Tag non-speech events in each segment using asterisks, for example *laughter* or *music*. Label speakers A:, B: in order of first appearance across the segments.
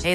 A: Hey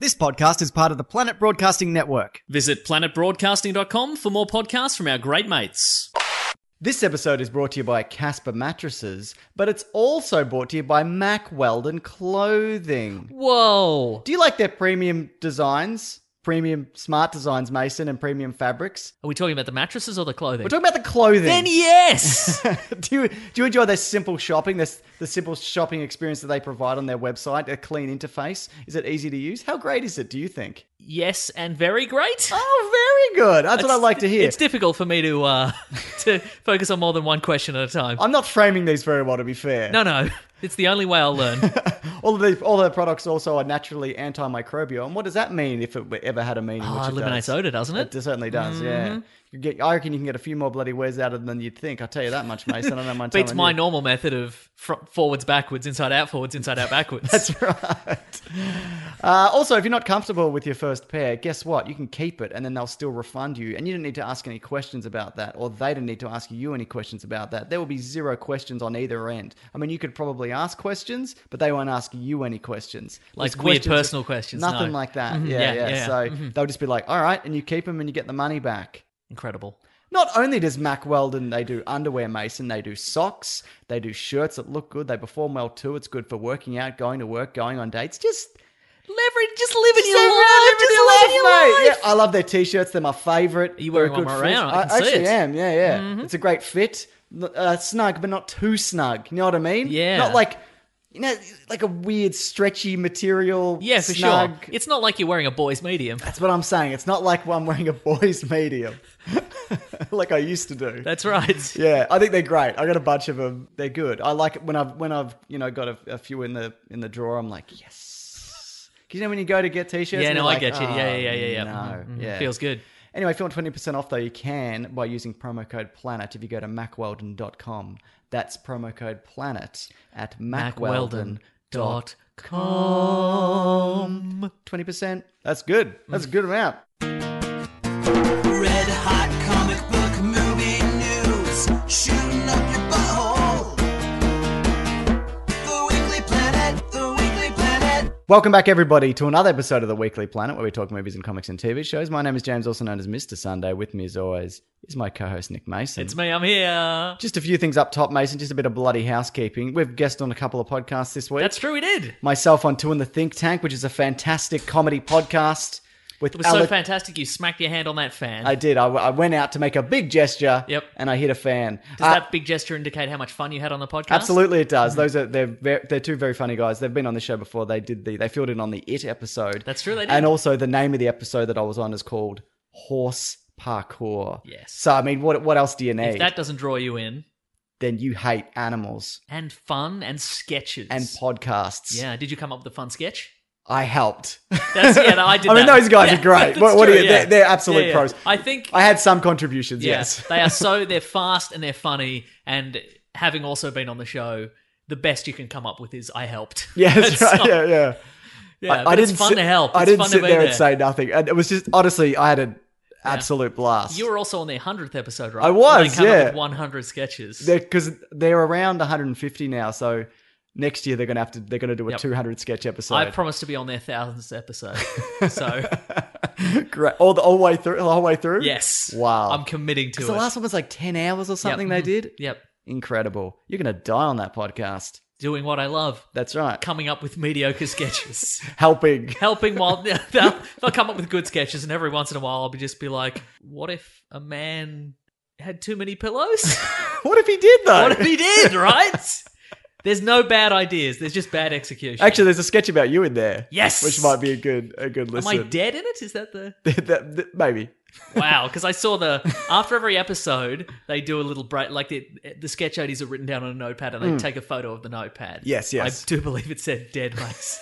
B: This podcast is part of the Planet Broadcasting Network.
C: Visit planetbroadcasting.com for more podcasts from our great mates.
B: This episode is brought to you by Casper Mattresses, but it's also brought to you by Mac Weldon Clothing.
C: Whoa.
B: Do you like their premium designs? Premium smart designs, Mason, and premium fabrics?
C: Are we talking about the mattresses or the clothing?
B: We're talking about the clothing.
C: then yes.
B: *laughs* do, you, do you enjoy their simple shopping, this, the simple shopping experience that they provide on their website, a clean interface? Is it easy to use? How great is it, do you think?
C: *laughs* yes, and very great.
B: Oh, very good. That's *laughs* what I like to hear.
C: It's difficult for me to uh, *laughs* to focus on more than one question at a time.
B: I'm not framing these very well, to be fair.
C: no, no. It's the only way
B: *laughs*
C: I'll learn.
B: All of the all their products also are naturally antimicrobial. And what does that mean if it ever had a meaning?
C: oh,
B: which
C: it eliminates
B: does.
C: odor, doesn't it?
B: It certainly does.
C: Mm-hmm.
B: Yeah, you get, I reckon you can get a few more bloody words out of them than you'd think. I tell you that much, Mason. I don't mind
C: *laughs* Beats
B: telling
C: my
B: you.
C: normal method of fr- forwards, backwards, inside out, forwards, inside out, backwards.
B: *laughs* That's right. Uh, also, if you're not comfortable with your first pair, guess what? You can keep it, and then they'll still refund you, and you don't need to ask any questions about that, or they don't need to ask you any questions about that. There will be zero questions on either end. I mean, you could probably ask questions, but they won't ask you any questions.
C: Like
B: There's
C: weird personal questions,
B: nothing
C: no.
B: like that.
C: Mhm,
B: Yeah,
C: yeah,
B: yeah,
C: yeah.
B: So they'll just be like, "All right," and you keep them, and you get the money back.
C: Incredible.
B: Not only does Mac Weldon, they do underwear, Mason, they do socks, they do shirts that look good, they perform well too. It's good for working out, going to work, going on dates. Just
C: Leverage, just living
B: just live life, just live, mate. Yeah, I love their t-shirts. They're my favorite.
C: Are you wearing
B: They're a
C: one
B: good
C: right
B: fit.
C: now? I can see
B: actually
C: it. Mm-hmm.
B: am. Yeah, yeah. It's a great fit. Uh, snug, but not too snug. You know what I mean?
C: Yeah.
B: Not like you know, like a weird stretchy material.
C: Yeah, for
B: snug.
C: sure. It's not like you're wearing a boy's medium.
B: That's what I'm saying. It's not like I'm wearing a boys' medium, *laughs* like I used to do.
C: That's
B: *laughs*
C: right.
B: Yeah, I think they're great. I got a bunch of them. They're good. I like it when I've when I've you know got a, a few in the in the drawer. I'm like yes. 'Cause you know when you go to get t-shirts.
C: Yeah,
B: and
C: no,
B: you're
C: I
B: like,
C: get you. Yeah,
B: "Oh,
C: yeah, yeah, yeah, yeah.
B: No,
C: Mhm, mhm.
B: yeah.
C: Feels good.
B: Anyway, if you want twenty percent off though, you can by using promo code Planet. If you go to macweldon.com, that's promo code Planet at macweldon.com.
C: MacWeldon.com.
B: Twenty percent. That's good. That's a good amount.
D: Red hot comic book movie news, shooting up your butthole. The Weekly Planet, The Weekly Planet.
B: Welcome back, everybody, to another episode of the Weekly Planet, where we talk movies and comics and TV shows. My name is James, also known as Mr. Sunday. With me, as always, is my co-host Nick Mason.
C: It's me, I'm here.
B: Just a few things up top, Mason. Just a bit of bloody housekeeping. We've guest on a couple of podcasts this week.
C: That's true, we did.
B: myself on Two in the Think Tank, which is a fantastic comedy podcast. With
C: It was so
B: Alec-
C: fantastic you smacked your hand on that fan.
B: I did. I, I went out to make a big gesture.
C: Yep.
B: And I hit a fan.
C: Does
B: Uh,
C: that Mm-hmm. big gesture indicate how much fun you had on the podcast?
B: Absolutely, it does. Those are they're ve- they're two very funny guys. They've been on the show before. They did the they filled in on the it episode.
C: That's true, they did.
B: And also the name of the episode that I was on is called Horse Parkour.
C: Yes.
B: So I mean, what what else do you
C: If
B: need?
C: that doesn't draw you in,
B: then you hate animals
C: and fun and sketches.
B: and podcasts.
C: Yeah, did you come up with a fun sketch?
B: I helped.
C: That's,
B: *laughs*
C: yeah, no, I did
B: I mean,
C: that.
B: those guys
C: Yeah,
B: are great.
C: *laughs* that's
B: What, what are
C: true,
B: you?
C: yeah.
B: They're, they're absolute
C: Yeah, yeah.
B: pros.
C: I think
B: I had some contributions.
C: yes, *laughs*
B: Yes. *laughs*
C: they are so they're fast and they're funny. And having also been on the show, the best you can come up with is
B: *laughs*
C: I helped.
B: Yeah, that's
C: So,
B: right. yeah, yeah.
C: yeah, but it's fun
B: sit,
C: to help.
B: I
C: It's
B: didn't
C: fun
B: sit
C: to be
B: there, and say nothing. And it was just honestly, I had a Absolute blast.
C: You were also on their hundredth episode, right?
B: I was,
C: They come up
B: yeah.
C: with one hundred sketches.
B: because they're, around 150 now, so next year they're gonna have to they're gonna do a
C: Yep.
B: 200 sketch episode.
C: I promised to be on their thousandth
B: *laughs*
C: episode. So
B: Great, all Oh, the all way through, the whole way through.
C: yes,
B: Wow.
C: I'm committing to it.
B: because the last one was like 10 hours or
C: Yep.
B: something they
C: Mhm.
B: did.
C: Yep,
B: Incredible. You're gonna die on that podcast.
C: doing what I love,
B: That's right.
C: coming up with
B: *laughs*
C: mediocre sketches.
B: Helping.
C: helping while *laughs* they'll, they'll come up with good sketches and every once in a while i'll be just be like what if a man had too
B: *laughs*
C: many pillows
B: What if he did though?
C: what if he did right there's no bad ideas there's just bad
B: *laughs*
C: execution
B: Actually, there's a sketch about you in there.
C: Yes! Oh,
B: which might be a good a good
C: am
B: listen.
C: i dead in it is that the
B: *laughs* That- that- maybe.
C: wow because i saw the after every episode they do a little break like the the sketch ideas are written down on a notepad and they take a photo of the notepad
B: Hmm. Yes, yes.
C: i do believe it said dead *laughs* race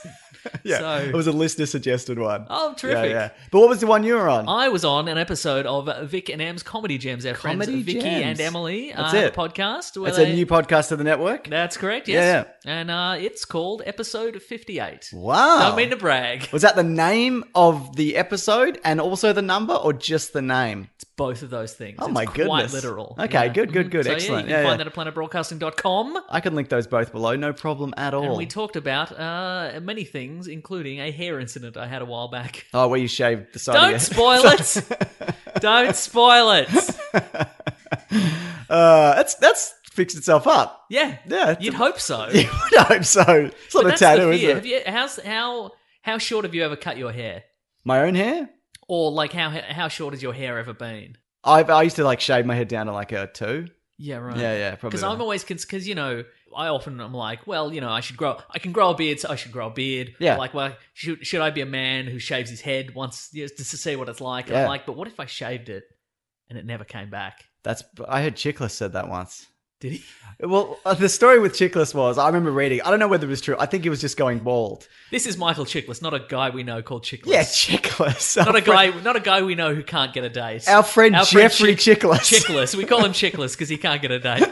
B: Yeah,
C: So-
B: it was a listener suggested one.
C: Oh,
B: Yeah,
C: terrific.
B: yeah. But what was the one you were on?
C: I was on an episode of Vic and Em's Comedy Gems, our
B: Comedy
C: friends Vicky
B: Jams.
C: and Emily.
B: That's
C: uh, have
B: it.
C: a podcast. where
B: it's
C: they-
B: a new podcast to the network.
C: That's correct.
B: Yeah,
C: Yes. And uh, it's called episode fifty-eight.
B: Wow.
C: Don't mean to brag.
B: Was that the name of the episode and also the number, or just the name?
C: It's both of those things.
B: Oh
C: It's
B: my
C: Quite
B: goodness.
C: literal. Mm-hmm.
B: Okay, good, good, good.
C: So,
B: Excellent.
C: Yeah, you can
B: Yeah, yeah.
C: find that at planetbroadcasting.com.
B: I can link those both below, no problem at all.
C: And we talked about uh, many things, including a hair incident I had a while back. *laughs*
B: oh, where you shaved the side. of your-
C: Don't spoil it. Don't spoil
B: *laughs*
C: it.
B: Uh, that's that's fixed itself up.
C: Yeah.
B: Yeah, it's
C: You'd
B: a-
C: hope so.
B: *laughs* You would hope so. It's not
C: But
B: a
C: that's the
B: tattoo, is
C: fear.
B: it?
C: Have you, how's, how how short have you ever cut your hair?
B: My own hair.
C: Or like how how short has your hair ever been?
B: I I used to like shave my head down to like a two.
C: Yeah, right.
B: Yeah, yeah, probably.
C: Because I'm always because you know I often am like, well, you know, I should grow. I can grow a beard, so I should grow a beard.
B: Yeah.
C: Like, well, should should I be a man who shaves his head once you know, just to see what it's like? And
B: Yeah.
C: I'm like, but what if I shaved it and it never came back?
B: That's I heard Chickless said that once.
C: Did he? *laughs*
B: Well, uh, the story with Chickless was I remember reading. I don't know whether it was true. I think he was just going bald.
C: This is Michael Chiklis, not a guy we know called Chiklis.
B: Yeah, Chickless.
C: Not
B: Our
C: a
B: friend-
C: guy, not a guy we know who can't get a date.
B: Our friend Jeffrey
C: Chick-
B: Chickless.
C: Chiklis. We call him Chiklis because he can't get a date.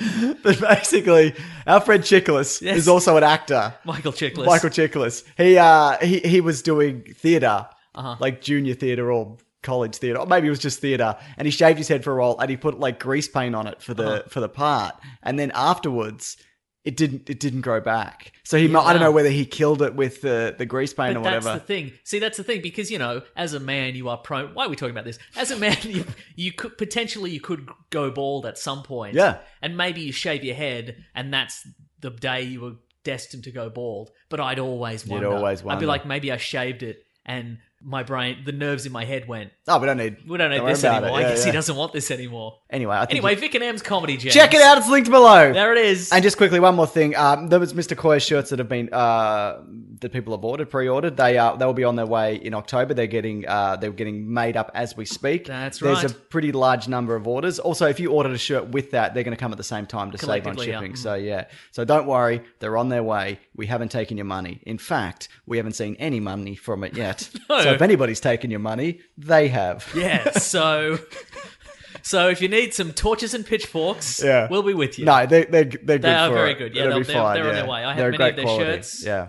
B: *laughs*
C: *laughs*
B: but basically, our friend Chickless
C: Yes.
B: is also an actor.
C: Michael Chiklis.
B: Michael Chickless. He uh he he was doing theater,
C: Uh-huh.
B: like junior theater or college theater, or maybe it was just theater. And he shaved his head for a while, and he put like grease paint on it for the
C: Uh-huh.
B: for the part. And then afterwards, it didn't it didn't grow back. So he mi- I don't
C: wow.
B: know whether he killed it with the the grease paint
C: But
B: or
C: that's
B: whatever.
C: the thing. See, that's the thing because you know, as a man, you are prone. Why are we talking about this? As a man, *laughs* you, you could potentially you could go bald at some point.
B: Yeah.
C: and maybe you shave your head, and that's the day you were destined to go bald. But I'd always
B: You'd
C: wonder.
B: always
C: I'd
B: wonder.
C: be like, maybe I shaved it, and my brain, the nerves in my head went,
B: Oh, we don't need.
C: "We don't need
B: worry
C: this
B: about
C: anymore."
B: it.
C: I
B: Yeah,
C: guess he
B: yeah.
C: doesn't want this anymore.
B: Anyway, I think
C: Anyway,
B: you-
C: Vic and M's comedy jam.
B: check it out. It's linked below.
C: There it is.
B: And just quickly, one more thing. Um, there was Mr. Koya's shirts that have been uh, that people have ordered, pre-ordered. They are they will be on their way in October. They're getting uh, they're getting made up as we speak.
C: That's
B: There's a
C: right.
B: pretty large number of orders. Also, if you ordered a shirt with that, they're going to come at the same time to save on
C: Collectively, yeah.
B: shipping.
C: Mm.
B: So yeah. So don't worry, they're on their way. We haven't taken your money. In fact, we haven't seen any money from it yet.
C: *laughs*
B: So
C: No.
B: if anybody's taken your money, they have.
C: yeah. So. *laughs* So if you need some torches and pitchforks,
B: Yeah.
C: we'll be with you.
B: No, they they're, they're good
C: They are
B: for
C: very
B: it.
C: good. Yeah,
B: It'll
C: they'll-
B: be
C: they're-
B: fine,
C: they're on
B: yeah.
C: their way. I have
B: They're
C: many
B: great
C: of their
B: quality.
C: shirts.
B: Yeah.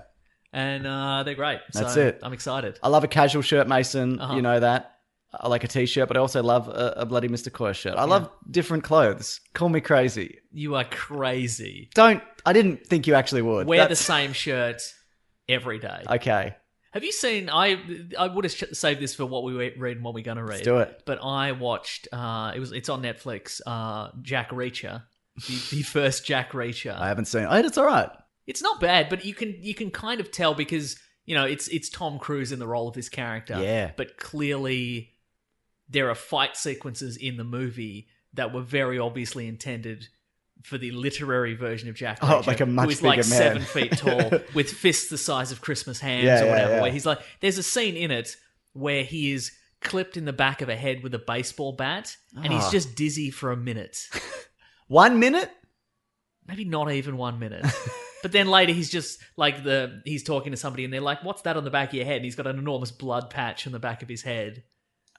C: and uh, they're great. So
B: That's it.
C: I'm excited.
B: I love a casual shirt, Mason.
C: Uh-huh.
B: You know that. I like a t-shirt, but I also love a, a bloody Mr. Coy shirt. I love different clothes. Call me crazy.
C: You are crazy.
B: Don't. I didn't think you actually would.
C: Wear the
B: That's-
C: same shirt every day.
B: Okay.
C: Have you seen? I I would have sh- saved this for what we re- read and what we're gonna read.
B: Let's do it.
C: But I watched. Uh, it was it's on Netflix. Uh, Jack Reacher, the, the first Jack Reacher.
B: I haven't seen. it. Oh, It's all right.
C: It's not bad, but you can you can kind of tell because you know it's it's Tom Cruise in the role of this character.
B: Yeah.
C: But clearly, there are fight sequences in the movie that were very obviously intended for the literary version of Jack.
B: Oh,
C: Reacher,
B: like a much
C: who is like
B: bigger man.
C: seven feet tall
B: *laughs*
C: with fists the size of Christmas hands
B: Yeah,
C: or
B: yeah,
C: whatever.
B: yeah.
C: Where he's like, there's a scene in it where he is clipped in the back of a head with a baseball bat, and he's
B: Ah.
C: just dizzy for a minute
B: One minute.
C: maybe not even
B: *laughs*
C: one minute. but then later he's just like the he's talking to somebody and they're like, "What's that on the back of your head?" And he's got an enormous blood patch on the back of his head.
B: Ah.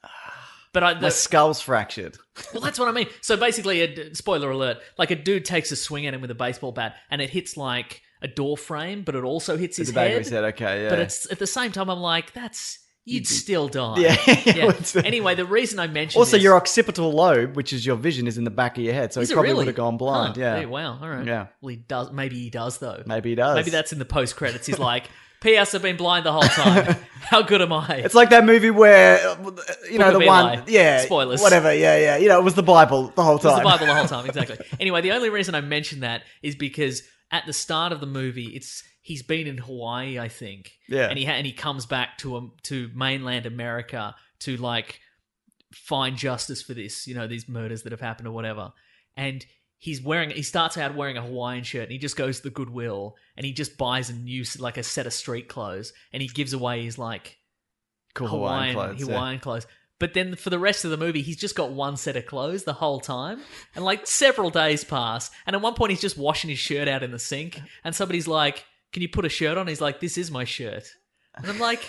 C: But I,
B: My
C: the,
B: skull's fractured.
C: well, that's what I mean. So basically, a d spoiler alert: like a dude takes a swing at him with a baseball bat, and it hits like a door frame, but it also hits
B: It's
C: his
B: the back
C: head.
B: of his head. Okay. Yeah.
C: But it's at the same time, I'm like, that's you'd still die.
B: Yeah. *laughs*
C: Yeah.
B: What's the-
C: Anyway, the reason I mentioned
B: Also,
C: this-
B: your occipital lobe, which is your vision, is in the back of your head, so
C: Is
B: he
C: it
B: probably
C: really?
B: would have gone blind.
C: Huh.
B: yeah.
C: Wow. All right.
B: Yeah.
C: Well, he does. Maybe he does though.
B: Maybe he does.
C: Maybe that's in the post credits. He's like, "P.S. I've been blind the
B: *laughs*
C: whole time. How good am I?"
B: It's like that movie where uh, you know
C: Book of
B: the one,
C: Eli.
B: yeah,
C: Spoilers.
B: whatever, yeah, yeah. You know, it was the Bible the whole
C: It was
B: time.
C: the Bible the whole time, exactly. anyway, the only reason I mention that is because at the start of the movie, it's he's been in Hawaii, I think.
B: *laughs* Yeah.
C: and he ha- and he comes back to um, to mainland America to like find justice for this, you know, these murders that have happened or whatever. And he's wearing he starts out wearing a Hawaiian shirt and he just goes to the Goodwill and he just buys a new s- like a set of street clothes and he gives away his like
B: cool
C: Hawaiian
B: Hawaiian,
C: Hawaiian
B: clothes.
C: clothes.
B: yeah.
C: But then for the rest of the movie, he's just got one set of clothes the whole time, and like several days pass. And at one point, he's just washing his shirt out in the sink, and somebody's like, "Can you put a shirt on?" He's like, "This is my shirt," and
B: *laughs*
C: I'm like.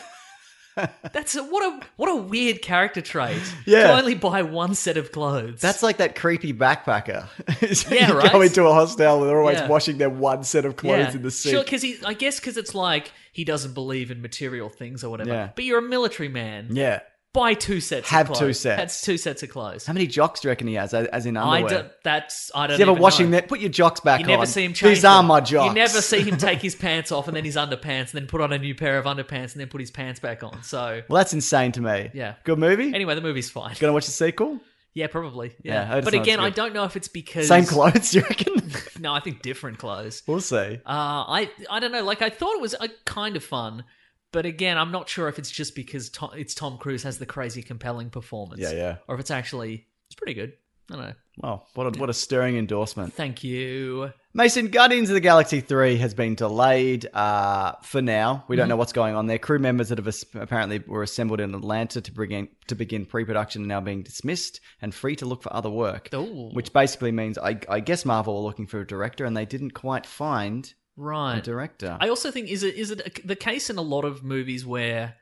C: That's a, what a what a weird character trait.
B: *laughs* Yeah.
C: to only buy one set of clothes.
B: That's like that creepy backpacker. *laughs* So
C: Yeah,
B: you
C: right?
B: Go into a hostel and they're always
C: Yeah.
B: washing their one set of clothes in the sink.
C: Sure, because he, I guess, because it's like he doesn't believe in material things or whatever.
B: Yeah.
C: But you're a military man.
B: yeah.
C: Buy two sets.
B: Have
C: of
B: two
C: clothes.
B: sets.
C: That's two sets of clothes.
B: How many jocks do you reckon he has, a- as in
C: I
B: underwear?
C: don't, that's I don't.
B: Does he have a
C: even
B: washing
C: know.
B: net? Put your jocks back
C: You never
B: on.
C: see him change.
B: These are
C: them.
B: my jocks.
C: You never see him take his pants off and then his underpants, and then put on a new pair of underpants, and then put his pants back on. So
B: *laughs* Well, that's insane to me.
C: Yeah.
B: Good movie.
C: anyway, the movie's fine.
B: Gonna watch the sequel?
C: Yeah, probably.
B: Yeah, I
C: Yeah,
B: just
C: but
B: know it's
C: again, I
B: good.
C: don't know if it's because
B: Same clothes, *laughs* you reckon?
C: *laughs* No, I think different clothes.
B: we'll see.
C: Uh, I I don't know. Like I thought it was uh, kind of fun, but again, I'm not sure if it's just because Tom, it's Tom Cruise has the crazy compelling performance.
B: Yeah, yeah.
C: Or if it's actually it's pretty good. I don't know.
B: Well, what a, what a stirring endorsement.
C: Thank you.
B: Mason, Guardians of the Galaxy 3 has been delayed uh, for now.
C: Mm-hmm.
B: We don't know what's going on there. Crew members that have as- apparently were assembled in Atlanta to begin, to begin pre production are now being dismissed and free to look for other work.
C: Ooh.
B: Which basically means, I, I guess Marvel were looking for a director and they didn't quite find a
C: Right.
B: director.
C: I also think is it is it a, the case in a lot of movies where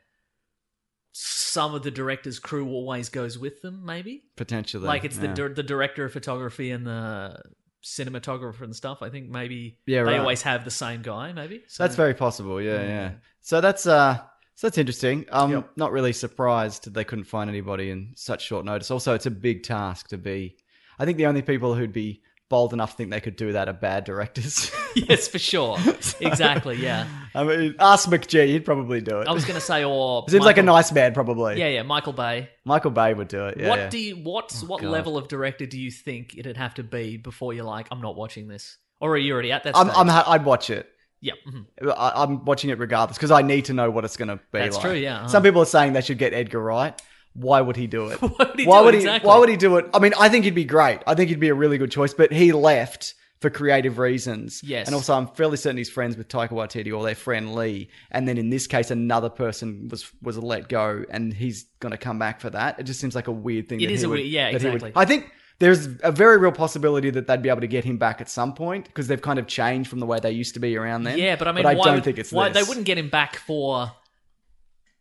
C: some of the director's crew always goes with them, maybe
B: potentially.
C: like it's the
B: yeah.
C: dir- the director of photography and the cinematographer and stuff. I think maybe
B: Yeah,
C: they
B: right.
C: always have the same guy. Maybe so, *laughs* Mm.
B: That's very possible. Yeah, yeah. So that's uh, so that's interesting. I'm not really surprised they couldn't find anybody in such short notice. Also, it's a big task to be. I think the only people who'd be bold enough to think they could do that are bad
C: *laughs*
B: directors.
C: yes
B: *laughs*
C: for sure, exactly. Yeah,
B: I mean, ask McGee, he'd probably do it.
C: I was gonna say or
B: *laughs* Seems like a
C: Michael-
B: nice man, probably.
C: Yeah, yeah, Michael Bay.
B: Michael Bay would do it. Yeah.
C: what
B: yeah. Oh,
C: do you what what
B: God.
C: level of director do you think it'd have to be before you're like I'm not watching this, or are you already at that?
B: I'm,
C: Stage?
B: I'm, ha- I'd watch it.
C: yeah. *laughs* mhm.
B: I, I'm watching it regardless because I need to know what it's going to be
C: That's
B: like.
C: true, yeah, uh-huh.
B: Some people are saying they should get Edgar Wright. Why would he do it?
C: *laughs* Why would he
B: why
C: do it?
B: would he?
C: Exactly.
B: Why would he do it? I mean, I think he'd be great. I think he'd be a really good choice. But he left for creative reasons.
C: Yes.
B: And also, I'm fairly certain he's friends with Taika Waititi or their friend Lee. And then in this case, another person was was let go, and he's going to come back for that. It just seems like a weird thing.
C: It
B: that
C: is
B: he
C: a
B: would-
C: weird- yeah,
B: that he would-
C: exactly.
B: I think. There's a very real possibility that they'd be able to get him back at some point because they've kind of changed from the way they used to be around then.
C: Yeah, but I mean,
B: I
C: why
B: don't
C: would,
B: think it's
C: why
B: this.
C: they wouldn't get him back for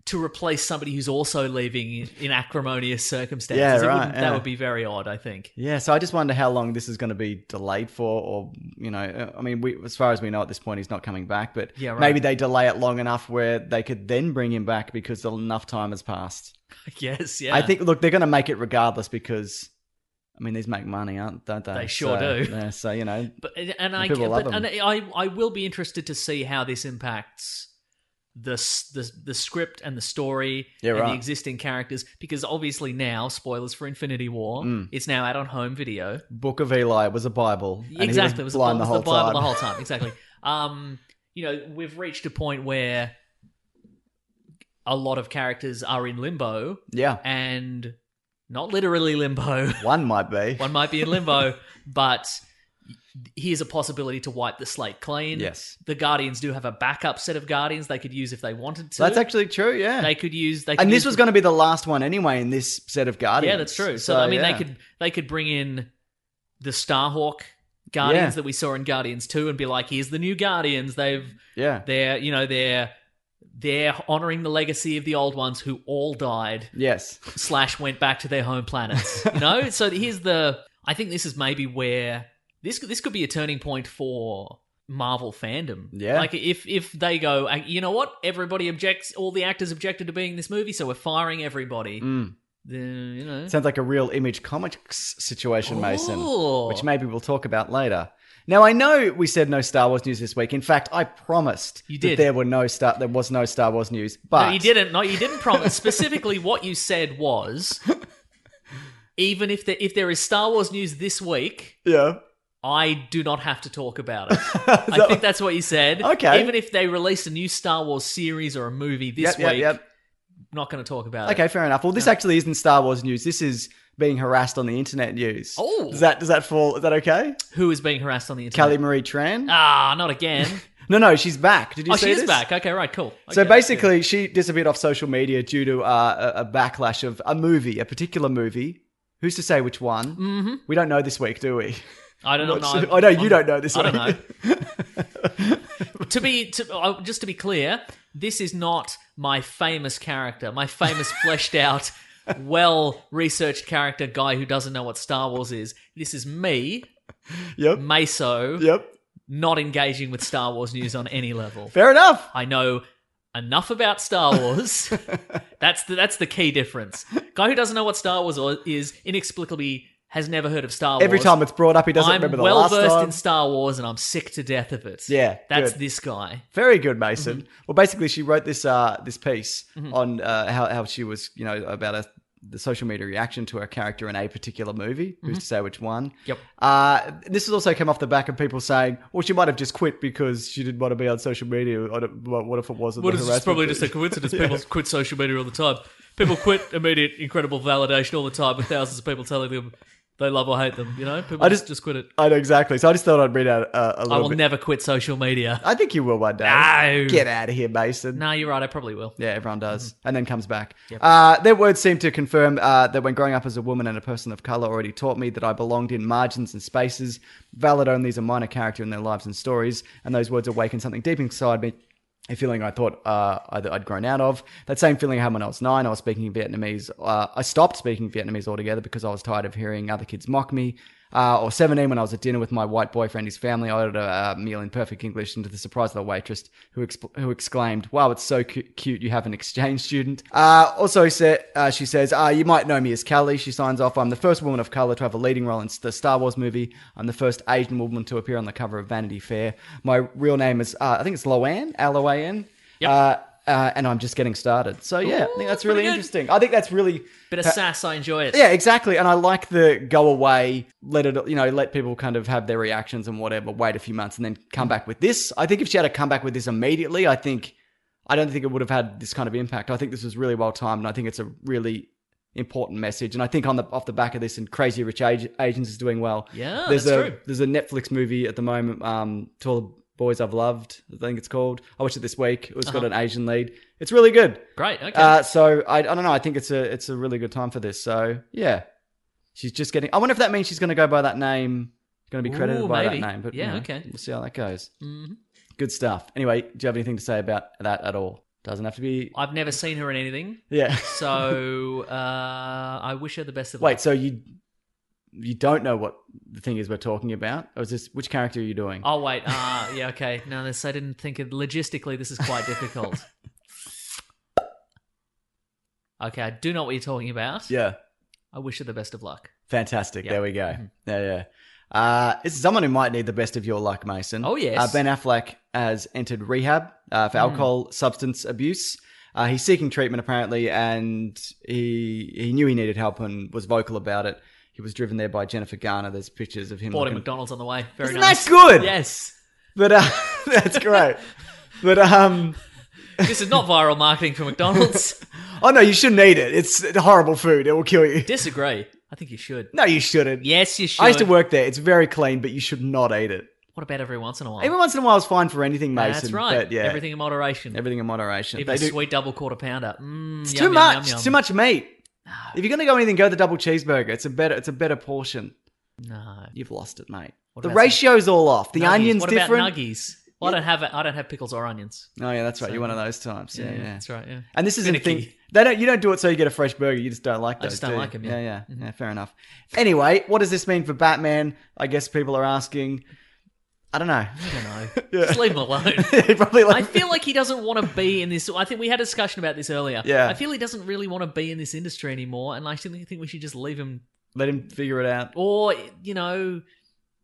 C: to replace somebody who's also leaving in acrimonious circumstances.
B: Yeah,
C: It
B: right,
C: wouldn't-
B: yeah.
C: That would be very odd, I think. *laughs*
B: Yeah, so I just wonder how long this is going to be delayed for, or you know, uh, I mean, we, as far as we know at this point, he's not coming back. But
C: Yeah, right.
B: maybe they delay it long enough where they could then bring him back because enough time has passed.
C: I guess, yeah.
B: I think. Look, they're going to make it regardless because, I mean, these make money, aren't don't they?
C: They sure
B: So,
C: do.
B: Yeah, so you know,
C: but and I
B: people love
C: but,
B: him.
C: and I I will be interested to see how this impacts the s- the the script and the story
B: Yeah,
C: and
B: right.
C: the existing characters because obviously now spoilers for Infinity War
B: Mm.
C: it's now out on home video.
B: Book of Eli was a Bible. and he
C: exactly.
B: was
C: it was,
B: blind
C: it was
B: the whole
C: Bible
B: time.
C: the whole time. Exactly. um, you know, we've reached a point where a lot of characters are in limbo
B: yeah,
C: and not literally limbo. *laughs*
B: one might be.
C: One might be in limbo, but here's a possibility to wipe the slate clean.
B: Yes.
C: The Guardians do have a backup set of Guardians they could use if they wanted to.
B: That's actually true. Yeah,
C: they could use they could
B: and
C: use
B: this was
C: the-
B: going to be the last one anyway in this set of Guardians.
C: Yeah, that's true. So, I mean
B: yeah.
C: they could they could bring in the Starhawk Guardians
B: Yeah.
C: that we saw in Guardians 2 and be like, here's the new Guardians. They've
B: Yeah,
C: they're you know they're they're honoring the legacy of the old ones who all died
B: yes.
C: slash went back to their home
B: *laughs*
C: planets you know so here's the i think this is maybe where this this could be a turning point for Marvel fandom.
B: Yeah.
C: Like if if they go, "Uh, you know what? Everybody objects. All the actors objected to being in this movie, so we're firing everybody.
B: Mm.
C: Then you know.
B: Sounds like a real Image Comics situation, Mason,
C: Ooh.
B: which maybe we'll talk about later. Now I know we said no Star Wars news this week. In fact, I promised
C: You
B: that
C: did.
B: there were no star there was no Star Wars news. But
C: no, you didn't. No, you
B: *laughs*
C: didn't promise. Specifically, what you said was, even if there, if there is Star Wars news this week,
B: Yeah. *laughs*
C: I do not have to talk about it. I think that's what you said.
B: Okay.
C: Even if they release a new Star Wars series or a movie
B: Yep,
C: this week,
B: yep, yep.
C: I'm not going to talk about it.
B: Okay, fair enough. Well, this actually isn't Star Wars news. This is being harassed on the internet news.
C: Oh.
B: does that does that fall? Is that okay?
C: Who is being harassed on the internet?
B: Kelly Marie Tran.
C: Ah,
B: *laughs*
C: not again.
B: no, no, she's back. Did you
C: oh,
B: see
C: she is
B: this?
C: back. Okay, right, cool.
B: So
C: Okay, that's good.
B: basically, she disappeared off social media due to uh, a, a backlash of a movie, a particular movie. Who's to say which one? Mm-hmm. We don't know this week, do we?
C: I don't
B: Not
C: know.
B: sure. *laughs* I know you don't know this
C: I don't
B: one.
C: know. to be to, uh, just to be clear, this is not my famous character,
B: *laughs*
C: my famous fleshed out, well researched character guy who doesn't know what Star Wars is. This is me,
B: *laughs* Yep.
C: Meso,
B: Yep.
C: not engaging with Star Wars news on any level.
B: Fair enough.
C: I know enough about
B: *laughs*
C: Star Wars. that's the that's the key difference. Guy who doesn't know what Star Wars or- is inexplicably has never heard of Star Wars.
B: Every time it's brought up, he doesn't
C: I'm
B: remember the
C: well
B: last
C: versed
B: time.
C: in Star Wars, and I'm sick to death of it.
B: Yeah,
C: that's
B: good.
C: this guy.
B: Very good, Mason.
C: Mm-hmm.
B: Well, basically, she wrote this uh, this piece on uh, how how she was, you know, about a, the social media reaction to her character in a particular movie. Who's to say which one?
C: Mm-hmm. Yep.
B: Uh, this has also come off the back of people saying, "Well, she might have just quit because she didn't want to be on social media. I don't- What what if it wasn't?"
C: What
B: the
C: is this? Probably just a
B: harassment *laughs*
C: coincidence. People quit social media all the time. People quit immediate, incredible validation all the time, with thousands of people telling them they love or hate them. You know, people
B: I
C: just
B: just-
C: just quit it.
B: I know exactly. So I just thought I'd read out uh, a
C: I
B: little
C: will
B: bit.
C: never quit social media.
B: I think you will one day.
C: No.
B: Get out of here, Mason.
C: No, you're right. I probably will.
B: Yeah, everyone does, and then comes back. Uh, their words seem to confirm uh, that when growing up as a woman and a person of color, already taught me that I belonged in margins and spaces. Valid only is a minor character in their lives and stories, and those words awaken something deep inside me. A feeling I thought uh, I'd, I'd grown out of. That same feeling I had when I was nine. I was speaking Vietnamese. Uh, I stopped speaking Vietnamese altogether because I was tired of hearing other kids mock me. Uh, or 17, when I was at dinner with my white boyfriend, his family, I ordered a, uh meal in perfect English, and to the surprise of the waitress, who exp- who exclaimed, "Wow, it's so cu- cute! You have an exchange student." Uh, also, sa- uh, she says, uh, "You might know me as Callie." She signs off, "I'm the first woman of color to have a leading role in s- the Star Wars movie. I'm the first Asian woman to appear on the cover of Vanity Fair. My real name is, uh, I think it's Loan, L O A N."
C: Yep.
B: Uh, uh, and I'm just getting started. So yeah, I
C: Ooh,
B: think that's
C: pretty
B: really
C: good.
B: interesting. I think that's really
C: Bit of sass. I enjoy it.
B: yeah, exactly. And I like the go away, let it, you know, let people kind of have their reactions and whatever, wait a few months and then come
C: Mm.
B: back with this. I think if she had to come back with this immediately, I think, I don't think it would have had this kind of impact. I think this was really well timed and I think it's a really important message. And I think on the, off the back of this and Crazy Rich Ag- Asians is doing well.
C: Yeah,
B: There's
C: that's
B: a,
C: true.
B: there's a Netflix movie at the moment, um, To All the Boys I've Loved, I think it's called. I watched it this week. It was
C: Uh-huh.
B: got an Asian lead. It's really good.
C: Great. Okay.
B: Uh, so I, I don't know. I think it's a it's a really good time for this. So yeah, she's just getting. I wonder if that means she's going to go by that name. Going to be credited
C: Ooh,
B: by
C: maybe.
B: that name, but
C: Yeah,
B: you know,
C: okay.
B: We'll see how that goes.
C: Mhm.
B: Good stuff. Anyway, do you have anything to say about that at all? Doesn't have to be.
C: I've never seen her in anything,
B: Yeah. *laughs*
C: so uh, I wish her the best of luck.
B: Wait. So you you don't know what the thing is we're talking about? Or is this which character are you doing?
C: Oh wait, uh, yeah, okay. No, this I didn't think it logistically. This is
B: *laughs*
C: quite difficult. okay, I do know what you're talking about.
B: Yeah.
C: I wish her the best of luck.
B: Fantastic.
C: Yeah.
B: There
C: Mm-hmm.
B: we go. Yeah, yeah. Uh, it's someone who might need the best of your luck, Mason.
C: Oh, yes. Hmm.
B: Uh, ben Affleck has entered rehab uh, for alcohol substance abuse. Uh, he's seeking treatment apparently, and he he knew he needed help and was vocal about it. He was driven there by Jennifer Garner. There's pictures of him.
C: Bought him
B: looking-
C: McDonald's on the way. Very
B: Isn't
C: nice.
B: that good?
C: Yes.
B: But uh, *laughs* that's great. but um,
C: This is not viral marketing
B: *laughs*
C: for McDonald's.
B: oh no, you shouldn't eat it. It's horrible food. It will kill
C: *laughs*
B: you.
C: Disagree. I think you should.
B: No, you shouldn't.
C: Yes, you should.
B: I used to work there. It's very clean, but you should not eat it.
C: What about every once in a while?
B: Every once in a while is fine for anything, Mason.
C: That's right.
B: But yeah,
C: Everything in moderation.
B: everything in moderation.
C: Even
B: They
C: a
B: do-
C: sweet double quarter pounder. Mm,
B: it's
C: yum,
B: too
C: yum,
B: much.
C: yum,
B: It's
C: yum.
B: too much meat. If you're gonna go anything, go the double cheeseburger. It's a better. It's a better portion.
C: No.
B: You've lost it, mate.
C: What
B: the
C: about some-
B: ratio's all off. The
C: Nuggies.
B: onions
C: what
B: different.
C: about nuggies? Well, I don't have I don't have pickles or onions.
B: Oh yeah, that's right. You're one of those times. Yeah, yeah.
C: that's right.
B: *laughs*
C: Yeah.
B: And this is the thing.
C: Finicky.
B: They don't. You don't do it so you get a fresh burger. You just don't like those.
C: just don't
B: do you?
C: like 'em, yeah. Mm-hmm.
B: yeah, yeah, yeah. Fair enough. Anyway, what does this mean for Batman? I guess people are asking. I don't know.
C: I don't know.
B: Yeah.
C: Just leave him alone.
B: He *laughs* probably
C: I
B: like
C: feel like he doesn't want to be in this. I think we had a discussion about this earlier.
B: Yeah.
C: I feel he doesn't really want to be in this industry anymore, and I actually think we should just leave him.
B: *laughs* let him figure it out.
C: Or you know,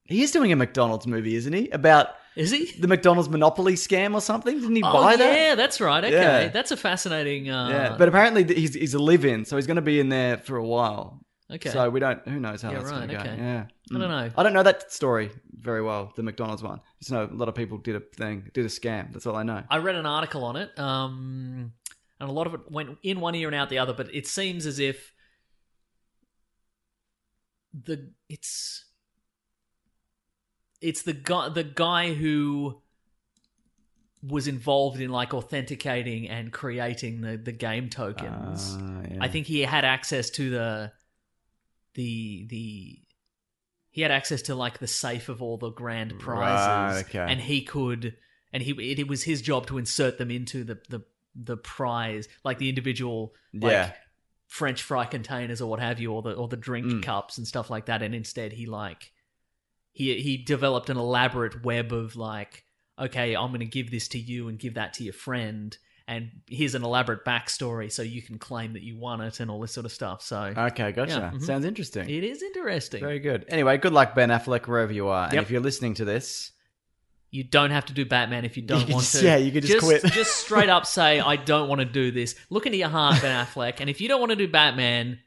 B: He is doing a McDonald's movie, isn't he? About
C: is he?
B: the McDonald's monopoly scam or something. Didn't he
C: oh
B: buy
C: yeah,
B: that?
C: that's right. Okay,
B: Yeah.
C: that's a fascinating. Uh,
B: yeah, but apparently th- he's he's a live-in, so he's going to be in there for a while.
C: okay.
B: So mm. we don't. Who knows how
C: Yeah,
B: that's going
C: right,
B: to
C: okay.
B: go? Yeah. Hmm.
C: I don't know.
B: I don't know that story very well. The McDonald's one. Just know a lot of people did a thing, did a scam. That's all I know.
C: I read an article on it, um, and a lot of it went in one ear and out the other. But it seems as if the it's it's the guy the guy who was involved in like authenticating and creating the the game tokens.
B: Ah, yeah.
C: I think he had access to the the the he had access to like the safe of all the grand prizes,
B: Right, okay.
C: and he could and he it, it was his job to insert them into the the the prize, like the individual like
B: Yeah.
C: French fry containers or what have you, or the or the drink
B: Mm.
C: cups and stuff like that. And instead, he like he he developed an elaborate web of like, okay, I'm going to give this to you and give that to your friend, and here's an elaborate backstory so you can claim that you won it and all this sort of stuff. So
B: Okay, gotcha.
C: Yeah, mhm.
B: Sounds interesting.
C: it is interesting.
B: Very good. Anyway, good luck, Ben Affleck, wherever you are. And
C: Yep.
B: if you're listening to this,
C: You don't have to do Batman if you
B: You *laughs*
C: don't
B: can
C: want
B: just-
C: to.
B: yeah, you can just quit.
C: *laughs* just straight up say, I don't want to do this. Look into your heart, Ben Affleck, and if you don't want to do Batman,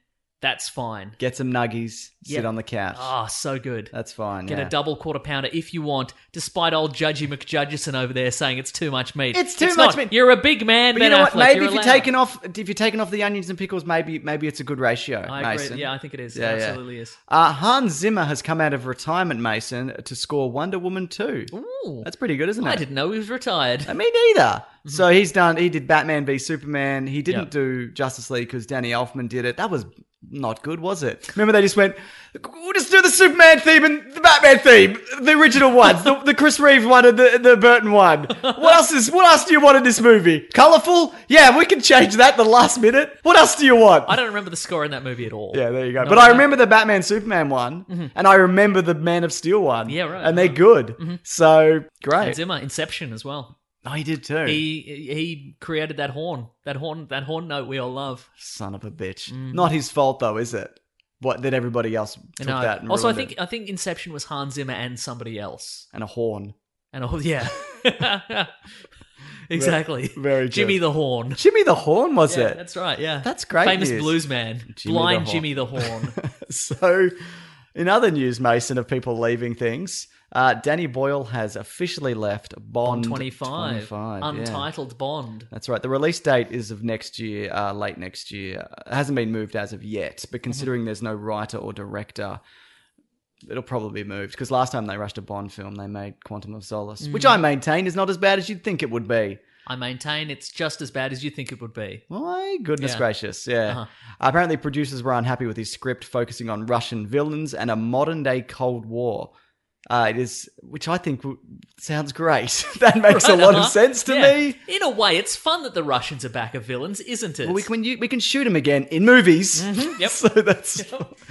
C: that's fine.
B: get some nuggies, sit
C: Yeah.
B: on the couch.
C: Ah, so good.
B: That's fine.
C: Get
B: yeah.
C: a double quarter pounder if you want, despite old Judgy McJudgeson over there saying it's too much meat.
B: It's too much
C: not.
B: meat.
C: You're a big man,
B: But
C: Ben
B: you know what?
C: Affleck,
B: Maybe
C: you're
B: if you're
C: allowed.
B: taking off, if you're taking off the onions and pickles, maybe maybe it's a good ratio.
C: I agree.
B: Mason.
C: Yeah, I think it is.
B: Yeah,
C: it
B: yeah.
C: absolutely is.
B: Uh, Hans Zimmer has come out of retirement, Mason, to score Wonder Woman 2.
C: Ooh,
B: That's pretty good, isn't it?
C: I didn't know he was retired.
B: *laughs* I mean, Uh, neither. So he's done. He did Batman v Superman. He didn't
C: Mm-hmm. Yeah.
B: do Justice League because Danny Elfman did it. That was not good, was it? Remember, they just went, "We'll just do the Superman theme and the Batman theme, the original ones, the, the Chris Reeve one and the, the Burton one. What else is? What else do you want in this movie? Colorful? Yeah, we can change that the last minute. What else do you want?
C: I don't remember the score in that movie at all.
B: Yeah, there you go.
C: No,
B: but
C: I
B: I
C: don't.
B: remember the Batman Superman one, and I remember the Man of Steel one.
C: Yeah, right, Mm-hmm.
B: And they're good. So
C: And
B: great.
C: Zimmer, Inception as well.
B: Oh, he did too.
C: He he created that horn, that horn, that horn note we all love.
B: Son of a bitch.
C: Mm.
B: Not his fault though, is it? What that everybody else took
C: No.
B: that. And
C: also, I
B: ruined
C: think
B: it.
C: I think Inception was Hans Zimmer and somebody else.
B: and a horn.
C: And oh *laughs* yeah,
B: *laughs*
C: exactly.
B: very good.
C: Jimmy the Horn.
B: Jimmy the Horn was
C: Yeah,
B: it?
C: that's right. Yeah,
B: That's great
C: Famous
B: news.
C: blues man,
B: Jimmy
C: blind
B: the Horn.
C: Jimmy the Horn.
B: *laughs* so, in other news, Mason, of people leaving things, uh, Danny Boyle has officially left *laughs* Bond,
C: Bond 25,
B: 25, yeah.
C: untitled Bond.
B: That's right. The release date is of next year, uh, late next year. It hasn't been moved as of yet, but considering there's no writer or director, it'll probably be moved. Because last time they rushed a Bond film, they made Quantum of Solace, which
C: Mm.
B: I maintain is not as bad as you'd think it would be.
C: I maintain it's just as bad as you think it would be.
B: My goodness
C: Yeah.
B: gracious, yeah.
C: Uh-huh.
B: Apparently, producers were unhappy with his script, focusing on Russian villains and a modern day Cold War. Uh, it is, which I think w- sounds great. *laughs* that makes a
C: Right,
B: lot
C: uh-huh.
B: of sense to
C: Yeah.
B: me.
C: In a way, it's fun that the Russians are back of villains, isn't it?
B: Well, we can you, we can shoot him again in movies. *laughs*
C: yep.
B: so that's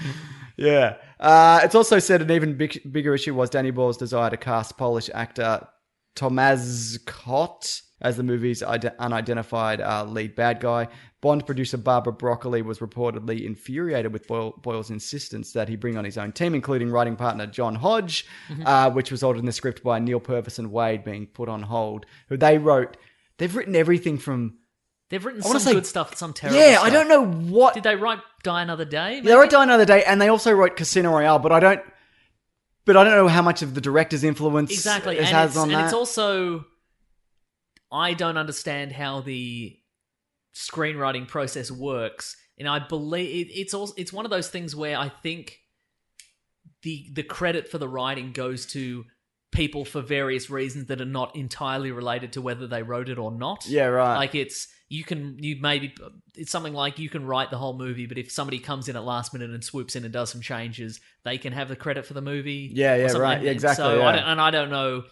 B: *laughs* yeah. Uh, it's also said an even big, bigger issue was Danny Boyle's desire to cast Polish actor Tomasz Kot as the movie's ide- unidentified uh, lead bad guy. Bond producer Barbara Broccoli was reportedly infuriated with Boyle, Boyle's insistence that he bring on his own team, including writing partner John Hodge, uh, which resulted in the script by Neil Purvis and Wade being put on hold. Who they wrote, they've written everything from
C: They've written
B: wanna
C: some
B: say-
C: good stuff, some terrible.
B: yeah, I
C: stuff.
B: don't know what
C: Did they write Die Another Day?
B: Yeah, they wrote Die Another Day, and they also wrote Casino Royale, but I don't. But I don't know how much of the director's influence
C: exactly
B: it
C: and,
B: has
C: it's,
B: on
C: and
B: that.
C: it's also i don't understand how the screenwriting process works and i believe it, it's also it's one of those things where i think the the credit for the writing goes to people for various reasons that are not entirely related to whether they wrote it or not
B: yeah, right.
C: like it's you can you maybe it's something like you can write the whole movie but if somebody comes in at last minute and swoops in and does some changes they can have the credit for the movie
B: Yeah,
C: or
B: yeah,
C: something.
B: right. Yeah,
C: And
B: exactly,
C: so
B: yeah.
C: I don't, and i don't know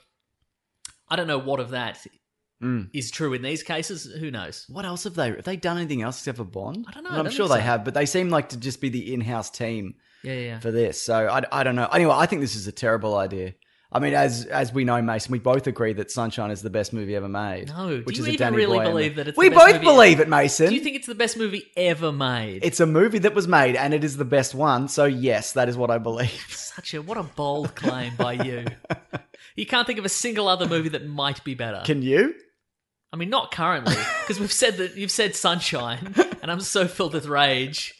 C: i don't know what of that is
B: Mm.
C: true in these cases who knows
B: what else have they? Have they done anything else except for Bond?
C: I don't know,
B: And
C: I
B: I'm
C: don't
B: sure
C: think
B: they
C: so.
B: have, but they seem like to just be the in-house team
C: yeah yeah, yeah.
B: for this. So I, I don't know. Anyway, I think this is a terrible idea. I mean, as as we know, Mason, we both agree that Sunshine is the best movie ever made.
C: No, do
B: which
C: you
B: is a
C: even
B: Danny
C: really
B: Boyle movie.
C: believe that it's the
B: We
C: best
B: both
C: movie
B: believe
C: ever?
B: it, Mason.
C: Do you think it's the best movie ever made?
B: it's a movie that was made, and it is the best one. So yes, that is what I believe.
C: *laughs* such a what a bold claim by
B: *laughs*
C: you. You can't think of a single other movie that might be better.
B: Can you?
C: I mean, not
B: *laughs*
C: currently, because we've said that you've said Sunshine, and I'm so filled with rage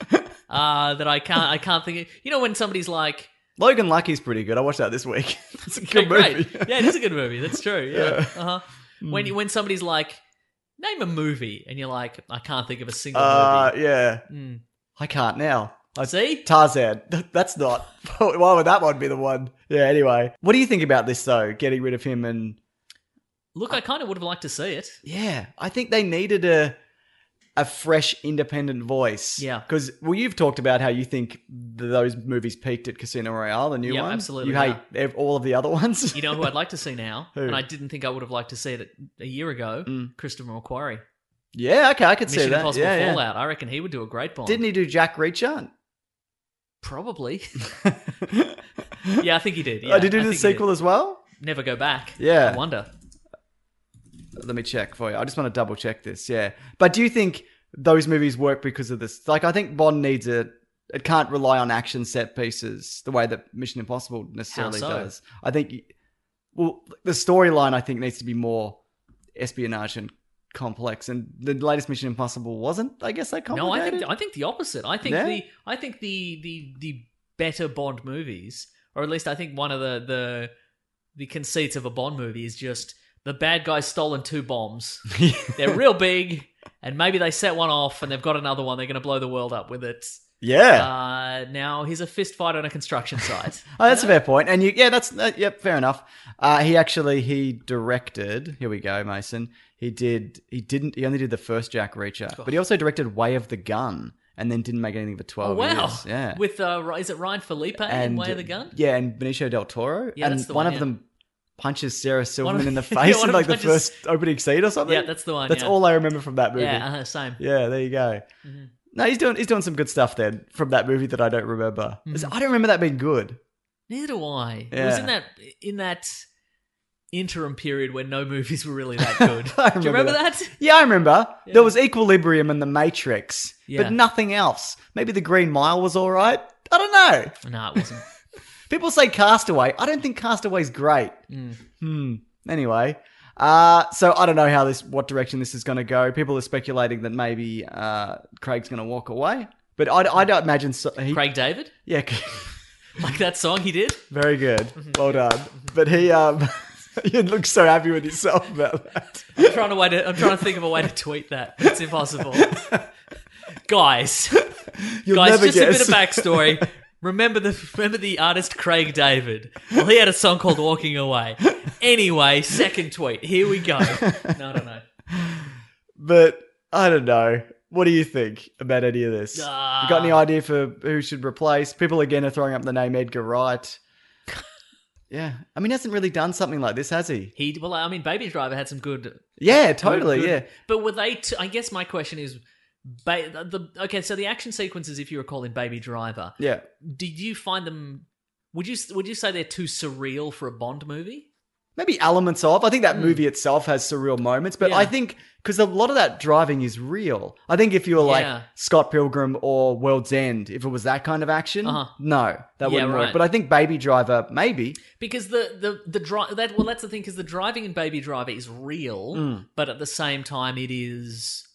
C: uh, that I can't. I can't think. Of, you know, when somebody's like,
B: Logan Lucky's pretty good. I watched that this week. *laughs* it's a good
C: "Okay,
B: movie.
C: great. yeah, it is a good movie. That's true. Yeah.
B: Yeah. Hmm.
C: Uh-huh. When when somebody's like, name a movie, and you're like, I can't think of a single
B: Uh, yeah.
C: movie.
B: I can't now. I
C: Mm. See,
B: Tarzan. *laughs* Th- That's not. Why would that one be the one? Yeah. Anyway, what do you think about this though? Getting rid of him and
C: look, I kind of would have liked to see it.
B: yeah, I think they needed a a fresh independent voice.
C: Yeah.
B: Because well, you've talked about how you think th- those movies peaked at Casino Royale, the new
C: Yeah,
B: one.
C: absolutely,
B: You hate ev- all of the other ones.
C: You know who I'd like to see now,
B: *laughs* Who?
C: and I didn't think I would have liked to see it a year ago.
B: Mm.
C: Christopher McQuarrie,
B: *laughs* yeah. Okay, I could see
C: Mission
B: that.
C: Impossible
B: yeah, yeah.
C: Fallout. I reckon he would do a great Bond.
B: Didn't he do Jack Reacher? *laughs*
C: Probably. *laughs* yeah, I think he did.
B: *laughs*
C: Yeah,
B: oh, did he
C: I
B: do the
C: think he did.
B: sequel as well?
C: Never Go Back.
B: Yeah.
C: I wonder.
B: Let me check for you. I just want to double check this. Yeah. But do you think those movies work because of this? Like, I think Bond needs a. It can't rely on action set pieces the way that Mission Impossible necessarily
C: so?
B: does. I think. Well, the storyline, I think, needs to be more espionage and complex. And the latest Mission Impossible wasn't, I guess, that
C: No, I
B: complicated.
C: think I think the opposite. I think
B: Yeah?
C: the I think the the the better Bond movies, or at least I think one of the the the conceits of a Bond movie is just the bad guy's stolen two bombs. They're real big, and maybe they set one off, and they've got another one. They're going to blow the world up with it.
B: *laughs* yeah.
C: Uh, now here's a fist fight on a construction site.
B: *laughs* Oh, that's a fair point. And you, yeah, that's uh, yep, fair enough. Uh, he actually he directed. Here we go, Mason. He did. He didn't. He only did the first Jack Reacher, but he also directed Way of the Gun, and then didn't make anything for
C: Oh,
B: twelve
C: wow!
B: years. Yeah,
C: With uh, Ry- is it Ryan Felipe in Way of the Gun?
B: Yeah, and Benicio del Toro.
C: Yeah,
B: and
C: that's the
B: one,
C: one,
B: of
C: yeah.
B: them punches Sarah Silverman in the
C: *laughs* yeah,
B: face in
C: one of
B: like
C: them
B: the
C: punches-
B: first opening scene or something.
C: Yeah, that's the one.
B: That's
C: yeah.
B: all I remember from that movie.
C: Yeah, Mm-hmm. uh, same.
B: Yeah, there you go. No, he's doing he's doing some good stuff then from that movie that I don't remember.
C: Mm-hmm.
B: I don't remember that being good.
C: Neither do I. It was
B: Yeah.
C: in that in that interim period when no movies were really
B: *laughs*
C: that good.
B: I
C: do
B: remember
C: you remember that?
B: Yeah, I remember. There was Equilibrium and The Matrix,
C: Yeah.
B: but nothing else. Maybe The Green Mile was all right. I don't know.
C: no,
B: *laughs*
C: it wasn't.
B: People say Castaway. I don't think Castaway's great.
C: Mm.
B: Hmm. Anyway, uh, so I don't know how this, what direction this is going to go. People are speculating that maybe uh, Craig's going to walk away, but I, I don't imagine. So, he,
C: Craig David,
B: yeah, *laughs*
C: like that song he did.
B: very good.
C: Mm-hmm.
B: Well done. But he, um, *laughs* you look so happy with yourself about that.
C: I'm trying to way to, I'm trying to think of a way to tweet that. It's impossible, guys.
B: *laughs* You'll
C: guys,
B: never
C: just
B: guess.
C: a bit
B: *laughs*
C: of backstory. Remember the remember the artist Craig David. Well, he had a song called "Walking Away." Anyway, second tweet. Here
B: *laughs*
C: we go. No, no, no.
B: But I don't know. What do you think about any of this? you got any
C: Ah.
B: idea for who should replace? People again are throwing up the name Edgar
C: *laughs*
B: Wright. yeah, I mean, he hasn't really done something like this, has he?
C: He well, I mean, Baby Driver had some good
B: Yeah, totally.
C: Good,
B: Yeah,
C: good. But were they? T- I guess my question is, ba- the okay. So the action sequences, if you recall in Baby Driver,
B: yeah.
C: did you find them? Would you would you say they're too surreal for a Bond movie?
B: Maybe elements of. I think that movie itself has surreal moments, but
C: Hmm. Yeah.
B: I think because a lot of that driving is real. I think if you were
C: Yeah.
B: like Scott Pilgrim or World's End, if it was that kind of action,
C: Uh-huh.
B: no, that
C: Yeah,
B: wouldn't work.
C: right.
B: But I think Baby Driver, maybe.
C: Because the the the drive that well, that's the thing. Because the driving in Baby Driver is real,
B: Mm.
C: but at the same time, it is.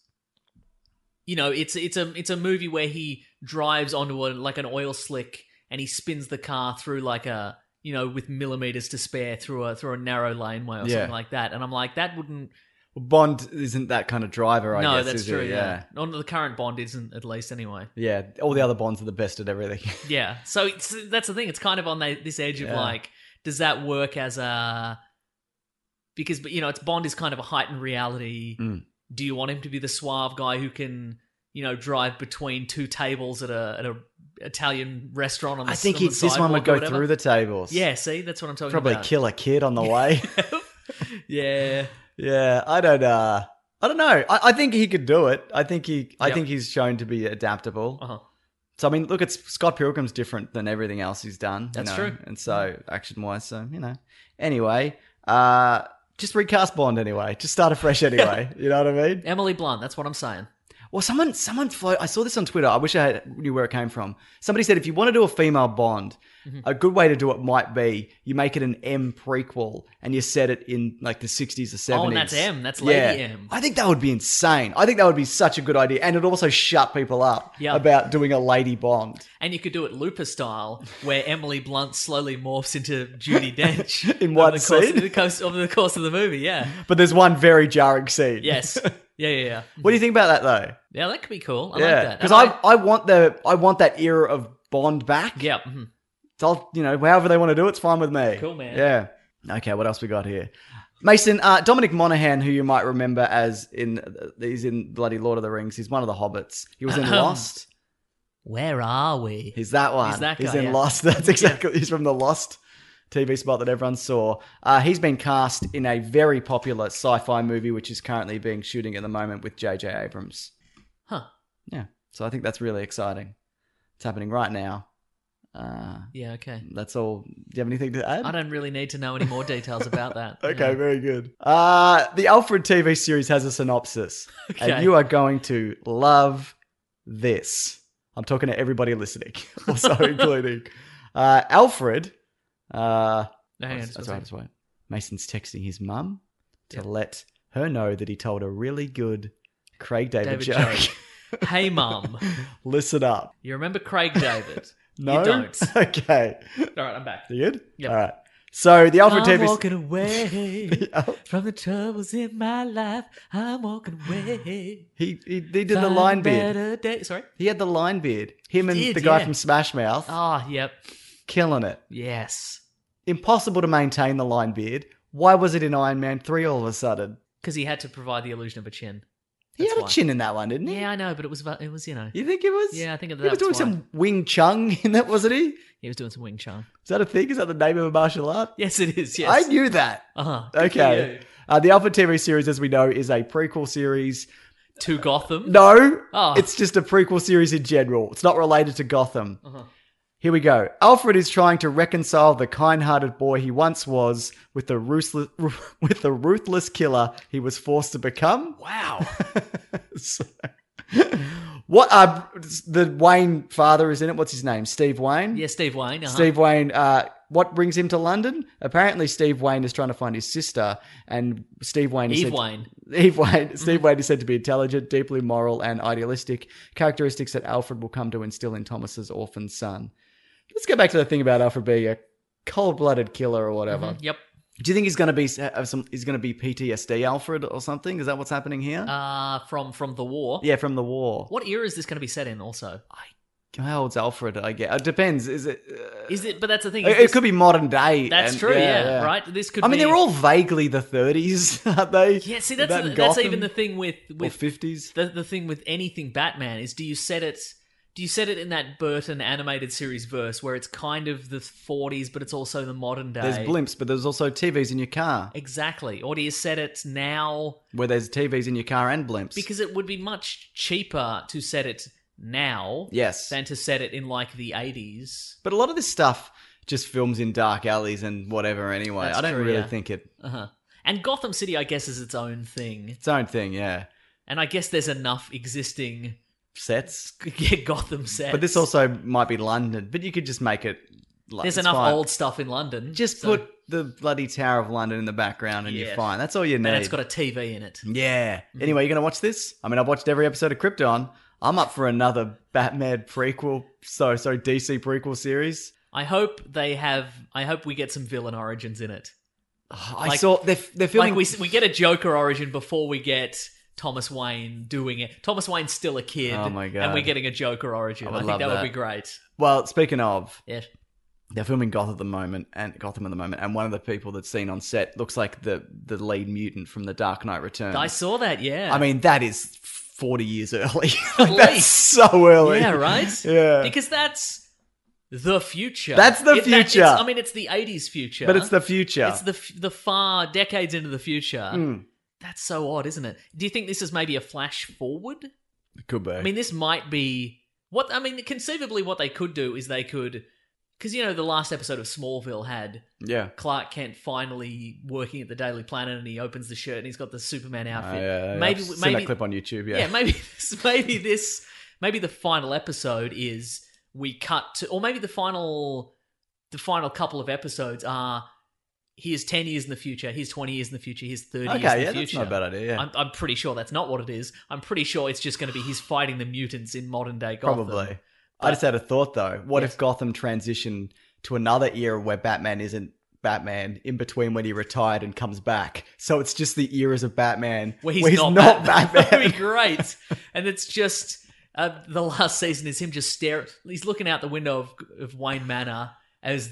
C: You know, it's it's a it's a movie where he drives onto a like an oil slick and he spins the car through like a you know with millimeters to spare through a through a narrow laneway or
B: Yeah.
C: something like that. And I'm like, that wouldn't
B: Bond isn't that kind of driver, I
C: no,
B: guess.
C: that's
B: is
C: true.
B: he?
C: Yeah. On the current Bond isn't at least anyway.
B: Yeah, all the other Bonds are the best at everything.
C: Yeah. So it's, that's the thing. It's kind of on the, this edge of
B: Yeah.
C: like, does that work as a because but you know it's Bond is kind of a heightened reality.
B: Mm.
C: Do you want him to be the suave guy who can you know drive between two tables at a at a Italian restaurant *laughs* on the
B: I think
C: on
B: he,
C: the
B: this one would
C: sidewalk or
B: go
C: whatever?
B: through the tables.
C: Yeah. See, that's what I'm talking
B: probably
C: about.
B: kill a kid on the
C: *laughs*
B: way.
C: Yeah.
B: yeah, I don't. Uh, I don't know. I, I think he could do it. I think he. I
C: Yep.
B: think he's shown to be adaptable.
C: Uh-huh.
B: So I mean, look, it's Scott Pilgrim's different than everything else he's done. you
C: That's
B: know,
C: true.
B: And so action wise, so you know. Anyway, uh, just recast Bond anyway. Just start afresh anyway.
C: *laughs*
B: you know what I mean?
C: Emily Blunt. That's what I'm saying.
B: Well, someone, someone float. I saw this on Twitter. I wish I had, knew where it came from. Somebody said if you want to do a female Bond,
C: Mm-hmm.
B: a good way to do it might be you make it an M prequel and you set it in like the sixties or seventies.
C: Oh, and that's M. That's Lady M.
B: I think that would be insane. I think that would be such a good idea, and it also shut people up
C: Yeah.
B: about doing a lady Bond.
C: And you could do it Looper style, where Emily Blunt slowly morphs into Judy Dench
B: *laughs* In
C: over
B: one
C: the course,
B: scene?
C: the course, over the course of the
B: *laughs*
C: movie. Yeah.
B: But there's one very jarring scene.
C: Yes. Yeah, yeah, yeah.
B: *laughs* What do you think about that though?
C: Yeah, that could be cool. I
B: yeah,
C: like that.
B: because
C: And
B: I, I want the I want that era of Bond back.
C: yeah. mhm.
B: So I'll, you know, however they want to do it, it's fine with me.
C: Cool, man.
B: Yeah. Okay, what else we got here? Mason, uh, Dominic Monaghan, who you might remember as in, he's in bloody Lord of the Rings. He's one of the hobbits. He was in
C: *laughs*
B: Lost.
C: Where are we?
B: He's that one.
C: He's that
B: he's
C: guy,
B: in
C: yeah.
B: Lost. *laughs* That's exactly. He's from the Lost TV spot that everyone saw. Uh, he's been cast in a very popular sci-fi movie, which is currently being shooting at the moment with J.J. Abrams.
C: Huh.
B: Yeah. So I think that's really exciting. It's happening right now. Uh,
C: Yeah, okay.
B: that's all. Do you have anything to add?
C: I don't really need to know any more details about that.
B: *laughs* Okay, very good. Uh, the Alfred TV series has a
C: *laughs*
B: synopsis,
C: Okay.
B: and you are going to love this. I'm talking to everybody listening, *laughs*
C: *laughs*
B: also including uh, Alfred. Uh,
C: Yeah. Hang on,
B: that's
C: just
B: right,
C: one
B: that's
C: second.
B: right. Mason's texting his mum to let her know that he told a really good Craig David,
C: David
B: joke.
C: Joke. hey, mum.
B: *laughs* Listen up.
C: You remember Craig David?
B: *laughs* No,
C: You
B: *laughs*
C: don't.
B: okay,
C: All right, I'm back.
B: you good?
C: Yep. Ah,
B: All right. So the Alfred
C: I'm
B: TV. *laughs*
C: walking away
B: Oh,
C: from the troubles in my life. I'm walking away.
B: he, he he did the
C: Find
B: line beard.
C: better day- Sorry.
B: He had the line beard. Him and
C: did,
B: the guy
C: yeah.
B: from Smash Mouth
C: Ah, yep.
B: killing it.
C: Yes.
B: Impossible to maintain the line beard. Why was it in Iron Man 3 all of a sudden?
C: Because he had to provide the illusion of a chin.
B: He
C: That's
B: had a
C: why.
B: chin in that one, didn't he?
C: Yeah, I know, but it was about- it was you know
B: You think it was?
C: yeah I think that
B: He was doing
C: that's why.
B: some Wing Chun in that, wasn't he?
C: he was doing some Wing Chun. *laughs*
B: Is that a thing? Is that the name of a martial art?
C: Yes, it is.
B: I
C: Yes.
B: knew that.
C: uh-huh. Good for
B: Okay.
C: you.
B: Uh, the Alpha TV series, as we know, is a prequel series.
C: To Gotham.
B: No,
C: Oh.
B: it's just a prequel series in general. It's not related to Gotham.
C: Uh-huh.
B: Here we go. Alfred is trying to reconcile the kind-hearted boy he once was with the ruthless, *laughs* with the ruthless killer he was forced to become.
C: Wow.
B: *laughs* So- what uh, the Wayne father is in it? What's his name? Steve Wayne.
C: yeah, Steve Wayne. Uh-huh.
B: Steve Wayne. Uh, what brings him to London? Apparently, Steve Wayne is trying to find his sister, and Steve Wayne. is
C: Eve
B: said-
C: Wayne.
B: Eve
C: *laughs*
B: Wayne, Steve Wayne is said to be intelligent, deeply moral, and idealistic, characteristics that Alfred will come to instill in Thomas's orphan son. Let's go back to the thing about Alfred being a cold-blooded killer or whatever.
C: Mm-hmm. Yep.
B: Do you think he's going to be have some? He's going to be PTSD Alfred or something? Is that what's happening here?
C: Uh from from the war.
B: yeah, from the war.
C: What era is this going to be set in? Also,
B: How old's Alfred? I guess it depends. Is it? uh,
C: is it? But that's the thing.
B: it,
C: is
B: it
C: this-
B: could be modern day.
C: That's
B: and-
C: true. Yeah, Right. This could.
B: I mean,
C: be-
B: they're all vaguely the 30s, *laughs* aren't they?
C: Yeah. See, that's
B: That
C: the-
B: and
C: that's
B: Gotham?
C: even the thing with
B: or
C: with
B: 50s.
C: the, the thing with anything Batman is do you set it do you set it in that Burton animated series verse where it's kind of the 40s but it's also the modern day?
B: There's blimps, but there's also TVs in your car.
C: Exactly. Or do you set it now
B: where there's TVs in your car and blimps.
C: because it would be much cheaper to set it now
B: yes,
C: than to set it in like the 80s.
B: but a lot of this stuff just films in dark alleys and whatever. Anyway,
C: That's
B: I don't
C: true,
B: really
C: yeah.
B: think it
C: Uh-huh. And Gotham City I guess is its own thing.
B: its own thing. Yeah,
C: And I guess there's enough existing *laughs*
B: sets.
C: yeah, Gotham sets.
B: But this also might be London. But you could just make it. Like,
C: there's
B: it's
C: enough
B: fine.
C: old stuff in London.
B: Just
C: so-
B: put the bloody Tower of London in the background and you're
C: Yes.
B: fine. That's all you need.
C: and it's Mm-hmm. got a TV in it.
B: yeah. Anyway, you're gonna watch this. I mean, I've watched every episode of Krypton. I'm up for another Batman prequel. So, so DC prequel series.
C: I hope they have. I hope we get some villain origins in it.
B: I
C: Like-
B: saw they're, they're filming.
C: Like we we get a Joker origin before we get Thomas Wayne doing it. Thomas Wayne's still a kid.
B: Oh my God.
C: And we're getting a Joker origin.
B: I
C: I,
B: would
C: think
B: love
C: that,
B: that.
C: would be great.
B: well, speaking of,
C: Yeah.
B: they're filming Gotham at the moment, and Gotham at the moment, and one of the people that's seen on set looks like the the lead mutant from The Dark Knight Returns.
C: I saw that. Yeah.
B: I mean, that is forty years early. *laughs* like, that's
C: least.
B: so early.
C: yeah,
B: *laughs*
C: right.
B: Yeah.
C: Because that's the future.
B: uh, That's the
C: It- that- it's-
B: future.
C: I mean, it's the '80s future,
B: But it's the future.
C: It's the f- the far decades into the future.
B: Mm.
C: That's so odd, isn't it? Do you think this is maybe a flash forward?
B: It could be.
C: I mean, this might be What I mean, conceivably, what they could do is they could, because you know, the last episode of Smallville had
B: Yeah.
C: Clark Kent finally working at the Daily Planet, and he opens the shirt and he's got the Superman
B: I,
C: outfit.
B: uh,
C: maybe,
B: I've seen
C: maybe,
B: that clip on YouTube. Yeah.
C: yeah. maybe, *laughs* this, maybe this, maybe the final episode is we cut to, or maybe the final, the final couple of episodes are here's ten years in the future, here's twenty years in the future, here's thirty
B: okay.
C: years in the
B: Yeah,
C: future.
B: that's not a bad idea. Yeah.
C: I'm, I'm pretty sure that's not what it is. I'm pretty sure it's just going to be he's fighting the mutants in modern day Gotham.
B: Probably. I just had a thought though. What
C: Yes.
B: if Gotham transitioned to another era where Batman isn't Batman in between when he retired and comes back? So it's just the eras of Batman
C: Where he's, not,
B: Batman.
C: *laughs* That'd be great. and it's just uh, the last season is him just staring. He's looking out the window of, of Wayne Manor as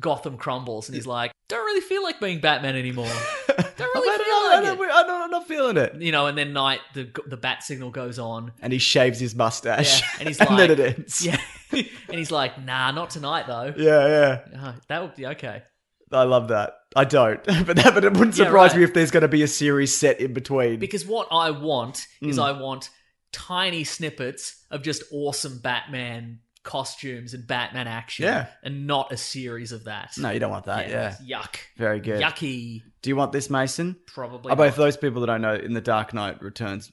C: Gotham crumbles, and he's like, "Don't really feel like being
B: *laughs*
C: Batman anymore." Don't really
B: I don't
C: feel
B: know,
C: like
B: I don't,
C: it.
B: I don't, I'm not feeling it.
C: You know, and then night the the bat signal
B: *laughs*
C: goes on.
B: And he shaves his mustache.
C: Yeah,
B: *laughs*
C: and he's
B: then
C: like-
B: it ends.
C: Yeah, *laughs* and he's like, "Nah, not tonight though."
B: yeah, yeah.
C: Uh, that would be okay.
B: I love that. I don't, *laughs* but that, but it wouldn't
C: Yeah,
B: surprise
C: right.
B: me if there's going to be a series set in between.
C: Because what I want is
B: Mm.
C: I want tiny snippets of just awesome Batman costumes and Batman action,
B: Yeah.
C: and not a series of that.
B: no, you don't want that. Yeah,
C: that's yuck,
B: very good.
C: yucky.
B: Do you want this, Mason?
C: Probably.
B: Are
C: not.
B: both Oh, those people that I know in The Dark Knight Returns?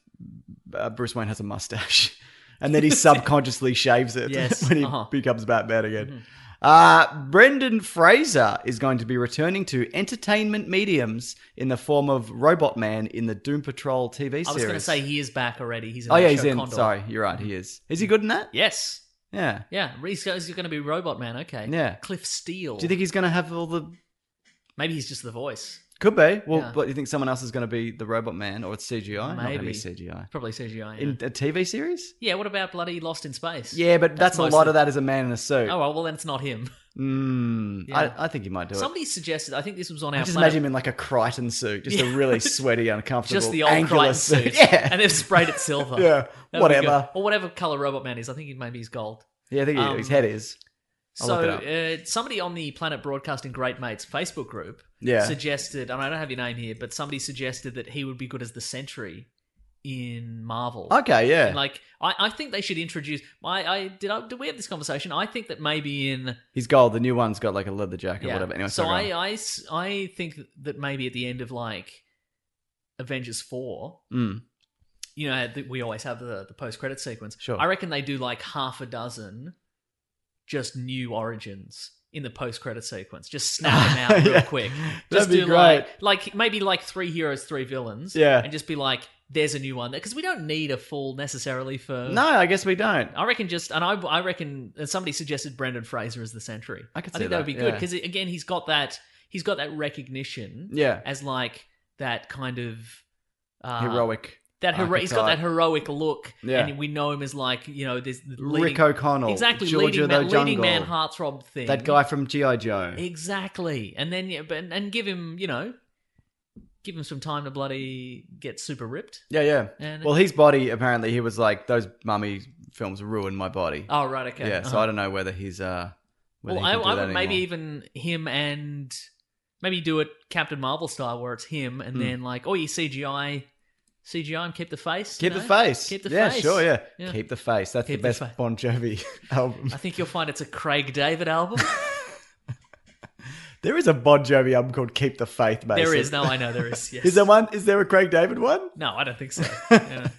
B: Uh, Bruce Wayne has a mustache, *laughs* and then
C: *laughs*
B: he subconsciously shaves it
C: Yes,
B: *laughs* when he
C: uh-huh. Mm-hmm.
B: becomes Batman again. Uh, Brendan Fraser is going to be returning to entertainment mediums in the form of Robot Man in the Doom Patrol TV series.
C: I was going to say he is back already. He's in
B: oh
C: that
B: yeah, he's
C: show,
B: in.
C: Condor. Mm-hmm.
B: Sorry, you're right. He is. Is he good in that?
C: Yes.
B: Yeah.
C: Yeah, he's going to be Robot Man. Okay.
B: Yeah.
C: Cliff Steele.
B: Do you think he's going to have all the?
C: maybe he's just the voice?
B: Could be. Well,
C: Yeah.
B: but you think someone else is going to be the Robot Man, or it's CGI? Not gonna be
C: Maybe.
B: CGI
C: Probably CGI. Yeah.
B: in a TV series.
C: yeah. What about bloody Lost in Space?
B: Yeah, but that's,
C: That's
B: a lot
C: mostly-
B: of that is a man in a suit.
C: Oh well, well then it's not him.
B: Mm,
C: Yeah.
B: I, I think he might do it.
C: Somebody suggested. I think this was on our.
B: Just
C: Planet
B: imagine him in like a Crichton suit, just a
C: Yeah. *laughs*
B: really sweaty, uncomfortable,
C: just the old
B: angular
C: Crichton
B: *laughs*
C: suit.
B: yeah,
C: And they've sprayed it
B: *laughs*
C: silver.
B: yeah,
C: That would be good.
B: whatever.
C: Or whatever color Robot Man is. I think he maybe he's gold.
B: Yeah, I think he-
C: Um,
B: his head is. I'll
C: so
B: look
C: uh, somebody on the Planet Broadcasting Great Mates Facebook group
B: Yeah,
C: suggested, and I don't have your name here, but somebody suggested that he would be good as the Sentry in Marvel.
B: okay, yeah.
C: And like I, I think they should introduce. My, I did. I, did we have this conversation? I think that maybe in
B: He's gold. The new one's got like a leather jacket, or whatever. Anyway,
C: so
B: sorry,
C: I,
B: go on.
C: I s- I think that maybe at the end of like Avengers Four, *laughs*
B: Mm.
C: you know, th- we always have the, the post credit sequence.
B: Sure.
C: I reckon they do like half a dozen just new origins in the post credit sequence. Just
B: *laughs*
C: snap them out real
B: Yeah.
C: quick.
B: That'd
C: Just
B: be
C: do
B: great.
C: like like maybe like three heroes, three villains.
B: Yeah.
C: And just be like, there's a new one because we don't need a full necessarily for
B: No, I guess we don't.
C: I reckon just, and I, I reckon and somebody suggested Brendan Fraser as the Sentry.
B: I could see
C: I think
B: that,
C: would be good
B: yeah.
C: because again, he's got that, he's got that recognition
B: Yeah,
C: as like that kind of uh,
B: heroic
C: That hero, he's got that
B: archetype.
C: heroic look,
B: Yeah.
C: and we know him as like you know this
B: Rick O'Connell,
C: exactly
B: Georgia
C: leading
B: the
C: man, leading
B: Jungle.
C: man heartthrob thing.
B: That guy from GI Joe.
C: exactly, and then yeah, but and give him you know, give him some time to bloody get super ripped.
B: Yeah, yeah.
C: And
B: Well, his body apparently he was like those mummy films ruined my body.
C: oh right, okay,
B: Yeah, so
C: uh-huh.
B: I don't know whether he's uh. Whether
C: Well,
B: he
C: I,
B: can do
C: I
B: that
C: would maybe
B: anymore.
C: even him and maybe do it Captain Marvel style, where it's him and
B: Hmm.
C: then like, oh, you CGI, CGI and keep the face, you
B: Keep the
C: know?
B: face.
C: Keep the
B: yeah,
C: face.
B: sure, yeah.
C: Yeah.
B: Keep the face. That's
C: Keep
B: the
C: the
B: best
C: fa-
B: Bon
C: *laughs*
B: Jovi album.
C: I think you'll find it's a Craig David album.
B: There is a Bon Jovi album called Keep the Faith, Mason.
C: there is no, I know there is.
B: *laughs*
C: Yes.
B: Is there one? Is there a Craig David one?
C: No, I don't
B: *laughs*
C: think so. Yeah.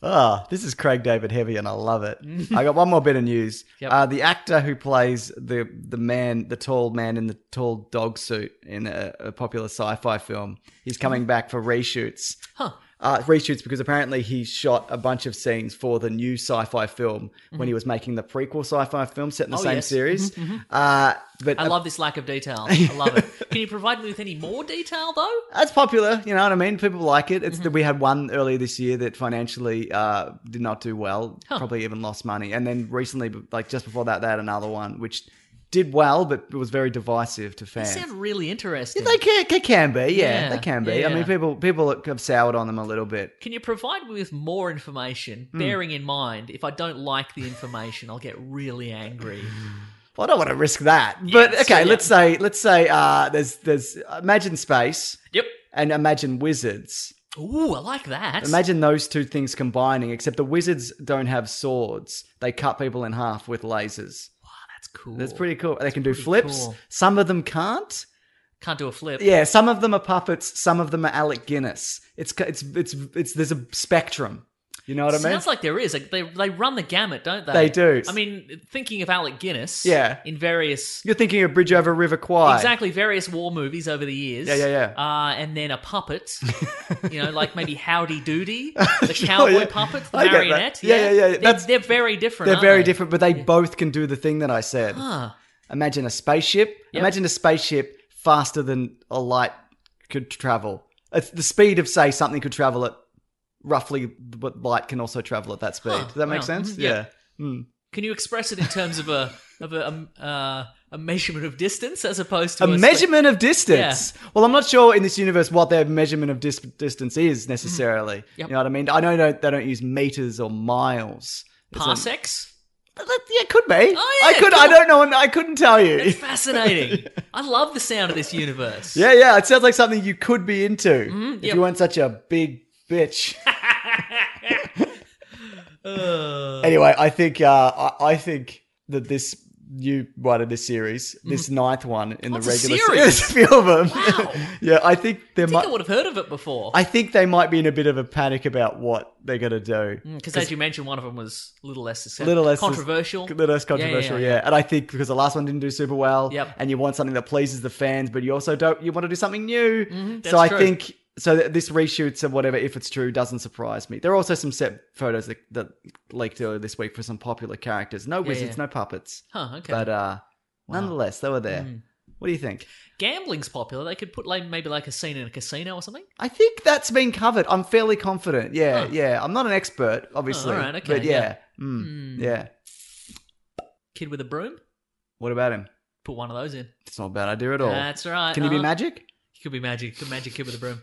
B: Ah, this is Craig David heavy, and I love
C: *laughs*
B: it. I got one more bit of news.
C: Yep.
B: Uh, the actor who plays the the man, the tall man in the tall dog suit in a, a popular sci-fi film, he's coming back for
C: *gasps*
B: reshoots. *laughs* Uh,
C: Huh.
B: reshoots because apparently he shot a bunch of scenes for the new sci-fi film when he was making the prequel sci-fi film set in the
C: Mm-hmm. Oh,
B: same
C: yes.
B: series. Uh, but
C: I love this lack of detail. I
B: *laughs*
C: love it. Can you provide me with any more detail though?
B: That's popular, you know what I mean? People like it.
C: Mm-hmm.
B: It's that we had one earlier this year that financially uh, did not do well,
C: Huh.
B: probably even lost money. And then recently, like just before that, they had another one which did well, but was very divisive to
C: They
B: fans.
C: sound really interesting.
B: they, can, they can be, yeah,
C: Yeah,
B: they can be. I
C: yeah.
B: mean, people people have soured on them a little bit.
C: Can you provide me with more information,
B: Hmm.
C: bearing in mind if I don't like the information, I'll get really angry.
B: Well, I don't want to risk that, but
C: so,
B: okay,
C: yeah.
B: let's say let's say uh, there's there's imagine space
C: Yep.
B: and imagine wizards.
C: Ooh, I like that.
B: Imagine those two things combining, except the wizards don't have swords. They cut people in half with lasers.
C: That's cool.
B: That's pretty cool. They can do
C: pretty
B: flips.
C: cool.
B: Some of them can't.
C: Can't do a flip.
B: Yeah, some of them are puppets. Some of them are Alec Guinness. It's ca- it's it's it's there's a spectrum. You know what I mean?
C: Sounds like there is. Like they they run the gamut, don't they?
B: They do.
C: I mean, thinking of Alec Guinness.
B: Yeah.
C: In various
B: You're thinking of Bridge Over River Kwai.
C: exactly various war movies over the years.
B: Yeah, yeah, yeah.
C: Uh, and then a
B: *laughs*
C: puppet. you know, like maybe Howdy Doody, the cowboy
B: yeah.
C: puppet, the
B: I get that.
C: marionette.
B: Yeah, yeah, yeah.
C: They're,
B: That's-
C: they're very different.
B: They're
C: aren't
B: very
C: they?
B: different, but they both can do the thing that I said.
C: Huh.
B: Imagine a spaceship.
C: Yep.
B: Imagine a spaceship faster than a light could travel. It's the speed of, say, something could travel at roughly what light can also travel at that speed.
C: Huh,
B: Does that make
C: wow.
B: sense?
C: Mhm, yeah.
B: Yeah.
C: Can you express it in terms of a of a um, uh, a measurement of distance as opposed to
B: A
C: spe-
B: measurement of distance. Well, I'm not sure in this universe what their measurement of dis- distance is necessarily.
C: Mm-hmm. Yep.
B: You know what I mean? I know they don't, they don't use meters or miles. It's a- Uh,
C: parsecs?
B: That- yeah, it could be.
C: Oh, yeah,
B: I could. I
C: cool.
B: don't know. and I couldn't tell you.
C: It's fascinating. I love the sound of this universe.
B: *laughs* Yeah, yeah. It sounds like something you could be into if
C: Mm-hmm. yep.
B: you weren't such a big bitch.
C: Uh,
B: anyway, I think uh, I, I think that this new one in this series, this ninth one in
C: it's
B: the
C: Mm-hmm. a
B: regular
C: series?
B: series, *laughs* a few of them.
C: Wow.
B: yeah, I think there
C: I think
B: might.
C: I would have heard of it before.
B: I think they might be in a bit of a panic about what they're going to do.
C: Because as you mentioned, one of them was Mm, a little less
B: A
C: successful,
B: little less
C: controversial.
B: a little less controversial, yeah, And I think because the last one didn't do super well,
C: Yep.
B: and you want something that pleases the fans, but you also don't. You want to do something new.
C: Mm-hmm, that's
B: so I
C: true.
B: think so. th- This reshoots and whatever, if it's true, doesn't surprise me. There are also some set photos that, that leaked earlier this week for some popular characters. No wizards,
C: yeah.
B: no puppets,
C: Huh, okay. Mm.
B: but uh, nonetheless, they were there. What do you think?
C: Gambling's popular. They could put like maybe like a scene in a casino or something.
B: I think that's been covered. I'm fairly confident. Yeah,
C: Huh.
B: yeah. I'm not an expert, obviously.
C: alright, okay,
B: But yeah. Mm,
C: Hmm.
B: yeah.
C: Kid with a broom.
B: What about him?
C: Put one of those in.
B: It's not a bad idea at all.
C: That's right.
B: Can he be
C: uh-huh.
B: magic?
C: He could be magic. Could magic kid with a broom.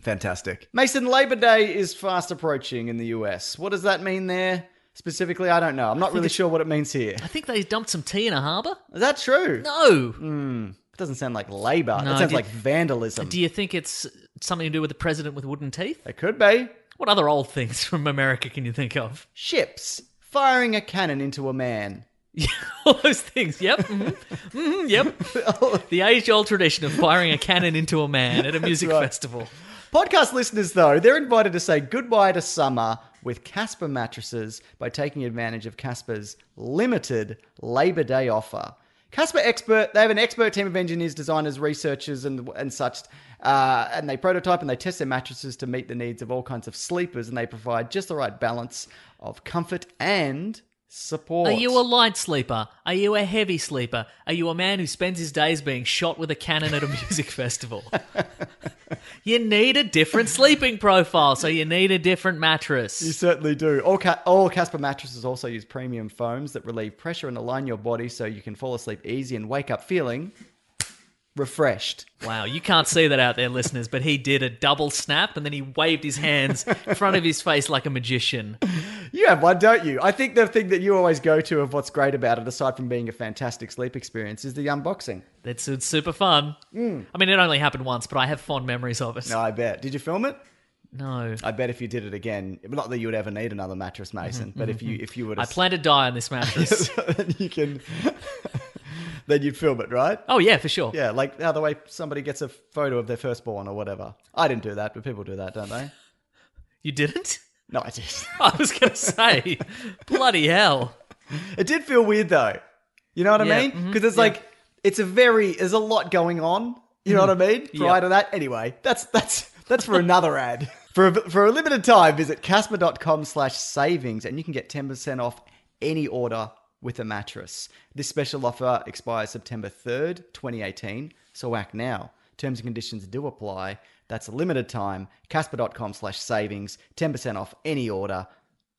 B: Fantastic. Mason, Labor Day is fast approaching in the US. What does that mean there specifically? I don't know. I'm not really sure what it means here.
C: I think they dumped some tea in a harbour.
B: Is that true?
C: No.
B: Hmm. It doesn't sound like labor.
C: No,
B: it sounds
C: do-
B: like vandalism.
C: Do you think it's something to do with the president with wooden teeth?
B: it could be.
C: *laughs* What other old things from America can you think of? *laughs*
B: Ships. firing a cannon into a man.
C: All those things. Yep. Mhm. Mhm,
B: *laughs* Oh.
C: yep. the age old tradition of firing a cannon into a man at a music
B: right.
C: festival.
B: Podcast listeners, though, they're invited to say goodbye to summer with Casper mattresses by taking advantage of Casper's limited Labor Day offer. Casper expert, they have an expert team of engineers, designers, researchers, and, and such, uh, and they prototype and they test their mattresses to meet the needs of all kinds of sleepers, and they provide just the right balance of comfort and support.
C: Are you a light sleeper? Are you a heavy sleeper? Are you a man who spends his days being shot with a cannon at a *laughs* music
B: *laughs*
C: festival? you need a different sleeping profile, so you need a different
B: You
C: mattress.
B: certainly do. All, Ca- all Casper mattresses also use premium foams that relieve pressure and align your body so you can fall asleep easy and wake up feeling refreshed.
C: Wow, you can't see that out there, listeners, but he did a double snap and then he waved his hands in front of his face like a magician.
B: You have one, don't you? I think the thing that you always go to of what's great about it, aside from being a fantastic sleep experience, is the unboxing.
C: That's it's super fun. I mean, it only happened once, but I have fond memories of it.
B: Hmm. No, I bet. Did you film it?
C: No.
B: I bet if you did it again, not that you would ever need another mattress, Mason, but if you if you were to
C: Mm-hmm, I plan to die on this mattress.
B: *laughs* then you can *laughs* then you'd film it, right?
C: oh, yeah, for sure.
B: Yeah, like how the way somebody gets a photo of their firstborn or whatever. I didn't do that, but people do that, don't they?
C: You didn't? *laughs*
B: No, I did. *laughs*
C: I was going to say, bloody hell.
B: It did feel weird though. You know what
C: Yeah,
B: I mean?
C: mhm,
B: Because it's
C: yeah.
B: like it's a very there's a lot going on. You know what
C: Mm-hmm.
B: I mean? Prior to that, anyway, that's that's that's for another ad. For a, for a limited time, visit casper.com slash savings and you can get 10% off any order with a mattress. This special offer expires September 3rd, 2018, so act now. Terms and conditions do apply. That's a limited time. casper.com slash savings, 10% off any order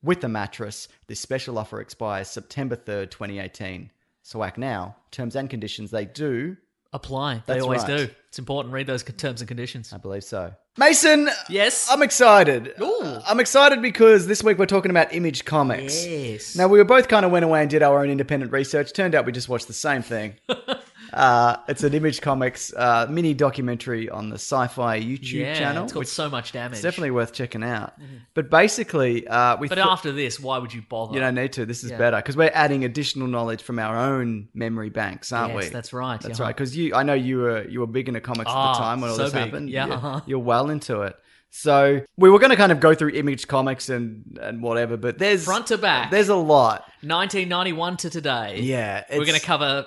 B: with the mattress. This special offer expires September 3rd, 2018. So act now. Terms and conditions, they do.
C: Apply. They
B: That's
C: always
B: right.
C: do. It's important. Read those terms and conditions.
B: I believe so. Mason!
C: Yes.
B: I'm excited.
C: Ooh.
B: I'm excited because this week we're talking about Image Comics.
C: Yes.
B: Now, we were both kind of went away and did our own independent research. Turned out we just watched the same thing.
C: *laughs*
B: uh, it's an Image Comics uh, mini documentary on the Sci Fi YouTube
C: yeah,
B: channel.
C: It's got
B: which
C: so much damage.
B: is definitely worth checking out. But basically, uh, we
C: But
B: thought-
C: after this, why would you bother?
B: You don't need to. This is
C: Yeah.
B: better because we're adding additional knowledge from our own memory banks, aren't
C: Yes,
B: we?
C: that's right,
B: That's
C: yeah.
B: right. Because you, I know you were you were big into comics at
C: Ah,
B: the time when all
C: so
B: this
C: big.
B: happened.
C: Yeah,
B: You're,
C: uh-huh.
B: you're well into it. So we were going to kind of go through Image Comics and and whatever, but there's
C: Front to back.
B: There's a lot.
C: 1991 to today.
B: Yeah,
C: We're
B: it's
C: going to cover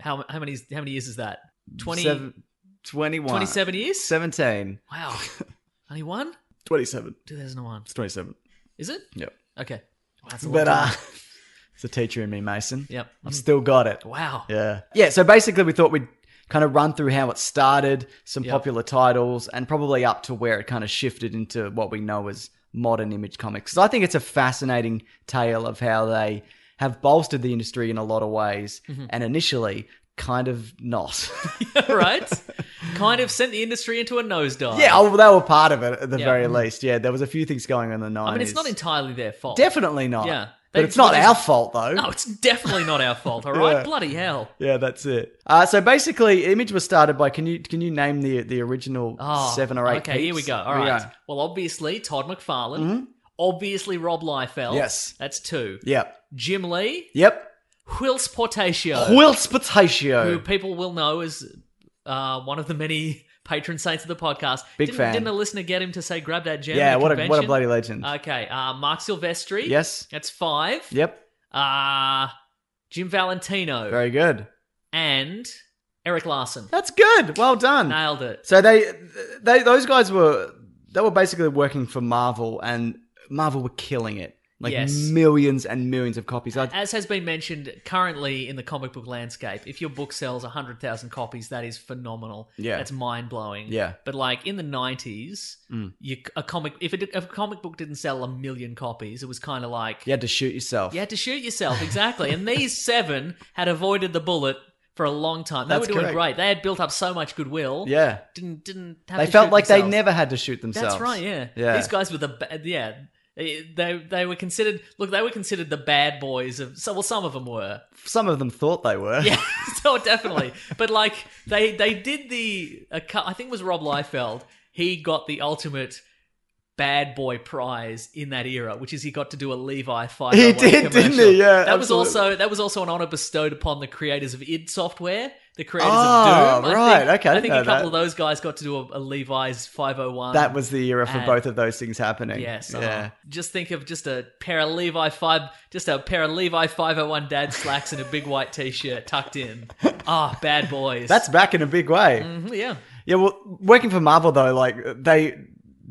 C: how how many how many years is that? 20,
B: seven- 21,
C: 27 years?
B: 17, *laughs*
C: Wow. Only one?
B: 27.
C: 2001.
B: It's 27.
C: Is it?
B: Yep.
C: Okay. Wow, that's a long
B: But uh,
C: time.
B: it's a teacher in me, Mason.
C: Yep.
B: I've still got it.
C: *laughs* Wow.
B: Yeah. Yeah. So basically, we thought we'd kind of run through how it started, some
C: Yep.
B: popular titles, and probably up to where it kind of shifted into what we know as modern image comics. 'Cause I think it's a fascinating tale of how they have bolstered the industry in a lot of ways,
C: Mm-hmm.
B: and initially, kind of
C: *laughs*
B: not. *laughs*
C: right? Kind of sent the industry into a nosedive.
B: yeah, oh, they were part of it at the
C: Yeah.
B: very least. Yeah, there was a few things going on in the nineties.
C: I mean, it's not entirely their fault.
B: definitely not.
C: Yeah.
B: but
C: They-
B: it's not
C: which is-
B: our fault
C: *laughs*
B: though.
C: No, it's definitely not our fault, all
B: *laughs*
C: right?
B: Yeah.
C: Bloody hell.
B: Yeah, that's it. Uh, so basically, Image was started by. Can you can you name the the original
C: Oh,
B: seven or eight?
C: Okay, here we
B: peeps?
C: go. All
B: Here
C: right.
B: we Mm-hmm.
C: Well, obviously, Todd McFarlane. Obviously, Rob Liefeld.
B: Yes.
C: That's two.
B: Yep.
C: Jim Lee.
B: Yep.
C: Whilst Portatio.
B: Wilts Potatio.
C: who people will know as uh, one of the many *laughs* patron saints of the podcast.
B: Big
C: didn't,
B: fan.
C: Didn't a listener get him to say grab that gem?
B: yeah,
C: at
B: what a what a
C: convention?
B: bloody legend.
C: Okay, uh, Mark Silvestri.
B: yes.
C: That's five.
B: Yep.
C: Uh, Jim Valentino.
B: Very good.
C: And Eric Larson.
B: That's good. Well done.
C: Nailed it.
B: So they they those guys were they were basically working for Marvel, and Marvel were killing it. Like
C: Yes.
B: millions and millions of copies. I,
C: As has been mentioned, currently in the comic book landscape, if your book sells 100,000 copies, that is phenomenal.
B: Yeah.
C: That's mind blowing.
B: Yeah. Mm.
C: But like in the 90s, you, a comic if, it, if a comic book didn't sell a million copies, it was kind of like
B: you had to shoot yourself.
C: you had to shoot yourself, exactly. and these
B: *laughs*
C: seven had avoided the bullet for a long time. They
B: That's
C: were doing
B: correct.
C: great. They had built up so much goodwill.
B: Yeah.
C: Didn't didn't have
B: They
C: to
B: felt
C: shoot
B: like they
C: themselves.
B: never had to shoot themselves.
C: That's right. Yeah.
B: Yeah.
C: These guys were the ba- yeah. They they- they were considered look they were considered the bad boys of so well some of them were *laughs*
B: Some of them thought they were.
C: yeah so definitely but like they they did the a cou- I think it was Rob Liefeld he got the ultimate bad boy prize in that era, which is he got to do a Levi five.
B: He did,
C: commercial.
B: didn't he? Yeah,
C: that was
B: absolutely.
C: also that was also an honor bestowed upon the creators of id Software, the creators
B: Oh,
C: of Doom. I
B: right.
C: think-
B: Okay, I
C: I
B: didn't
C: think
B: know
C: a couple
B: that.
C: of those guys got to do a, a Levi's five hundred one.
B: That was the era for
C: and-
B: both of those things happening.
C: Uh-huh. Uh, Yes. uh-huh.
B: Yeah.
C: Just think of just a pair of Levi five, just a pair of Levi five hundred one dad slacks and a big white t-shirt tucked in. Ah, bad boys.
B: That's back in a big way.
C: Mhm, yeah.
B: Yeah, well, working for Marvel though, like they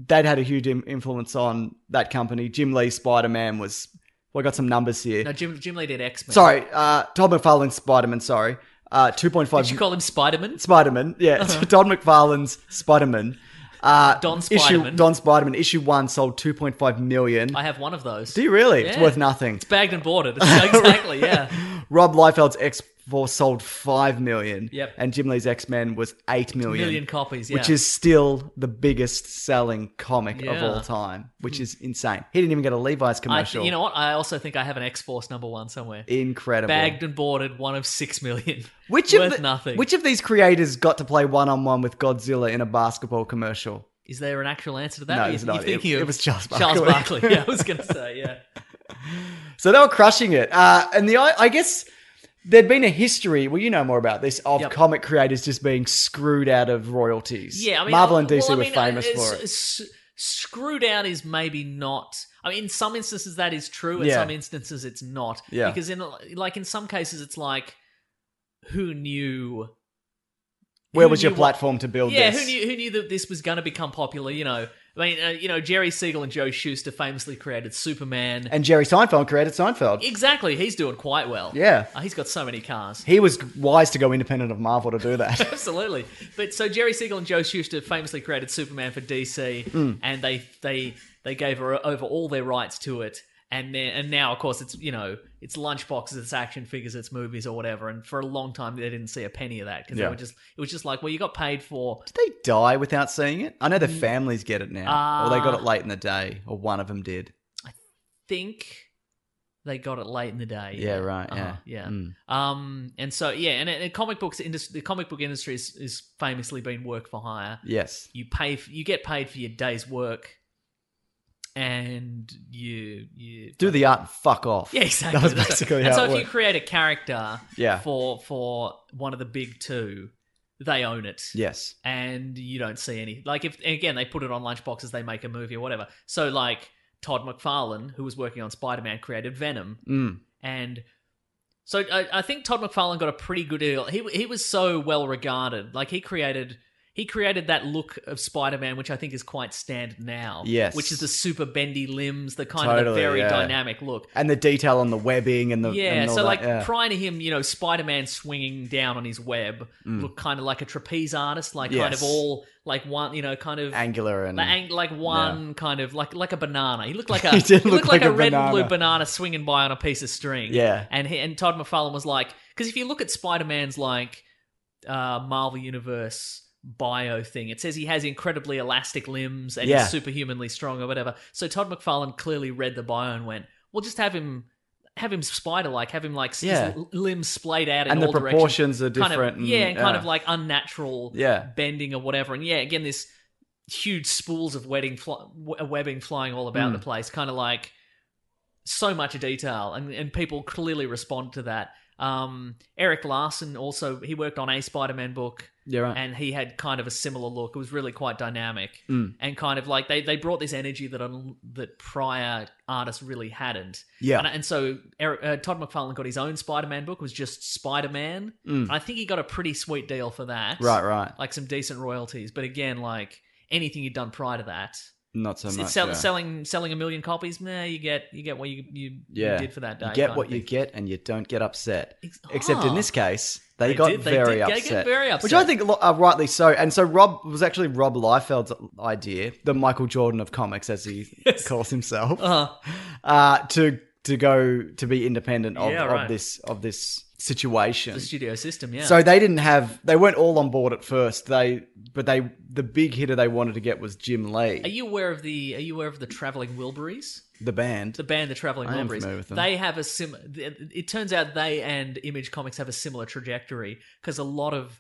B: that had a huge Im- influence on that company. Jim Lee Spider Man was. Well, I got some numbers here.
C: No, Jim Jim Lee did X Men.
B: sorry, uh, Todd McFarlane's Spider Man. Sorry, uh, two point
C: Did you
B: five.
C: call him Spider Man?
B: Spider Man.
C: *laughs*
B: Yeah, *laughs* Don McFarlane's Spider Man. Uh,
C: Don
B: Issue,
C: Spider-Man.
B: Don Spider Man issue one sold two point five million.
C: I have one of those.
B: Do you really? It's
C: Yeah.
B: worth nothing.
C: It's bagged
B: *laughs*
C: and boarded. It's- exactly. Yeah.
B: Rob Liefeld's X Force sold five million.
C: Yep.
B: And Jim Lee's X Men was eight million.
C: Million copies. Yeah.
B: Which is still the biggest selling comic
C: Yeah.
B: of all time, which is insane. He didn't even get a Levi's
C: I
B: commercial.
C: th- you know what? I also think I have an X Force number one somewhere.
B: Incredible.
C: Bagged and boarded, one of six million.
B: which
C: worth
B: of the-
C: nothing?
B: Which of these creators got to play one on one with Godzilla in a basketball commercial?
C: is there an actual answer to that?
B: No,
C: Or you-
B: there's
C: you
B: not. It-
C: thinking of
B: it was Charles
C: Charles
B: Barkley.
C: Barkley. *laughs* Yeah, I was gonna say. Yeah.
B: So they were crushing it. Uh, and the I I guess there'd been a history. Well, you know more about this of
C: Yep.
B: comic creators just being screwed out of royalties.
C: Yeah, I mean,
B: Marvel
C: uh,
B: and DC
C: well, I
B: were
C: mean, uh,
B: famous
C: it's-
B: for it.
C: it's- Screwed out is maybe not. I mean, in some instances that is true. In
B: Yeah.
C: some instances it's not.
B: Yeah.
C: Because in like in some cases it's like, who knew?
B: Where
C: who
B: was your
C: knew what-
B: platform to build
C: yeah,
B: this?
C: who knew who knew that this was going to become popular? You know, I mean, uh, you know, Jerry Siegel and Joe Shuster famously created Superman.
B: And Jerry Seinfeld created Seinfeld.
C: exactly, he's doing quite well.
B: Yeah.
C: Uh, he's got so many cars.
B: He was wise to go independent of Marvel to do that.
C: *laughs* Absolutely. But so Jerry Siegel and Joe Shuster famously created Superman for DC,
B: Hmm.
C: and they they they gave her over all their rights to it. And then, and now, of course, it's you know it's lunchboxes, it's action figures, it's movies or whatever. And for a long time, they didn't see a penny of that because
B: Yeah.
C: they were just it was just like, well, you got paid for
B: Did they die without seeing it? I know their families get it now, or they got
C: Uh,
B: it late in the day, or one of them did.
C: think they got it late in the day.
B: Yeah, right. Yeah,
C: Uh-huh, yeah.
B: Mm.
C: Um, and so yeah, and, and comic books industry, the comic book industry is, is famously been work for hire.
B: Yes.
C: you pay f you get paid for your day's work and you you
B: Do the art and fuck off.
C: *laughs* yeah
B: *laughs*
C: exactly
B: That was
C: That's right.
B: basically
C: and
B: how
C: so
B: it
C: if you
B: worked.
C: create a character
B: Yeah.
C: *laughs* for for one of the big two they own it
B: Yes.
C: and you don't see any like if and again they put it on lunchboxes they make a movie or whatever so like todd mcfarlane who was working on spider-man created venom
B: Mm.
C: and so I, I think Todd McFarlane got a pretty good deal. He he was so well regarded. Like he created he created that look of Spider-Man, which I think is quite standard now.
B: Yes.
C: which is the super bendy limbs, the kind of
B: Totally,
C: the very
B: yeah.
C: dynamic look.
B: And the detail on the webbing and the
C: Yeah,
B: and all
C: so
B: that,
C: like
B: yeah.
C: prior to him, you know, Spider-Man swinging down on his web looked kind of like a trapeze artist, like kind
B: Mm. Yes.
C: of all like one, you know, kind of
B: angular and
C: like, ang- like one kind of like like a banana. He
B: *laughs*
C: looked like a
B: He
C: he,
B: did look
C: looked like,
B: like
C: a,
B: a
C: red and blue
B: banana.
C: banana swinging by on a piece of string.
B: Yeah.
C: and he, and Todd McFarlane was like, because if you look at Spider Man's like uh, Marvel Universe bio thing, it says he has incredibly elastic limbs and
B: Yeah.
C: he's superhumanly strong or whatever. So Todd McFarlane clearly read the bio and went, "Well, just have him." Have him spider like, have him like s- his
B: Yeah.
C: l- limbs splayed out in
B: And the
C: all
B: proportions
C: directions.
B: are different
C: Kind of,
B: and-
C: yeah, and kind
B: yeah.
C: of like unnatural
B: Yeah.
C: bending or whatever. And yeah, again, this huge spools of wedding fl- we- webbing flying all about the
B: Hmm.
C: place, kind of like so much detail, and, and people clearly respond to that. Um, Eric Larson also he worked on a Spider-Man book,
B: yeah, right.
C: and he had kind of a similar look. It was really quite dynamic,
B: Mm.
C: and kind of like they, they brought this energy that un- that prior artists really hadn't.
B: Yeah.
C: and, and so Eric, uh, Todd McFarlane got his own Spider-Man book, was just Spider-Man.
B: Mm.
C: I think he got a pretty sweet deal for that
B: right, right.
C: like some decent royalties. But again, like anything you'd done prior to that,
B: Not so
C: it's
B: much.
C: sell-
B: yeah.
C: selling selling a million copies, nah, you get you get what you you, you
B: Yeah.
C: did for that day.
B: You get
C: kind
B: what
C: of
B: you
C: thing.
B: get, and you don't get upset.
C: Ex-
B: Except in
C: Ah.
B: this case, they,
C: They
B: got
C: did- they
B: very
C: did get-
B: upset.
C: get very
B: which I
C: upset.
B: think lo- uh, rightly so. And so Rob it was actually Rob Liefeld's idea, the Michael Jordan of comics, as
C: *laughs*
B: he calls himself,
C: Uh-huh.
B: uh, to to go to be independent of,
C: Yeah,
B: of
C: right.
B: this of this situation.
C: the studio system, yeah.
B: So they didn't have they weren't all on board at first. They but they the big hitter they wanted to get was Jim Lee,
C: are you aware of the are you aware of the Traveling Wilburys?
B: the band.
C: The band, the Traveling
B: I am
C: Wilburys.
B: familiar with them.
C: They have a sim. It turns out they and Image Comics have a similar trajectory because a lot of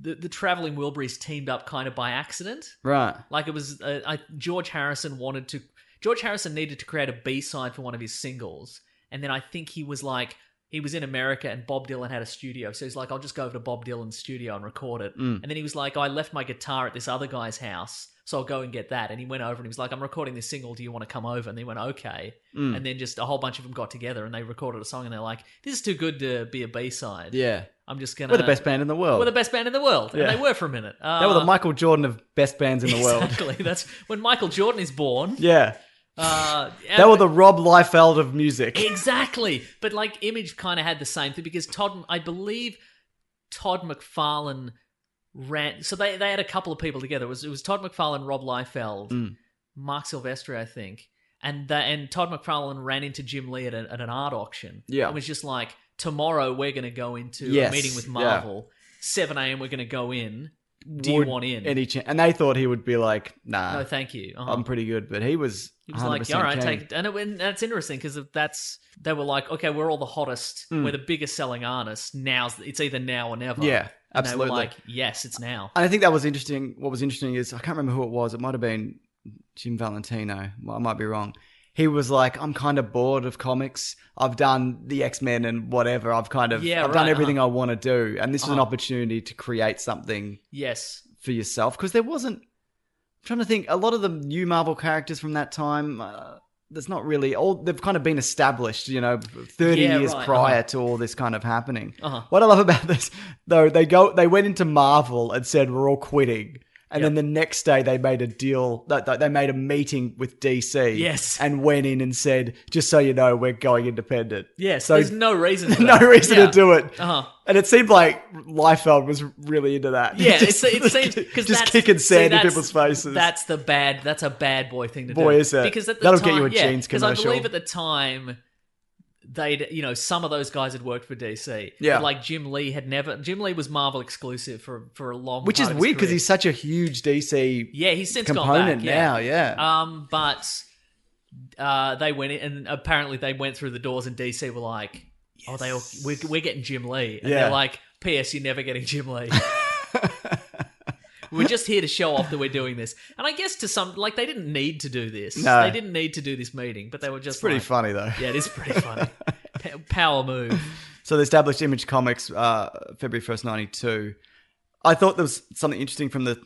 C: the, the traveling Wilburys teamed up kind of by accident.
B: Right.
C: Like it was uh, I, George Harrison wanted to George Harrison needed to create a B side for one of his singles, and then I think he was like he was in America and Bob Dylan had a studio, so he's like I'll just go over to Bob Dylan's studio and record it.
B: Mm.
C: And then he was like I left my guitar at this other guy's house, so I'll go and get that. And he went over and he was like I'm recording this single. Do you want to come over? And they went okay.
B: Mm.
C: And then just a whole bunch of them got together and they recorded a song and they're like this is too good to be a B side.
B: yeah.
C: I'm just gonna
B: We're the best band in the world.
C: We're the best band in the world, and
B: Yeah.
C: they were for a minute. Uh,
B: They were the Michael Jordan of best bands in the world.
C: Exactly. That's when Michael Jordan is born.
B: *laughs* Yeah.
C: Uh,
B: They were the Rob Liefeld of music.
C: exactly. But like Image kind of had the same thing because Todd, I believe, Todd McFarlane ran. So they they had a couple of people together. It was it was Todd McFarlane, Rob Liefeld,
B: Mm.
C: Mark Silvestri, I think, and that and Todd McFarlane ran into Jim Lee at, a, at an art auction.
B: Yeah.
C: and was just like, tomorrow we're going to go into
B: Yes,
C: a meeting with
B: yeah.
C: Marvel. Seven a.m. We're going to go in.
B: *laughs*
C: Do
B: Would
C: you want in?
B: Any chan- and they thought he would be like, nah,
C: no, thank you. Uh-huh.
B: I'm pretty good. But he was.
C: He was like, "Yeah,
B: 100%
C: all right,
B: keen.
C: take it. And, it, and that's interesting because that's they were like, okay, we're all the hottest,
B: Mm.
C: we're the biggest selling artists. Now's it's either now or never.
B: Yeah,
C: And they
B: absolutely. Uh,
C: were like, yes, it's now.
B: And I think that was interesting. What was interesting is I can't remember who it was. It might have been Jim Valentino. I might be wrong. He was like, I'm kind of bored of comics. I've done the X Men and whatever. I've kind of
C: Yeah,
B: I've done
C: right,
B: everything I want to do, and this is an
C: Uh-huh.
B: opportunity to create something
C: Yes,
B: for yourself because there wasn't. I'm trying to think. A lot of the new Marvel characters from that time. Uh, there's not really all they've kind of been established, you know, 30
C: Yeah,
B: years
C: right,
B: prior
C: uh-huh.
B: to all this kind of happening.
C: Uh-huh.
B: What I love about this though, they go they went into Marvel and said we're all quitting. And then the next day they made a deal that that they made a meeting with DC
C: Yes.
B: and went in and said just so you know we're going independent.
C: yes.
B: So-
C: there's no reason. For
B: *laughs* no
C: that.
B: reason
C: Yeah.
B: to do it. *laughs*
C: Uh-huh.
B: And it seemed like Liefeld was really into that. *laughs*
C: Yeah,
B: Just-
C: it, it seems because
B: just kicking sand in people's faces.
C: That's the bad. That's a bad boy thing to do.
B: Boy, is it.
C: Because at the
B: That'll
C: time,
B: get you a
C: yeah,
B: jeans
C: 'cause I
B: commercial.
C: believe at the time they'd you know some of those guys had worked for DC.
B: Yeah.
C: But like Jim Lee had never. Jim Lee was Marvel exclusive for for a long.
B: which
C: part
B: is
C: of his
B: weird because
C: career.
B: he's such a huge DC
C: Yeah, he's since gone
B: component
C: back,
B: now.
C: Yeah.
B: Yeah,
C: Um, but uh, they went in, and apparently they went through the doors, and DC were like, "Oh, they all, we're, we're getting Jim Lee," and
B: Yeah.
C: they're like, "P.S. You're never getting
B: *laughs*
C: Jim Lee." we're just here to show off that we're doing this, and I guess to some, like they didn't need to do this.
B: No.
C: They didn't need to do this meeting, but they were just
B: it's pretty
C: like-
B: funny though.
C: Yeah, it is pretty
B: *laughs*
C: funny. P- power move.
B: So they established Image Comics uh, February first, ninety two. I thought there was something interesting from the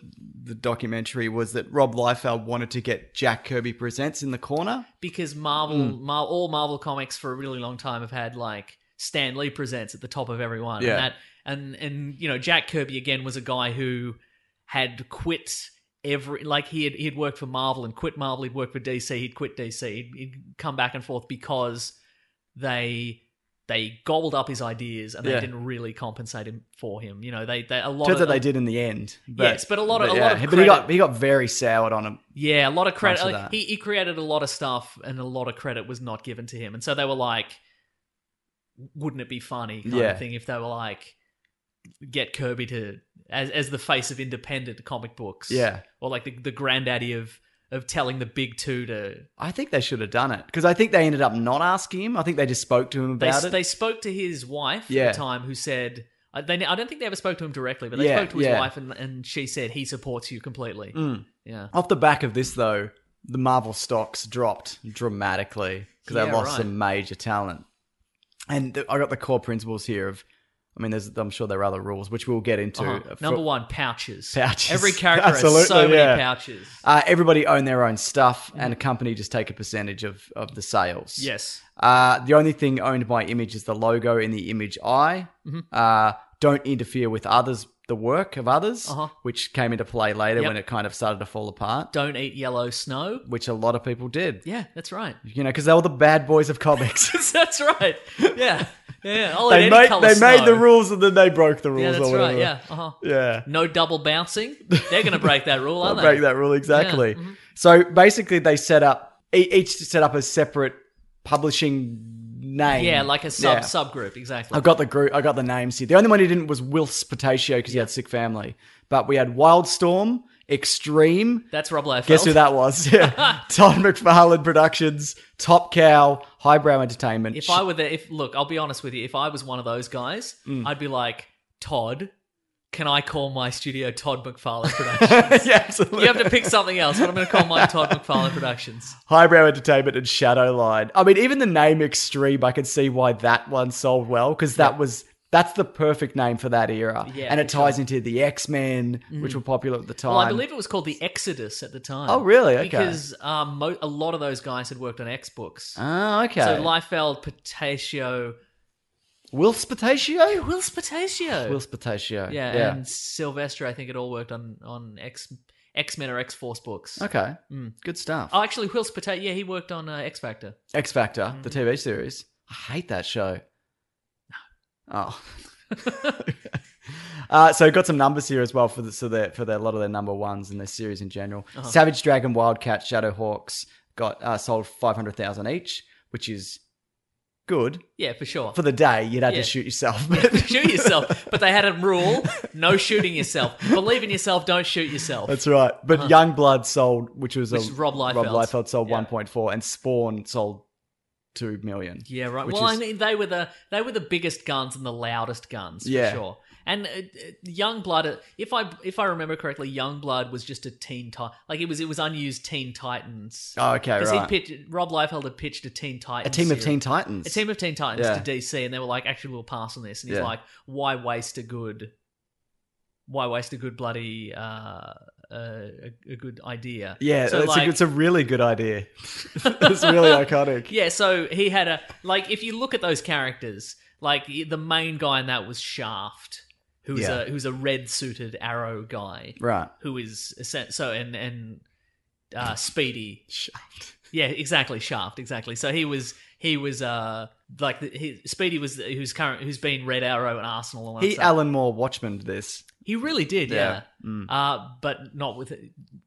B: the documentary was that Rob Liefeld wanted to get Jack Kirby Presents in the corner.
C: because Marvel,
B: Hmm.
C: Mar- all Marvel comics for a really long time have had like Stan Lee presents at the top of everyone.
B: Yeah.
C: And that and and you know Jack Kirby again was a guy who had quit every like he had he had worked for Marvel and quit Marvel. He'd worked for DC. He'd quit DC. He'd, he'd come back and forth because they they gobbled up his ideas and they
B: Yeah.
C: didn't really compensate him for him. You know they they a lot
B: Turns
C: of
B: out they did in the end. But,
C: Yes, but a lot of- a lot of
B: But he got
C: credit-
B: he got very soured on him.
C: Yeah, a lot of credit.
B: Much of
C: like,
B: that.
C: he, he created a lot of stuff, and a lot of credit was not given to him. And so they were like, "Wouldn't it be funny?" Kind
B: Yeah.
C: of thing if they were like, "Get Kirby to as as the face of independent comic books."
B: Yeah.
C: or like the the granddaddy of of telling the big two to.
B: I think they should have done it because I think they ended up not asking him. I think they just spoke to him
C: They
B: about it.
C: they spoke to his wife
B: Yeah.
C: at the time, who said. I- They, I don't think they ever spoke to him directly, but they
B: Yeah,
C: spoke to his
B: yeah.
C: wife, and, and she said he supports you completely.
B: Mm.
C: Yeah,
B: Off the back of this, though, the Marvel stocks dropped dramatically because they
C: Yeah,
B: lost
C: right.
B: some major talent. And th- I got the core principles here of, I mean, there's, I'm sure there are other rules which we'll get into.
C: Uh-huh.
B: Uh, for-
C: number one, pouches.
B: Pouches.
C: Every character has so
B: Absolutely,
C: many
B: yeah.
C: pouches.
B: Uh, everybody own their own stuff, and a company just take a percentage of of the sales.
C: Mm-hmm. Yes.
B: Uh, the only thing owned by Image is the logo in the Image eye.
C: Mm-hmm.
B: Uh, don't interfere with others, the work of others,
C: Uh-huh.
B: which came into play later
C: Yep.
B: when it kind of started to fall apart,
C: Don't eat yellow snow.
B: which a lot of people did.
C: Yeah, that's right. *laughs*
B: You know, because they were the bad boys of comics.
C: that's right. Yeah. Yeah. I'll eat
B: they
C: any
B: made
C: colour
B: they made
C: snow.
B: the rules and then they broke the rules.
C: Yeah, that's
B: or whatever.
C: right. Yeah. Uh-huh.
B: yeah.
C: No double bouncing. They're going to break that rule,
B: I'll *laughs*
C: aren't they? mm-hmm.
B: break that rule exactly. So basically, they set up e- each set up a separate publishing name.
C: Yeah, like a sub
B: Yeah.
C: subgroup. Exactly.
B: I got the group. I got the names here. The only one who didn't was Wilfs Potatio because he had sick family. But we had Wildstorm, Extreme.
C: that's Rob Liefeld.
B: Guess who that was? *laughs* Yeah. Todd McFarlane Productions, Top Cow, Highbrow Entertainment.
C: If I
B: Mm.
C: were there, if look, I'll be honest with you. If I was one of those guys, I'd be like Todd, can I call my studio
B: *laughs*
C: Todd McFarlane Productions? yeah, absolutely. You have to pick something else, but I'm going to call mine Todd McFarlane Productions.
B: Highbrow Entertainment and Shadowline. I mean, even the name Extreme, I can see why that one sold well because that was that's the perfect name for that era,
C: Yeah,
B: and it
C: for Mm-hmm.
B: ties into the X Men, which were popular at the time.
C: Well, I believe it was called the Exodus at the time.
B: Oh, really? Okay.
C: Because um, mo- a lot of those guys had worked on X books.
B: Oh, okay.
C: So Liefeld, Potatio,
B: Will Spatatio?
C: Will Potatio,
B: Will Spatatio.
C: yeah, and Sylvester. I think it all worked on on X X Men or X Force books.
B: okay. Good stuff.
C: Oh, actually, Will Potatio. Yeah, he worked on uh, X Factor.
B: X Factor,
C: Mm.
B: the TV series. I hate that show. Oh.
C: *laughs*
B: uh, so got some numbers here as well for the, so their, for their, a lot of their number ones and their series in general.
C: Uh-huh.
B: Savage Dragon, Wildcat, Shadowhawks got uh, sold five hundred thousand each, which is good
C: Yeah, for sure.
B: for the day. You'd had
C: *laughs* Yeah.
B: to shoot yourself,
C: shoot yourself. But they had a rule: no shooting yourself. Believe in yourself. Don't shoot
B: *laughs*
C: yourself.
B: That's right. But Young Blood sold, which was
C: Uh-huh. Which
B: a,
C: is Rob Liefeld's.
B: Liefeld sold
C: Yeah.
B: one point four, and Spawn sold two million.
C: Yeah, right.
B: which
C: Well,
B: is-
C: I mean, they were the they were the biggest guns and the loudest guns for
B: Yeah.
C: sure. And uh, Young Blood, if I if I remember correctly, Young Blood was just a Teen Titan, like it was it was unused Teen Titans.
B: Oh, okay,
C: Because
B: right.
C: he pitched Rob Liefeld had pitched a Teen Titans,
B: a team of
C: series-
B: Teen Titans.
C: a team of Teen Titans
B: Yeah.
C: to DC, and they were like, actually, we'll pass on this. And he's
B: Yeah.
C: like, why waste a good, why waste a good bloody uh, uh, a, a good idea?
B: Yeah,
C: So,
B: it's,
C: like-
B: a, it's a really good
C: *laughs*
B: idea. it's really iconic.
C: Yeah, so he had a like. If you look at those characters, like the main guy in that was Shaft, who's
B: Yeah.
C: a who's a red suited arrow guy,
B: Right.
C: who is assen- so and and uh, Speedy. Yeah, exactly. Shaft, exactly. So he was he was uh like the, he, Speedy was who's current who's been Red Arrow and Arsenal and all that
B: He
C: stuff.
B: Alan Moore Watchman this.
C: he really did, yeah.
B: Yeah. Mm.
C: Uh, but not with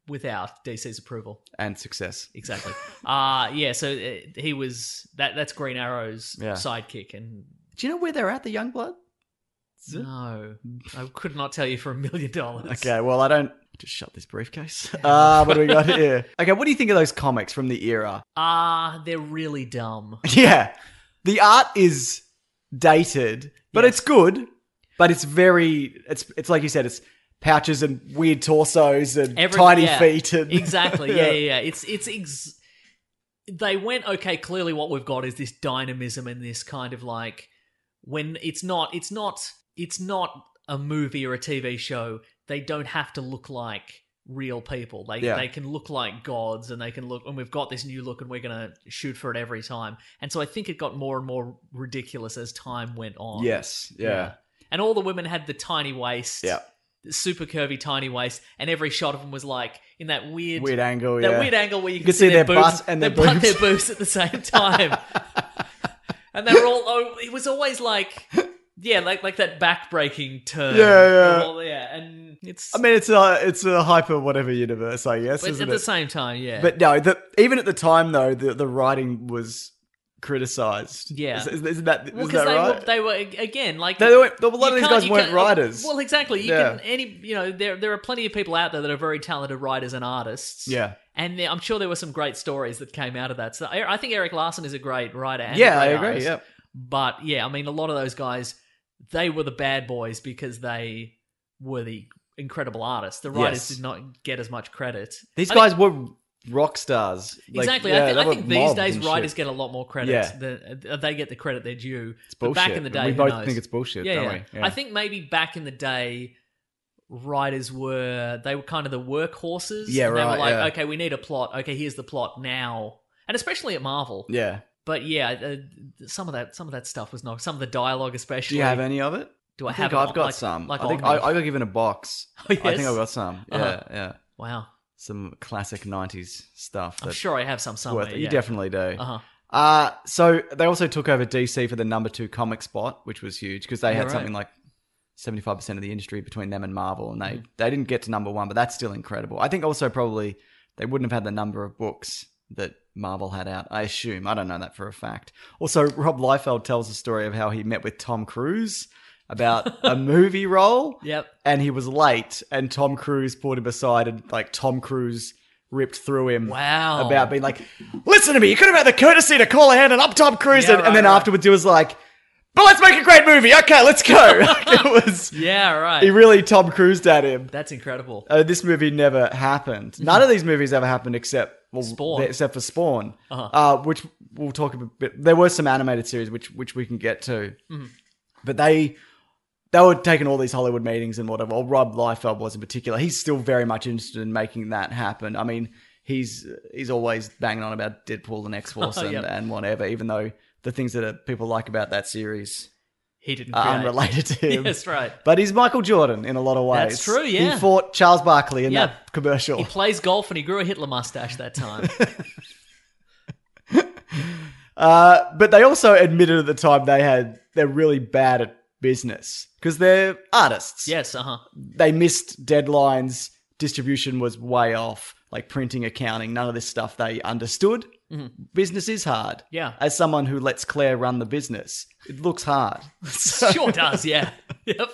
C: without DC's approval
B: And success.
C: exactly. *laughs* uh yeah. So uh, he was that. That's Green Arrow's
B: Yeah.
C: sidekick, and
B: Do you know where they're at, the Youngblood?
C: no, I could not tell you for a million dollars.
B: Okay, well, I don't. Just shut this *laughs* briefcase. Uh, what do we got here? *laughs* Okay, what do you think of those comics from the era?
C: Ah, they're really dumb.
B: *laughs* Yeah. The art is dated, but it's good. But it's very. It's it's like you said, it's pouches and weird torsos and
C: Every-
B: tiny
C: yeah,
B: feet. And,
C: exactly. Yeah, yeah, yeah. It's it's ex- they went okay. Clearly, what we've got is this dynamism and this kind of like when it's not it's not it's not a movie or a TV show. They don't have to look like real people. They
B: Yeah.
C: they can look like gods and they can look and we've got this new look and we're gonna shoot for it every time. And so I think it got more and more ridiculous as time went
B: *laughs*
C: on.
B: Yes. Yeah.
C: And all the women had the tiny waist.
B: Yeah.
C: the Super curvy, tiny waist, and every shot of them was like in that weird,
B: Weird angle.
C: that
B: yeah.
C: weird angle where you,
B: can see their
C: boobs,
B: butt and their
C: butt,
B: boobs.
C: their boobs at
B: *laughs*
C: the same time. and they were all. Oh, it was always like, yeah, like like that back breaking turn.
B: Yeah, yeah.
C: Well, yeah, and it's.
B: I mean, it's a it's a hyper whatever universe, I guess.
C: but
B: isn't
C: at
B: it?
C: the same time, yeah.
B: But no, the, even at the time though, the, the writing was criticized.
C: Yeah.
B: Is- is- isn't that
C: well,
B: is that
C: they
B: right?
C: were, they were ag- again like
B: They weren't- a lot of these
C: you can't-
B: guys
C: you
B: weren't
C: can't-
B: writers.
C: Well, exactly. You
B: Yeah.
C: can any you know there there are plenty of people out there that are very talented writers and artists.
B: Yeah.
C: and there, I'm sure there were some great stories that came out of that. So I I think Eric Larson is a great writer. And a
B: yeah, I
C: great
B: agree.
C: artist.
B: Yeah.
C: But yeah, I mean, a lot of those guys, they were the bad boys because they were the incredible artists. The writers
B: Yes.
C: did not get as much credit.
B: These
C: I
B: guys were rock stars.
C: think-
B: Like,
C: exactly.
B: yeah,
C: I,
B: they
C: think I
B: were
C: think these
B: mobbed
C: days
B: and
C: writers
B: shit.
C: get a lot more credit.
B: Yeah.
C: The- uh, they get the credit they're due.
B: It's
C: But
B: bullshit.
C: back in the day,
B: we
C: who
B: both
C: knows?
B: think it's bullshit,
C: yeah,
B: don't
C: yeah.
B: we? Yeah.
C: I think maybe back in the day, writers were they were kind of the workhorses.
B: Yeah,
C: and They were
B: right,
C: like,
B: yeah.
C: okay, we need a plot. Okay, here's the plot now, and especially at Marvel.
B: Yeah.
C: But yeah, uh, some of that some of that stuff was not some of the dialogue,
B: Do
C: especially.
B: you have any of it?
C: Do I,
B: I
C: have?
B: think
C: it
B: I've
C: on-
B: got
C: like-
B: some.
C: Like
B: I think
C: on
B: I,
C: me?
B: I got given a box.
C: *laughs* Oh,
B: I think
C: yes?
B: I've got some. Yeah,
C: Uh-huh.
B: yeah.
C: wow.
B: Some classic '90s stuff.
C: I'm
B: that's
C: sure I have some somewhere.
B: worth it.
C: yeah.
B: You definitely do.
C: Uh-huh.
B: Uh, so they also took over DC for the number two comic spot, which was huge because they
C: Yeah,
B: had
C: right.
B: something like seventy five percent of the industry between them and Marvel, and they
C: Hmm.
B: they didn't get to number one, but that's still incredible. I think also probably they wouldn't have had the number of books that Marvel had out. I assume I don't know that for a fact. Also, Rob Liefeld tells the story of how he met with Tom Cruise about
C: *laughs*
B: a movie role.
C: Yep.
B: and he was late, and Tom Cruise pulled him aside, and like Tom Cruise ripped through him
C: Wow.
B: about being like, listen to me, you could have had the courtesy to call ahead and up Tom Cruise.
C: Yeah,
B: and, and
C: right,
B: then
C: right.
B: afterwards, he was like, But let's make a great movie. Okay, let's go. *laughs* it was
C: yeah,
B: *laughs*
C: right.
B: He really Tom Cruised at him.
C: That's incredible.
B: Uh, this movie never happened. None of these movies ever happened except well,
C: Mm-hmm. Spawn. Uh-huh.
B: except for Spawn, uh which we'll talk a bit. There were some animated series which which we can get to,
C: Mm-hmm.
B: but they they were taking all these Hollywood meetings and whatever. Well, Rob Liefeld was in particular. He's still very much interested in making that happen. I mean, he's he's always banging on about Deadpool and X
C: *laughs*
B: Force and,
C: yep.
B: and whatever, even though the things that uh, people like about that series
C: He didn't.
B: are
C: create.
B: Uh, unrelated
C: *laughs*
B: to him.
C: Yes, right.
B: But he's Michael Jordan in a lot of ways.
C: That's true, yeah.
B: He fought Charles Barkley in
C: Yeah.
B: that commercial.
C: He plays golf and he grew a Hitler mustache
B: *laughs*
C: that time.
B: Uh, but they also admitted at the time they had they're really bad at business because they're artists.
C: yes, uh huh.
B: They missed deadlines. Distribution was way off. Like printing, accounting, none of this stuff they understood. Business is hard.
C: Mm-hmm. Yeah.
B: As someone who lets Claire run the business, it looks hard. *laughs* So-
C: Sure
B: *laughs*
C: does. Yeah. Yep.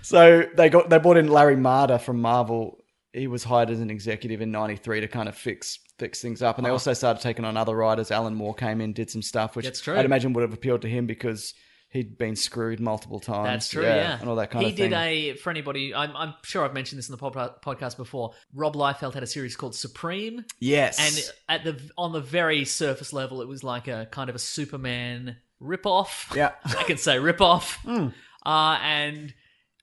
B: So they got they brought in Larry Marder from Marvel. He was hired as an executive in '93 to kind of fix fix things up,
C: Uh-huh.
B: and they also started taking on other writers. Alan Moore came in, did some stuff, which
C: That's true.
B: I'd imagine would have appealed to him because he'd been screwed multiple times.
C: That's true, yeah.
B: and all that kind
C: he
B: of thing.
C: did a, for anybody, I'm, I'm sure I've mentioned this in the pod- podcast before. Rob Liefeld had a series called Supreme,
B: yes,
C: and at the on the very surface level, it was like a kind of a Superman ripoff.
B: Yeah.
C: *laughs*
B: Hmm.
C: I can say
B: *laughs*
C: ripoff. Uh, and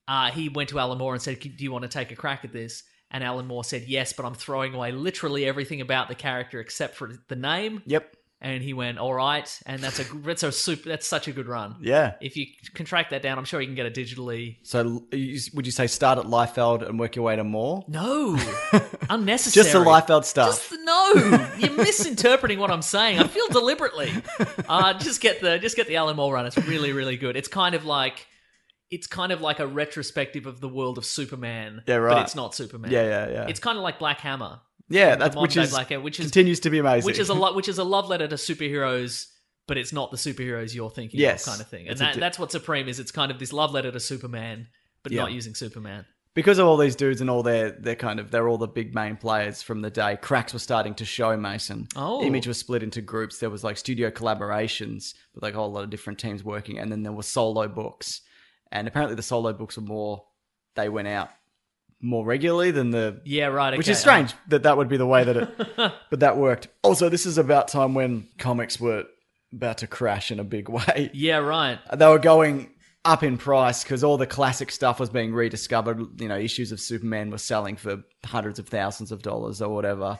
C: uh, he went to Alan Moore and said, "Do you want to take a crack at this?" And Alan Moore said, "Yes, but I'm throwing away literally everything about the character except for the name."
B: yep,
C: And he went, "All right." And that's a that's a super that's such a good run.
B: yeah.
C: If you contract that down, I'm sure you can get it digitally.
B: So you- would you say start at Liefeld and work your way to Moore?
C: No,
B: *laughs*
C: unnecessary.
B: Just the Liefeld stuff.
C: Just the- no. You're misinterpreting what I'm saying. I feel
B: *laughs*
C: deliberately. Uh, just get the just get the Alan Moore run. It's really really good. It's kind of like it's kind of like a retrospective of the world of Superman.
B: Yeah,
C: But
B: right.
C: it's not Superman.
B: yeah, yeah, yeah.
C: It's kind of like Black Hammer,
B: yeah,
C: the
B: that's
C: Mondo
B: which is,
C: Black Hammer, which is
B: continues to be amazing. *laughs*
C: which is a lot, which is a love letter to superheroes, but it's not the superheroes you're thinking
B: Yes.
C: of, kind of thing. And
B: It's a
C: that,
B: di-
C: that's what Supreme is. It's kind of this love letter to Superman, but
B: Yeah.
C: not using Superman.
B: because of all these dudes and all their their kind of they're all the big main players from the day cracks were starting to show mason
C: Oh.
B: image was split into groups there was like studio collaborations with like a whole lot of different teams working and then there were solo books and apparently the solo books were more they went out more regularly than the
C: Yeah, right.
B: which
C: okay,
B: is
C: uh,
B: strange that that would be the way that
C: *laughs*
B: it but that worked also this is about time when comics were about to crash in a big way
C: yeah, right.
B: they were going up in price because all the classic stuff was being rediscovered. You know, issues of Superman were selling for hundreds of thousands of dollars or whatever.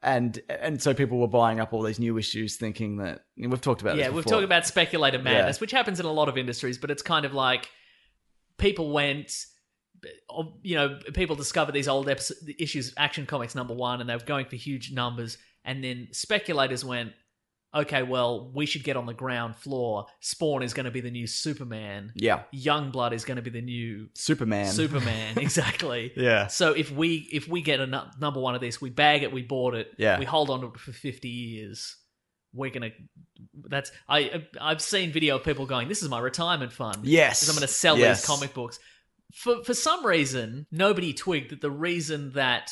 B: And and so people were buying up all these new issues, thinking that and we've talked about.
C: yeah,
B: this
C: we've
B: before.
C: talked about speculator madness,
B: Yeah.
C: which happens in a lot of industries, but it's kind of like people went, you know, people discovered these old episodes, issues, of Action Comics number one, and they were going for huge numbers, and then speculators went, okay, well, we should get on the ground floor. Spawn is going to be the new Superman.
B: yeah,
C: Youngblood is going to be the new
B: Superman. *laughs*
C: Superman, exactly.
B: Yeah.
C: So if we if we get a nu- number one of this, we bag it, we bought it,
B: Yeah.
C: we hold on to it for fifty years. We're gonna. That's I I've seen video of people going, "This is my retirement fund."
B: Yes.
C: 'Cause I'm gonna sell
B: Yes.
C: these comic books. For for some reason, nobody twigged that the reason that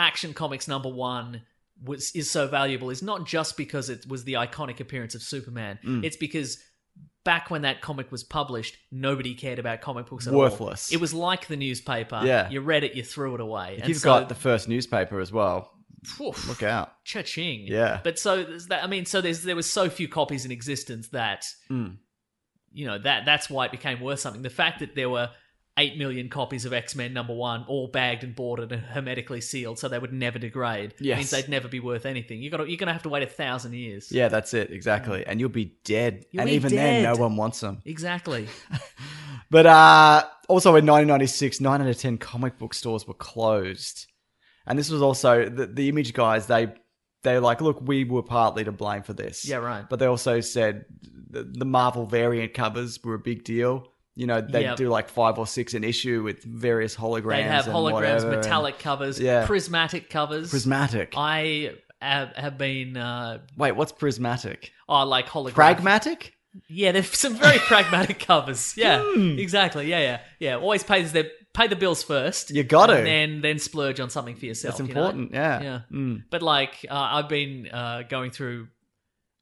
C: Action Comics number one was is so valuable is not just because it was the iconic appearance of Superman.
B: Mm.
C: It's because back when that comic was published, nobody cared about comic books at all.
B: Worthless.
C: It was like the newspaper.
B: Yeah.
C: You read it, you threw it away.
B: If
C: And
B: you've
C: so-
B: got the first newspaper as well.
C: Phew,
B: Look out.
C: Cha-ching.
B: Yeah.
C: But so there's that I mean, so there's there was so few copies in existence that you know that that's why it became worth something. The fact that there were eight million copies of X Men number one, all bagged and boarded and hermetically sealed, so they would never degrade.
B: Yes.
C: means they'd never be worth anything. You got to you're gonna have to wait a thousand years.
B: Yeah, that's it exactly. And you'll be dead.
C: Mm. You'll
B: and
C: be
B: even then, no
C: dead.
B: one wants them.
C: Exactly.
B: But uh, also in 1996, nine out of 10 comic book stores were closed. And this was also the, the image guys, they they're like, look, we were partly to blame for this. *laughs*
C: Yeah, right.
B: But they also said the, the Marvel variant covers were a big deal. You know, they
C: Yep.
B: do like five or six an issue with various holograms.
C: They'd have
B: and
C: holograms,
B: whatever, and
C: metallic covers,
B: Yeah.
C: prismatic covers.
B: Prismatic.
C: I have, have been uh,
B: Wait, what's prismatic?
C: oh like holographic.
B: Pragmatic?
C: Yeah, there's some very *laughs* pragmatic covers. Yeah,
B: Hmm.
C: exactly. Yeah, yeah, yeah. Always pays their pay the bills first.
B: You gotta.
C: and then then splurge on something for yourself.
B: That's
C: you know?
B: important. Yeah.
C: Yeah.
B: Mm.
C: But like, uh, I've been uh, going through.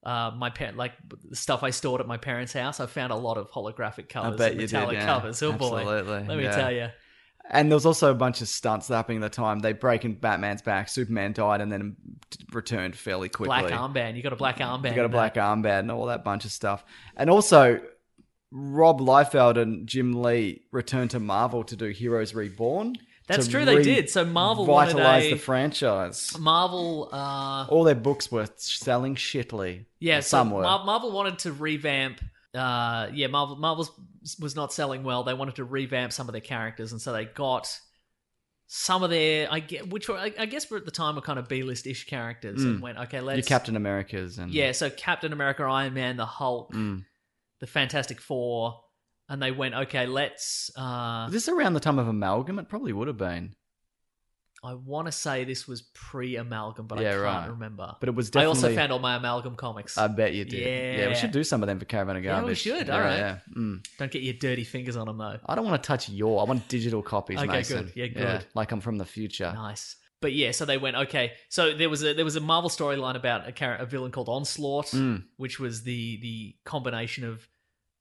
C: uh, my parent like stuff I stored at my parents' house. I found a lot of holographic covers,
B: bet
C: and
B: you did,
C: metallic
B: yeah.
C: covers. Oh
B: Absolutely,
C: boy, let me
B: yeah.
C: tell you.
B: And there was also a bunch of stunts happening at the time. They break in Batman's back. Superman died and then t- returned fairly quickly.
C: Black armband. You got a black armband.
B: You got a
C: in
B: black
C: that.
B: armband and all that bunch of stuff. And also, Rob Liefeld and Jim Lee returned to Marvel to do Heroes Reborn.
C: That's
B: to
C: true, they did. So Marvel wanted
B: revitalized
C: a-
B: the franchise.
C: Marvel. Uh,
B: All their books were selling shitly.
C: Yeah,
B: Or some
C: so
B: were.
C: Mar- Marvel wanted to revamp. Uh, yeah, Marvel Marvel's was not selling well. They wanted to revamp some of their characters, and so they got some of their I guess, which were I I guess were at the time were kind of B list ish characters,
B: Mm.
C: and went okay, let's
B: Your Captain Americas and
C: yeah. So Captain America, Iron Man, the Hulk,
B: Mm.
C: the Fantastic Four, and they went okay, let's. Uh,
B: Was this around the time of Amalgam? It probably would have been.
C: I want to say this was pre amalgam, but I
B: Yeah,
C: can't
B: right.
C: remember.
B: But it was
C: I also
B: definitely- Uh,
C: found all my amalgam comics.
B: I bet you did. we
C: Yeah.
B: should do some of them for Caravan of
C: Yeah,
B: Garbage.
C: we should.
B: Yeah,
C: All right.
B: Yeah. Mm.
C: Don't get your dirty fingers on them though.
B: I don't want to touch your. I want digital copies,
C: Okay, good.
B: Mason.
C: Yeah, good.
B: like I'm from the future.
C: Nice. But yeah, so they went okay. So there was a there was a Marvel storyline about a character, a villain called Onslaught,
B: Mm.
C: which was the the combination of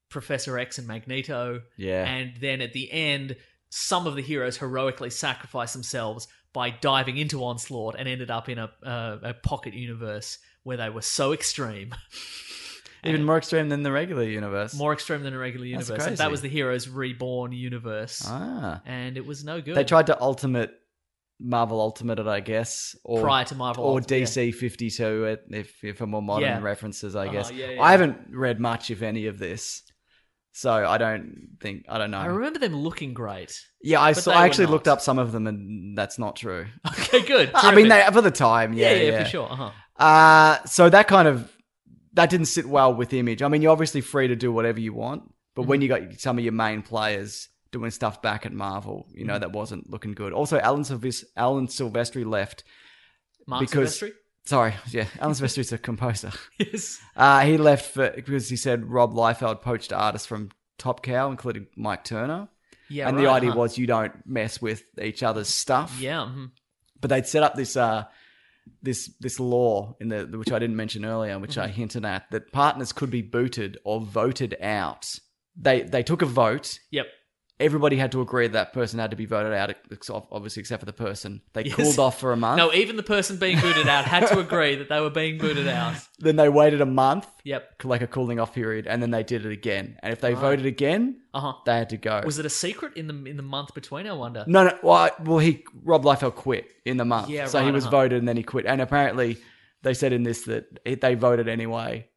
C: Professor X and Magneto.
B: Yeah.
C: And then at the end, some of the heroes heroically sacrifice themselves by diving into Onslaught and ended up in a uh, a pocket universe where they were so extreme,
B: *laughs* Even more extreme than the regular universe.
C: more extreme than a regular
B: That's
C: universe. And that
B: crazy.
C: was the Heroes Reborn universe,
B: Ah.
C: and it was no good.
B: They tried to ultimate Marvel Ultimate it, I guess, or
C: Prior to Marvel
B: or
C: Ultimate, yeah.
B: DC fifty two. It uh, if, if for more modern
C: Yeah.
B: references, I
C: Uh-huh,
B: guess.
C: yeah, yeah.
B: I haven't read much, if any, of this, so I don't think I don't know.
C: I remember them looking great. *laughs*
B: yeah, I
C: Oh, but
B: saw.
C: they
B: I
C: were
B: actually
C: not.
B: looked up some of them, and that's not true.
C: Okay, good.
B: I mean,
C: Terrific.
B: they for the time, yeah,
C: yeah, yeah, for sure. Uh-huh.
B: Uh, so that kind of that didn't sit well with Image. I mean, you're obviously free to do whatever you want, but when
C: Mm-hmm.
B: you got some of your main players doing stuff back at Marvel, you know
C: Mm-hmm.
B: that wasn't looking good. Also, Alan, Silvis- Alan Silvestri left
C: Mark
B: because
C: Silvestri? *laughs*
B: sorry, *laughs* yeah, Alan Silvestri's a composer.
C: Yes.
B: Uh, he left for, because he said Rob Liefeld poached artists from Top Cow, including Mike Turner.
C: Yeah,
B: and the
C: right,
B: idea
C: huh.
B: was you don't mess with each other's stuff
C: Yeah. mhm.
B: but they'd set up this uh this this law in the which I didn't mention earlier, which
C: Mm-hmm.
B: I hinted at that partners could be booted or voted out. They they took a vote.
C: Yep.
B: Everybody had to agree that that person had to be voted out, ex- obviously except for the person. They
C: Yes.
B: cooled off for a month.
C: No, even the person being booted out had to agree that they were being booted out.
B: then they waited a month,
C: Yep.
B: like a cooling off period, and then they did it again. And if they voted again,
C: Uh huh.
B: they had to go.
C: Was it a secret in the in the month between? I wonder.
B: No, no. Well, I- well, he Rob Liefeld quit in the month,
C: Yeah,
B: so he
C: right,
B: was
C: uh-huh.
B: voted and then he quit. And apparently, they said in this that it, they voted anyway.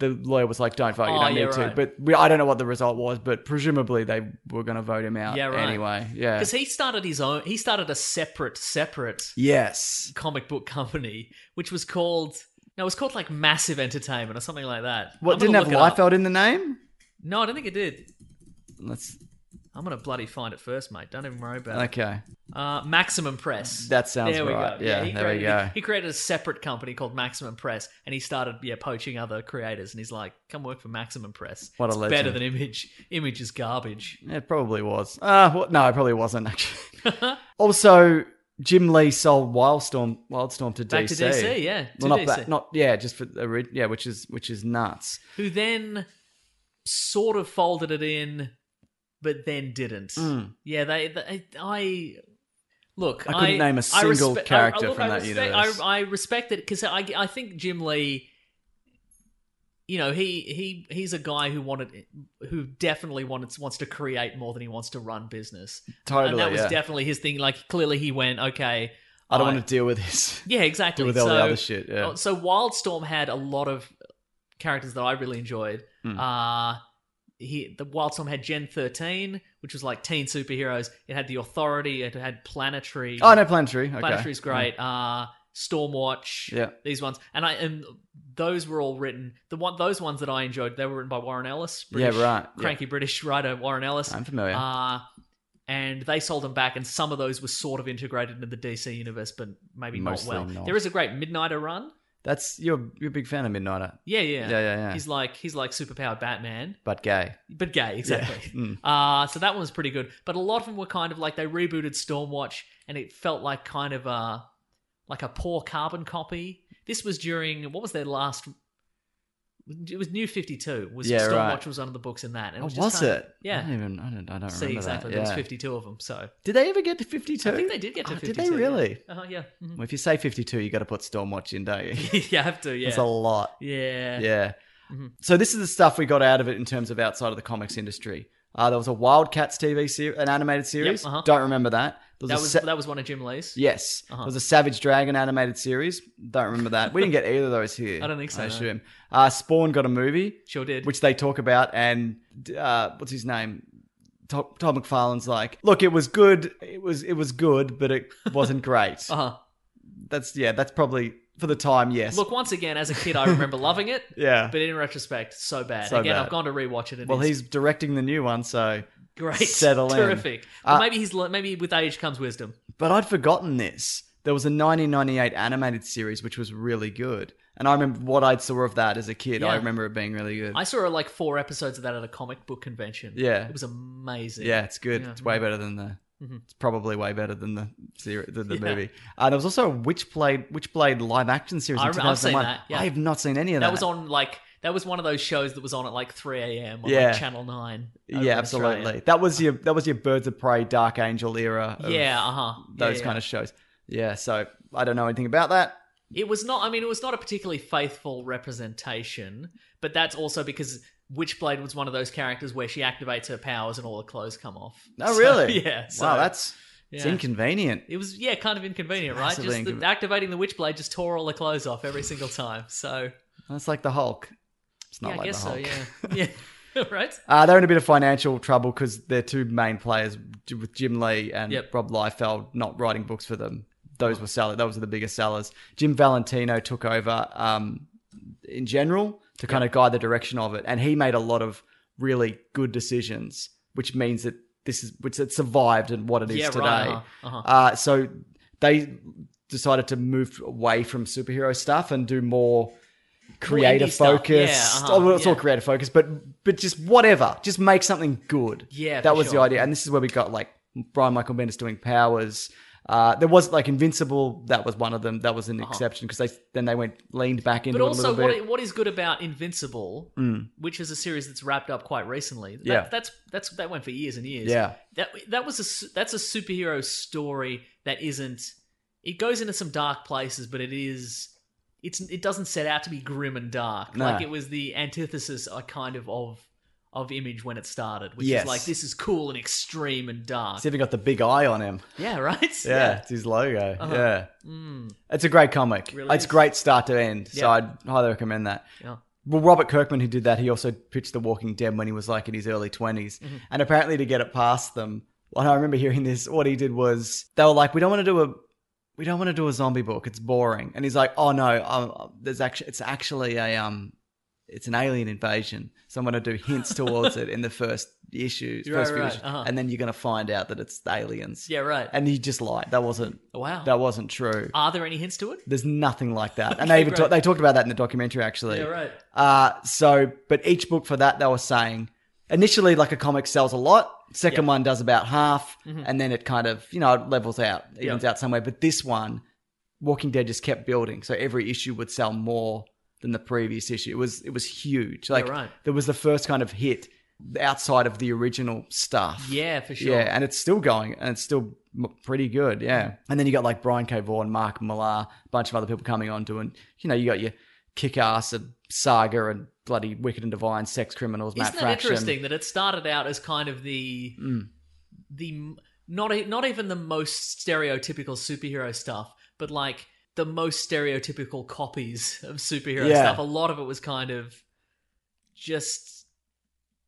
B: The lawyer was like, "Don't vote. You
C: Oh,
B: don't
C: yeah,
B: need to."
C: right.
B: But we, I don't know what the result was, but presumably they were going to vote him out
C: Yeah, right.
B: anyway. Yeah.
C: Because he started his own. He started a separate separate
B: yes.
C: comic book company, which was called. No, it was called like Massive Entertainment or something like that.
B: What
C: I'm gonna
B: didn't have
C: look it up.
B: Liefeld in the name?
C: No, I don't think it did.
B: Let's.
C: I'm gonna bloody find it first, mate. Don't even worry about it.
B: Okay.
C: Uh, Maximum Press.
B: That sounds
C: there we
B: right.
C: Go.
B: Yeah,
C: he
B: there we
C: created,
B: go.
C: He, he created a separate company called Maximum Press, and he started yeah poaching other creators. And he's like, "Come work for Maximum Press.
B: What a
C: it's
B: legend.
C: better than Image. Image is garbage."
B: It probably was. Uh, well, no, it probably wasn't actually.
C: *laughs*
B: also, Jim Lee sold Wildstorm, Wildstorm to
C: Back
B: DC.
C: to DC, yeah, to
B: well, not
C: DC.
B: that, not yeah, just for the ori- yeah, which is which is nuts.
C: Who then sort of folded it in, but then didn't. Yeah, they. they I look.
B: Hmm. I couldn't name a single
C: respe-
B: character
C: look,
B: from that
C: respect,
B: universe.
C: I, I respect it because I, I think Jim Lee. You know, he he he's a guy who wanted, who definitely wanted wants to create more than he wants to run business. and
B: Totally,
C: that was
B: yeah.
C: definitely his thing. Like, clearly, he went, okay,
B: I don't want to deal with this. *laughs*
C: yeah, exactly.
B: Deal with all
C: so,
B: the other shit, yeah.
C: uh, So Wildstorm had a lot of characters that I really enjoyed.
B: Hmm.
C: Uh he the Wildstorm had Gen thirteen, which was like teen superheroes. It had the Authority. It had Planetary.
B: Oh no, Planetary. Okay. Hmm. Mm-hmm.
C: Planetary's great. Uh, Stormwatch.
B: Yeah.
C: these ones, and I and those were all written. The one those ones that I enjoyed, they were written by Warren Ellis.
B: Yeah,
C: British,
B: right, yeah.
C: Cranky British writer Warren Ellis.
B: I'm familiar.
C: Uh, and they sold them back, and some of those were sort of integrated into the DC universe, but maybe
B: Mostly
C: not well.
B: not.
C: There is a great Midnighter run.
B: That's you're you're a big fan of Midnighter,
C: Yeah, yeah,
B: Yeah, yeah, yeah.
C: He's like he's like superpowered Batman
B: but gay.
C: but gay
B: *laughs*
C: exactly
B: Mm.
C: uh, so that one was pretty good but a lot of them were kind of like they rebooted stormwatch and it felt like kind of a like a poor carbon copy this was during what was their last It was New Fifty Two. Was
B: Yeah,
C: Stormwatch
B: right.
C: was under the books in that? And it
B: Oh,
C: was,
B: was,
C: just kind of-
B: it?
C: Yeah.
B: I don't even. I don't. I don't
C: See
B: remember
C: exactly.
B: that.
C: There was
B: Yeah.
C: fifty two of them. So
B: Did they ever get to fifty-two?
C: I think they did get to
B: Oh,
C: fifty two.
B: Did they really?
C: Yeah. Uh-huh, yeah. Mhm.
B: Well, if you say fifty-two, you got to put Stormwatch in, don't you? *laughs*
C: you have to. *laughs* Yeah.
B: That's a lot.
C: yeah. *laughs*
B: Yeah.
C: Mhm.
B: So this is the stuff we got out of it in terms of outside of the comics industry. Uh, there was a Wildcats TV series, an animated series.
C: uh-huh.
B: Don't remember that. There
C: That
B: a
C: was
B: sa-
C: that was one of Jim Lee's.
B: yes.
C: Uh-huh.
B: There was a Savage Dragon animated series. Don't remember that. We didn't get either of those here.
C: *laughs* I don't think so,
B: I
C: no.
B: assume. Uh, Spawn got a movie,
C: Sure did.
B: which they talk about, and uh, what's his name? Tom, Tom McFarlane's like, look, it was good. It was it was good, but it
C: *laughs*
B: wasn't great.
C: uh-huh.
B: That's yeah. That's probably for the time. Yes.
C: Look, once again, as a kid, I
B: *laughs*
C: remember loving it.
B: yeah.
C: But in retrospect, so bad.
B: So
C: again,
B: bad.
C: I've gone to rewatch it. And
B: well,
C: it's
B: he's directing the new one, so
C: great. *laughs*
B: settle in.
C: Terrific. Well,
B: Uh,
C: maybe he's le- maybe with age comes wisdom.
B: But I'd forgotten this. There was a 1998 animated series which was really good, and I remember what I saw of that as a kid.
C: Yeah.
B: I remember it being really good.
C: I saw like four episodes of that at a comic book convention.
B: Yeah.
C: It was amazing.
B: yeah, it's good.
C: Yeah.
B: It's way better than the.
C: Mhm.
B: It's probably way better than the series, than the
C: Yeah.
B: movie. Uh, there was also a Witchblade, Witchblade live action series.
C: I
B: in
C: rem- I've seen
B: 2001.
C: that, yeah.
B: I have not seen any of
C: That,
B: that.
C: was on like that was one of those shows that was on at like 3 a.m. on
B: Yeah.
C: like Channel 9. over
B: Yeah,
C: in Australia.
B: absolutely. That was your that was your Birds of Prey, Dark Angel era. Of
C: Yeah, uh-huh. Yeah,
B: those
C: yeah.
B: kind of shows. Yeah, so I don't know anything about that.
C: It was not. I mean, it was not a particularly faithful representation, but that's also because Witchblade was one of those characters where she activates her powers and all the clothes come off.
B: No,
C: So,
B: Oh, really.
C: *laughs* Yeah. So
B: wow, that's it's
C: yeah.
B: inconvenient.
C: It was yeah, kind of inconvenient, right?
B: Massively
C: Just the-
B: inconven-
C: activating the Witchblade just tore all the clothes off every single time. So
B: That's like the Hulk. It's not
C: yeah,
B: like
C: I guess
B: the
C: so.
B: Hulk.
C: Yeah,
B: *laughs*
C: yeah, *laughs* right.
B: Uh, they're in a bit of financial trouble because their two main players, J- with Jim Lee and
C: Yep.
B: Rob Liefeld, not writing books for them. Those were sell- Those were the biggest sellers. Jim Valentino took over um, in general to kind of guide the direction of it, and he made a lot of really good decisions, which means that this is which it survived and what it is
C: Yeah, right,
B: today.
C: uh-huh, uh-huh.
B: Uh, so they decided to move away from superhero stuff and do more creator
C: indie stuff.
B: focus.
C: Yeah, uh-huh,
B: oh, well, it's all
C: yeah.
B: creator focus, but but just whatever. Just make something good.
C: Yeah,
B: that
C: for
B: was the
C: sure.
B: idea, and this is where we got like Brian Michael Bendis doing Powers. Uh, there was like Invincible. That was one of them. That was an exception because they then they went leaned back into
C: Uh-huh. But
B: it a
C: also,
B: little
C: what,
B: bit. Mm.
C: what is good about Invincible, which is a series that's wrapped up quite recently? That,
B: Yeah.
C: that's that's that went for years and years.
B: Yeah.
C: that that was a su- that's a superhero story that isn't. It goes into some dark places, but it is. It's it doesn't set out to be grim and dark.
B: No.
C: Like it was the antithesis, I kind of of of image when it started, which
B: Yes.
C: is like this is cool and extreme and dark.
B: See if he got the big eye on him.
C: Yeah, right.
B: Yeah, it's his logo.
C: Uh-huh.
B: Yeah,
C: Mm,
B: it's a great comic.
C: Really
B: it's
C: is.
B: great start to end. So
C: Yeah.
B: I'd highly recommend that.
C: yeah.
B: Well, Robert Kirkman, who did that, he also pitched The Walking Dead when he was like in his early 20s.
C: Mm-hmm.
B: And apparently, to get it past them, what I remember hearing this, what he did was they were like, "We don't want to do a, we don't want to do a zombie book. It's boring." And he's like, "Oh no, um, there's actually it's actually a um, it's an alien invasion. So I'm going to do
C: *laughs*
B: hints towards it in the first issues,
C: Right,
B: first few
C: right,
B: issues,
C: uh-huh.
B: and then you're going to find out that it's aliens."
C: Yeah, right.
B: And he just lied. That wasn't
C: wow.
B: that wasn't true.
C: Are there any hints to it?
B: There's nothing like that. and they even
C: great.
B: ta- they talked about that in the documentary actually.
C: Yeah, right.
B: Uh, so, but each book for that, they were saying initially, like a comic sells a lot, second
C: Yeah. Mm-hmm.
B: one does about half, and then it kind of, you know, it levels out, evens
C: Yeah.
B: out somewhere. But this one, Walking Dead just kept building. So every issue would sell more than the previous issue. It was, it was huge. Like,
C: right.
B: there was the first kind of hit outside of the original stuff.
C: Yeah, for sure.
B: Yeah, and it's still going, and it's still m- pretty good. Yeah, and then you got like Brian K. Vaughan, Mark Millar, a bunch of other people coming on doing. You know, you got your kick-ass and Saga and bloody Wicked and Divine, Sex Criminals, Matt
C: Isn't that
B: Fraction. Mm.
C: interesting that it started out as kind of the the m- not e- not even the most stereotypical superhero stuff, but like the most stereotypical copies of superhero
B: Yeah.
C: stuff. A lot of it was kind of just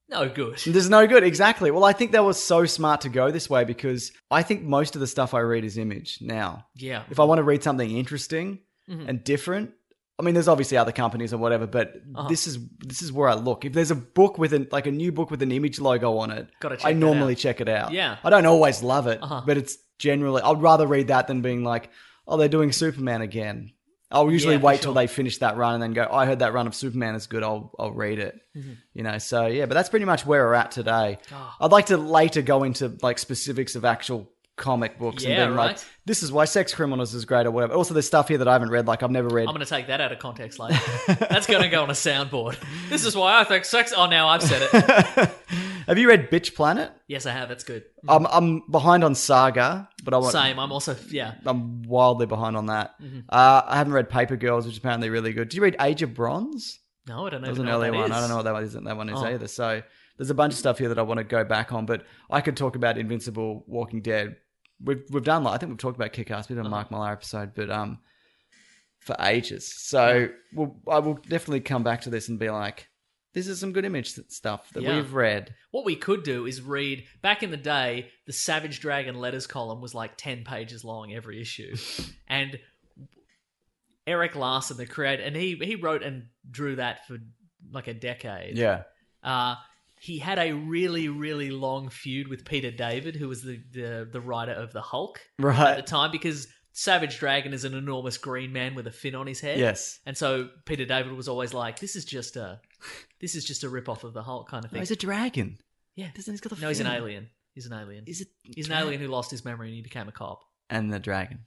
C: no good.
B: There's no good, exactly. Well, I think that was so smart to go this way because I think most of the stuff I read is image now.
C: Yeah,
B: If I want to read something interesting
C: Mm-hmm.
B: and different, I mean, there's obviously other companies or whatever, but
C: Uh-huh.
B: this is this is where I look. If there's a book with an like a new book with an image logo on it,
C: Gotta check
B: I
C: that
B: normally
C: out.
B: check it out.
C: Yeah.
B: I don't always love it,
C: Uh-huh.
B: but it's generally I'd rather read that than being like, oh, they're doing Superman again. I'll usually
C: Yeah, for
B: wait till
C: sure.
B: they finish that run and then go. I heard that run of Superman is good. I'll I'll read it.
C: Mm-hmm.
B: You know, so
C: Ah.
B: yeah, but that's pretty much where we're at today. I'd like to later go into like specifics of actual comic books
C: Yeah,
B: and being like,
C: right.
B: this is why Sex Criminals is great or whatever. Also, there's stuff here that I haven't read, like I've never read.
C: I'm going to take that out of context later.
B: *laughs*
C: That's going to go on a soundboard. This is why I think sex. Oh, now I've said
B: *laughs*
C: it.
B: Have you read Bitch Planet?
C: Yes, I have. That's good.
B: I'm, I'm behind on Saga, but I want.
C: Mm-hmm. Same. Mm-hmm. I'm also yeah.
B: I'm wildly behind on that. Uh, I haven't read Paper Girls, which is apparently really good. Did you read Age of Bronze?
C: No, I don't know.
B: That was
C: even
B: an
C: know what
B: earlier
C: that
B: one. I
C: is.
B: don't know what that one is. That one is
C: Oh.
B: either. So there's a bunch of stuff here that I want to go back on, but I could talk about Invincible, Walking Dead. We've we've done. like I think we've talked about Kick Ass. We did a
C: Oh.
B: Mark Millar episode, but um, for ages. So we'll, I will definitely come back to this and be like, this is some good image stuff that
C: Yeah.
B: we've read.
C: What we could do is read. Back in the day, the Savage Dragon letters column was like ten pages long
B: *laughs*
C: every issue, and Eric Larson, the creator, and he he wrote and drew that for like a decade.
B: Yeah.
C: Uh, he had a really, really long feud with Peter David, who was the, the, the writer of The Hulk at the
B: Right.
C: time, because Savage Dragon is an enormous green man with a fin on his head.
B: Yes.
C: And so Peter David was always like, "This is just a, this is just a rip off of the Hulk kind of
B: Oh,
C: thing."
B: he's a dragon.
C: yeah,
B: Doesn't he's got the *laughs*
C: no, he's an
B: fin.
C: alien. He's an alien.
B: Is it?
C: He's an alien who lost his memory and he became a cop.
B: And the dragon.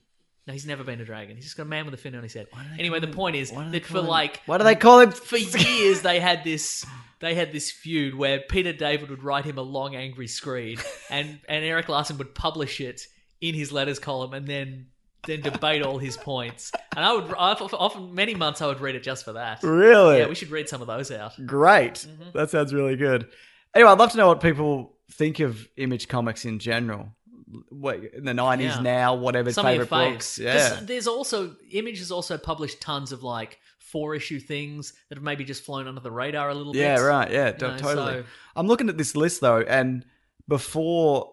C: No, he's never been a dragon. He's just got a man with a fin on his head. Anyway, the point is
B: Why do they
C: that
B: call
C: for
B: him-
C: like
B: Why do they call him?
C: for years they had this they had this feud where Peter David would write him a long angry screed and and Eric Larson would publish it in his letters column and then then debate all his points. And I would I, for often many months I would read it just for that.
B: Really?
C: Yeah, we should read some of those out.
B: Great.
C: Mm-hmm.
B: That sounds really good. Anyway, I'd love to know what people think of image comics in general. What in the nineties
C: Yeah.
B: now, whatever
C: some
B: favorite
C: of your faves.
B: books.
C: 'Cause
B: Yeah.
C: There's also Image has also published tons of like four issue things that have maybe just flown under the radar a little
B: Yeah,
C: bit.
B: right. Yeah, to-
C: know,
B: totally.
C: so-
B: I'm looking at this list though, and before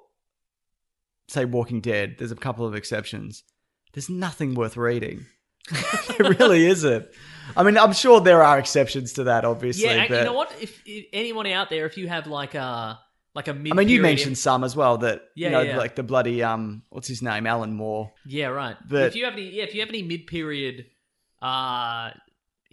B: say Walking Dead, there's a couple of exceptions. There's nothing worth
C: *laughs*
B: reading. there really isn't. I mean, I'm sure there are exceptions to that, obviously.
C: Yeah, and
B: but
C: you know what? If, if anyone out there, if you have like a like a mid
B: I mean, you mentioned some as well that
C: Yeah,
B: you know,
C: yeah.
B: like the bloody um, what's his name, Alan Moore.
C: Yeah, right.
B: That-
C: if you have any, yeah, if you have any mid-period uh,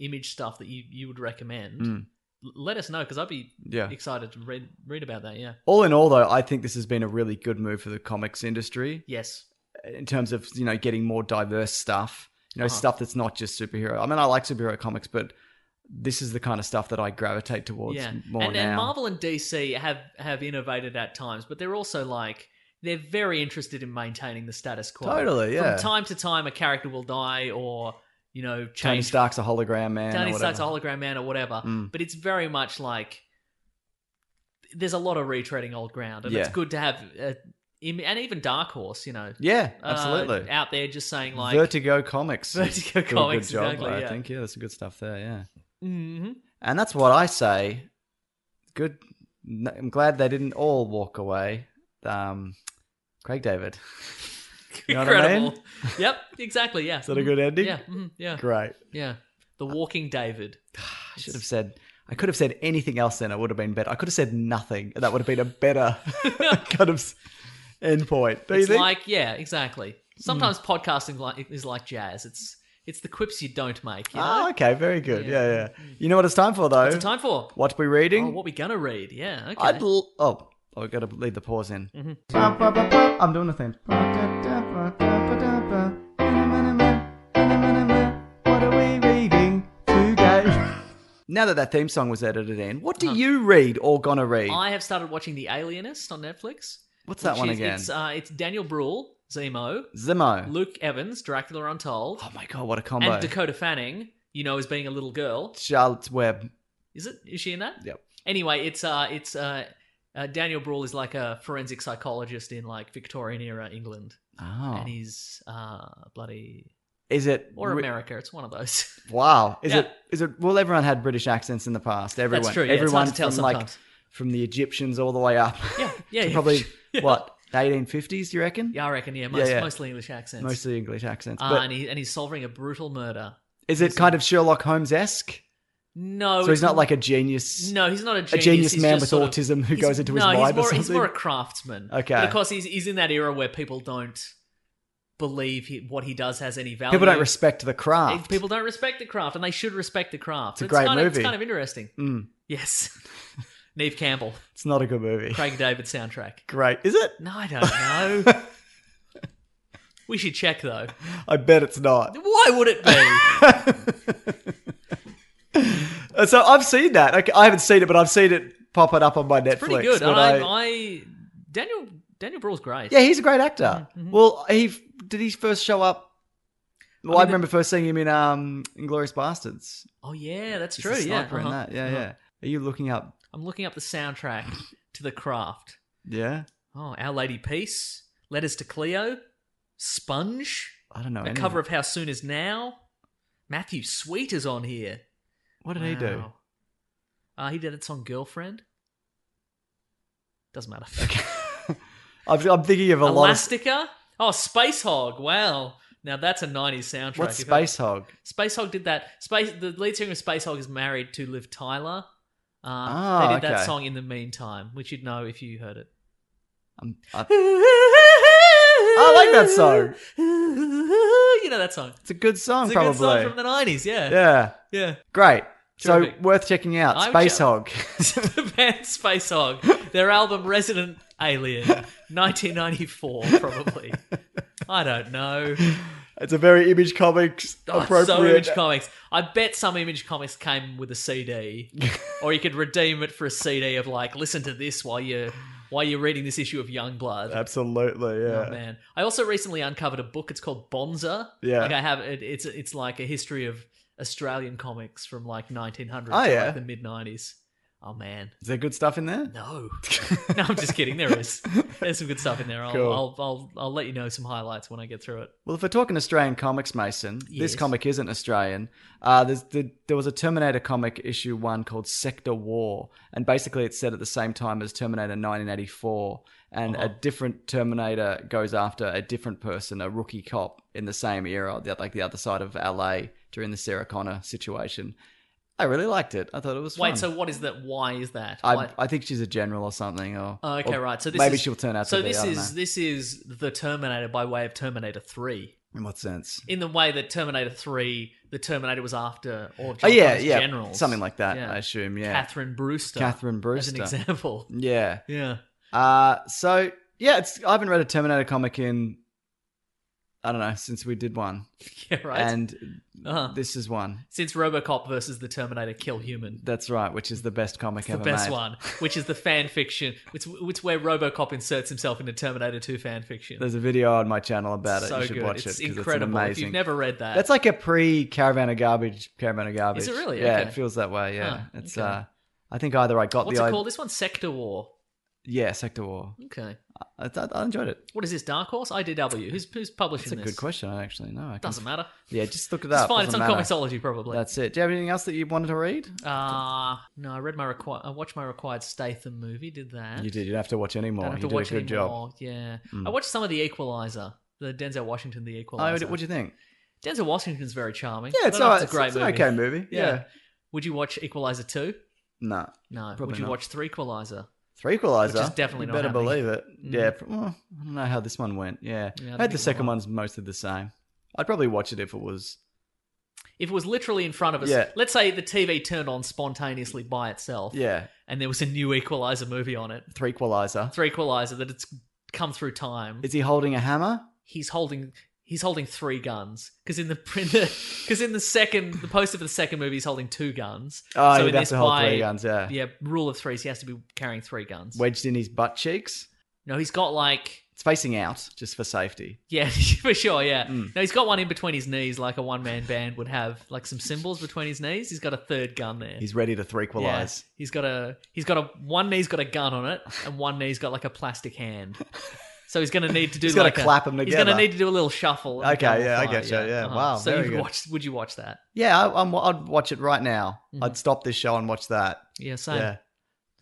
C: image stuff that you, you would recommend,
B: Mm.
C: l- let us know because I'd be
B: Yeah.
C: excited to read read about that. Yeah.
B: All in all, though, I think this has been a really good move for the comics industry
C: Yes.
B: in terms of you know getting more diverse stuff. You know,
C: Uh-huh.
B: stuff that's not just superhero. I mean, I like superhero comics, but this is the kind of stuff that I gravitate towards
C: yeah.
B: more
C: and,
B: now.
C: and Marvel and DC have have innovated at times, but they're also like they're very interested in maintaining the status quo.
B: Totally, yeah.
C: From time to time, a character will die or you know
B: Tony
C: change
B: Stark's a hologram man.
C: Tony
B: or
C: Stark's a
B: whatever.
C: hologram man or whatever.
B: Mm.
C: But it's very much like there's a lot of retreading old ground, and it's
B: Yeah.
C: good to have, uh, im- and even Dark Horse, you know,
B: Yeah,
C: uh,
B: absolutely.
C: out there just saying like,
B: Vertigo Comics.
C: Vertigo
B: do a
C: Comics,
B: Good job,
C: exactly,
B: I
C: yeah.
B: think. Yeah, there's some good stuff there. Yeah.
C: Mhm.
B: And that's what I say. Good. n- I'm glad they didn't all walk away. Um, Craig David. *laughs* You know what I
C: incredible.
B: mean?
C: yep, exactly. Yeah,
B: Is that a good ending?
C: yeah, mhm, yeah,
B: Great.
C: yeah. The Walking David.
B: *sighs* I should have said. I could have said anything else. Then it would have been better. I could have said nothing. and That would have been a
C: *laughs*
B: better *laughs* kind of s- end point. Do you
C: It's
B: think?
C: like yeah, exactly.
B: Hmm.
C: Sometimes podcasting like, is like jazz. It's it's the quips you don't make. You know?
B: Ah, okay, very good.
C: Yeah.
B: Yeah. yeah, You know what it's time for though?
C: What's it time for?
B: What we reading?
C: Oh, what we gonna read? Yeah, okay.
B: I'd l- oh, oh, we got to leave the pause in.
C: Mm-hmm.
B: I'm doing the thing. What are we reading today? *laughs* Now that that theme song was edited in, what do you read or gonna read?
C: I have started watching The Alienist on Netflix.
B: What's that
C: which
B: one
C: is-
B: again?
C: It's, uh, it's Daniel Bruhl, Zemo,
B: Zemo.
C: Luke Evans, Dracula Untold,
B: Oh my god, what a combo!
C: and Dakota Fanning. You know, as being a little girl,
B: Charlotte's Web.
C: is it? Is she in that?
B: Yep.
C: Anyway, it's uh, it's uh, uh, Daniel Bruhl is like a forensic psychologist in like Victorian era England,
B: Oh,
C: and he's uh, bloody
B: is it
C: or
B: re-
C: America. It's one of those. *laughs*
B: Wow, is
C: Yeah.
B: it? Is it? Well, everyone had British accents in the past. Everyone,
C: That's true. Yeah,
B: everyone
C: it's
B: from
C: hard to tell
B: like
C: sometimes.
B: from the Egyptians all the way up.
C: Yeah, yeah,
B: to
C: yeah.
B: probably
C: *laughs* Yeah.
B: what 1850s? You reckon?
C: yeah, I reckon. Yeah, most,
B: yeah.
C: mostly English accents.
B: mostly English accents.
C: Uh,
B: but
C: and, he, and he's solving a brutal murder.
B: is it kind of Sherlock Holmes esque? so
C: No,
B: he's
C: Oh, it's
B: not like a genius.
C: *laughs* No, he's not a genius.
B: genius
C: He's
B: man
C: just
B: with
C: sort of-
B: autism who
C: he's-
B: goes into his
C: no, he's
B: lab or
C: more, He's
B: something?
C: more a craftsman.
B: Okay.
C: But of course, he's, he's in that era where people don't believe he, what he does has any value.
B: People don't respect the craft.
C: People don't respect the craft, and they should respect the craft.
B: It's a
C: So
B: great
C: kind Of, it's
B: movie.
C: kind of interesting.
B: Mm.
C: Yes. *laughs* Neve Campbell,
B: It's not a good movie.
C: Craig David soundtrack.
B: *laughs* Great, is it?
C: No, I don't know. We should check though.
B: I bet it's not.
C: Why would it
B: *laughs*
C: be?
B: Uh, so I've seen that. Okay, I haven't seen it, but I've seen it popping up on my Netflix.
C: pretty good. And I, I, I Daniel Daniel Bruhl's great.
B: Yeah, he's a great actor. Mm-hmm. Well, he did he first show up. Well, I, mean, I remember the, first seeing him in um Inglorious Bastards.
C: Oh yeah, that's He's true. Yeah,
B: uh-huh. that. yeah, uh-huh. yeah. Are you looking up?
C: I'm looking up the soundtrack to The Craft.
B: Yeah.
C: Oh, Our Lady Peace, Letters to Cleo, Sponge.
B: I don't know.
C: The cover of How Soon Is Now. Matthew Sweet is on here.
B: What did wow. he do?
C: Uh, he did a song Girlfriend. Doesn't matter.
B: Okay. *laughs* I'm thinking of a
C: Elastica?
B: lot. Of...
C: Oh, Space Hog. Wow. Now that's a '90s soundtrack.
B: What's Space Hog?
C: Space Hog did that. Space. The lead singer of Space Hog is married to Liv Tyler. Um, oh,
B: Ah,
C: they did okay. that song in the meantime, which you'd know if you heard it.
B: Um, I... I... like that song.
C: *laughs* You know that song.
B: It's a good song.
C: It's a
B: probably.
C: good song from the '90s. Yeah.
B: Yeah.
C: Yeah. *laughs*
B: Great. Terrific. So worth checking out. I Space Hog. *laughs*
C: the band Space Hog. Their album Resident Alien,
B: *laughs*
C: 1994, probably. I don't know.
B: It's a very Image Comics oh, appropriate.
C: So Image Comics. I bet some Image Comics came with
B: *laughs*
C: a CD, or you could redeem it for a CD of like, listen to this while you while you're reading this issue of Youngblood.
B: Absolutely, yeah.
C: Oh, man, I also recently uncovered a book. It's called Bonza.
B: Yeah,
C: like I have. It, it's it's like a history of Australian comics from like 1900 oh, to yeah. like the mid 90s. Oh man,
B: is there good stuff in there? *laughs*
C: No, no, I'm just kidding. There is. There's some good stuff in there. I'll, cool. I'll, I'll, I'll, let you know some highlights when I get through it.
B: Well, if we're talking Australian comics, Mason, yes. this comic isn't Australian. Uh, the, there was a Terminator comic issue one called Sector War, and basically it's set at the same time as Terminator 1984, and uh-huh. a different Terminator goes after a different person, a rookie cop in the same era, like the other side of LA during the Sarah Connor situation. I really liked it. I thought it was
C: Wait,
B: fun.
C: so what is that? Why is that?
B: I, I think she's a general or something. Or
C: oh, okay,
B: or
C: right. So
B: maybe
C: is,
B: she'll turn out.
C: So
B: to be,
C: this
B: be,
C: is this is the Terminator by way of Terminator Three.
B: In what sense?
C: In the way that Terminator Three, the Terminator was after all of
B: oh, yeah, yeah,
C: generals,
B: something like that. Yeah. I assume. Yeah,
C: Catherine Brewster.
B: Catherine Brewster,
C: as an example. *laughs*
B: Yeah,
C: yeah.
B: Uh, so yeah, it's I haven't read a Terminator comic in I don't know, since we did one.
C: Yeah, right.
B: And uh-huh. this is one.
C: Since Robocop versus the Terminator Kill Human.
B: That's right, which is the best comic
C: it's
B: ever
C: The best
B: made.
C: one, which is the fan fiction. It's, it's where Robocop inserts himself into Terminator 2 fan fiction.
B: There's a video on my channel about it. So you should
C: good.
B: watch
C: it's
B: it.
C: Incredible. It's
B: amazing.
C: If you've never read that.
B: That's like a pre Caravan of Garbage, Caravan of Garbage.
C: Is it really?
B: Yeah,
C: okay.
B: it feels that way, yeah. Oh, it's okay. uh I think either I got
C: What's
B: the
C: it called? I- this one's Sector War.
B: Yeah, Sector War.
C: Okay.
B: I, I, I, enjoyed it.
C: What is this, Dark Horse? IDW. Who's, who's publishing
B: That's a
C: this?
B: good question. I actually know. I
C: Doesn't matter.
B: Yeah, just look it up.
C: It's fine.
B: Doesn't
C: it's on matter. Comicsology, probably.
B: That's it. Do you have anything else that you wanted to read?
C: Uh, no, I read my requi- I watched my required Statham movie. Did that.
B: You did. You don't have to watch any more.
C: Don't have
B: you
C: to watch
B: a good
C: anymore.
B: job. Hmm.
C: Yeah. Mm. I watched some of The Equalizer, the Denzel Washington The Equalizer.
B: Oh, what do you think?
C: Denzel Washington's very charming.
B: Yeah, it's, all,
C: it's a great
B: it's
C: movie.
B: okay movie. Yeah. yeah.
C: Would you watch Equalizer 2?
B: No.
C: No. Would you
B: not.
C: watch Three Equalizer?
B: Three equalizer.
C: Which is definitely
B: you better
C: happening.
B: believe it. Mm. Yeah, well, I don't know how this one went. Yeah,
C: yeah
B: I heard the second one's mostly the same. I'd probably watch it if it was.
C: If it was literally in front of us,
B: yeah.
C: let's say the TV turned on spontaneously by itself,
B: yeah,
C: and there was a new Equalizer movie on it.
B: Three Equalizer.
C: Three Equalizer that it's come through time.
B: Is he holding a hammer?
C: He's holding he's holding three guns because in the because in, in the second the poster for the second movie he's holding two guns.
B: Oh,
C: so
B: you'd
C: in
B: have
C: this
B: to hold
C: by,
B: three guns. Yeah,
C: yeah. Rule of threes, he has to be carrying three guns.
B: Wedged in his butt cheeks.
C: No, he's got like
B: it's facing out just for safety.
C: Yeah, *laughs* for sure. Yeah.
B: Hmm.
C: Mm. No, he's got one in between his knees, like a one man band would have, like some symbols between his knees. He's got a third gun there.
B: He's ready to threequalize.
C: Yeah. He's got a he's got a one knee's got a gun on it, and one knee's got like a plastic hand.
B: *laughs*
C: So he's going to need to do.
B: he's going
C: like
B: to clap them together.
C: He's going to need to do a little shuffle.
B: Okay, yeah, I get you. Yeah,
C: uh-huh.
B: wow.
C: So
B: very
C: you
B: good.
C: watch? Would you watch that?
B: Yeah, I, would watch it right now. Mm-hmm. I'd stop this show and watch that.
C: Yeah, same.
B: Yeah.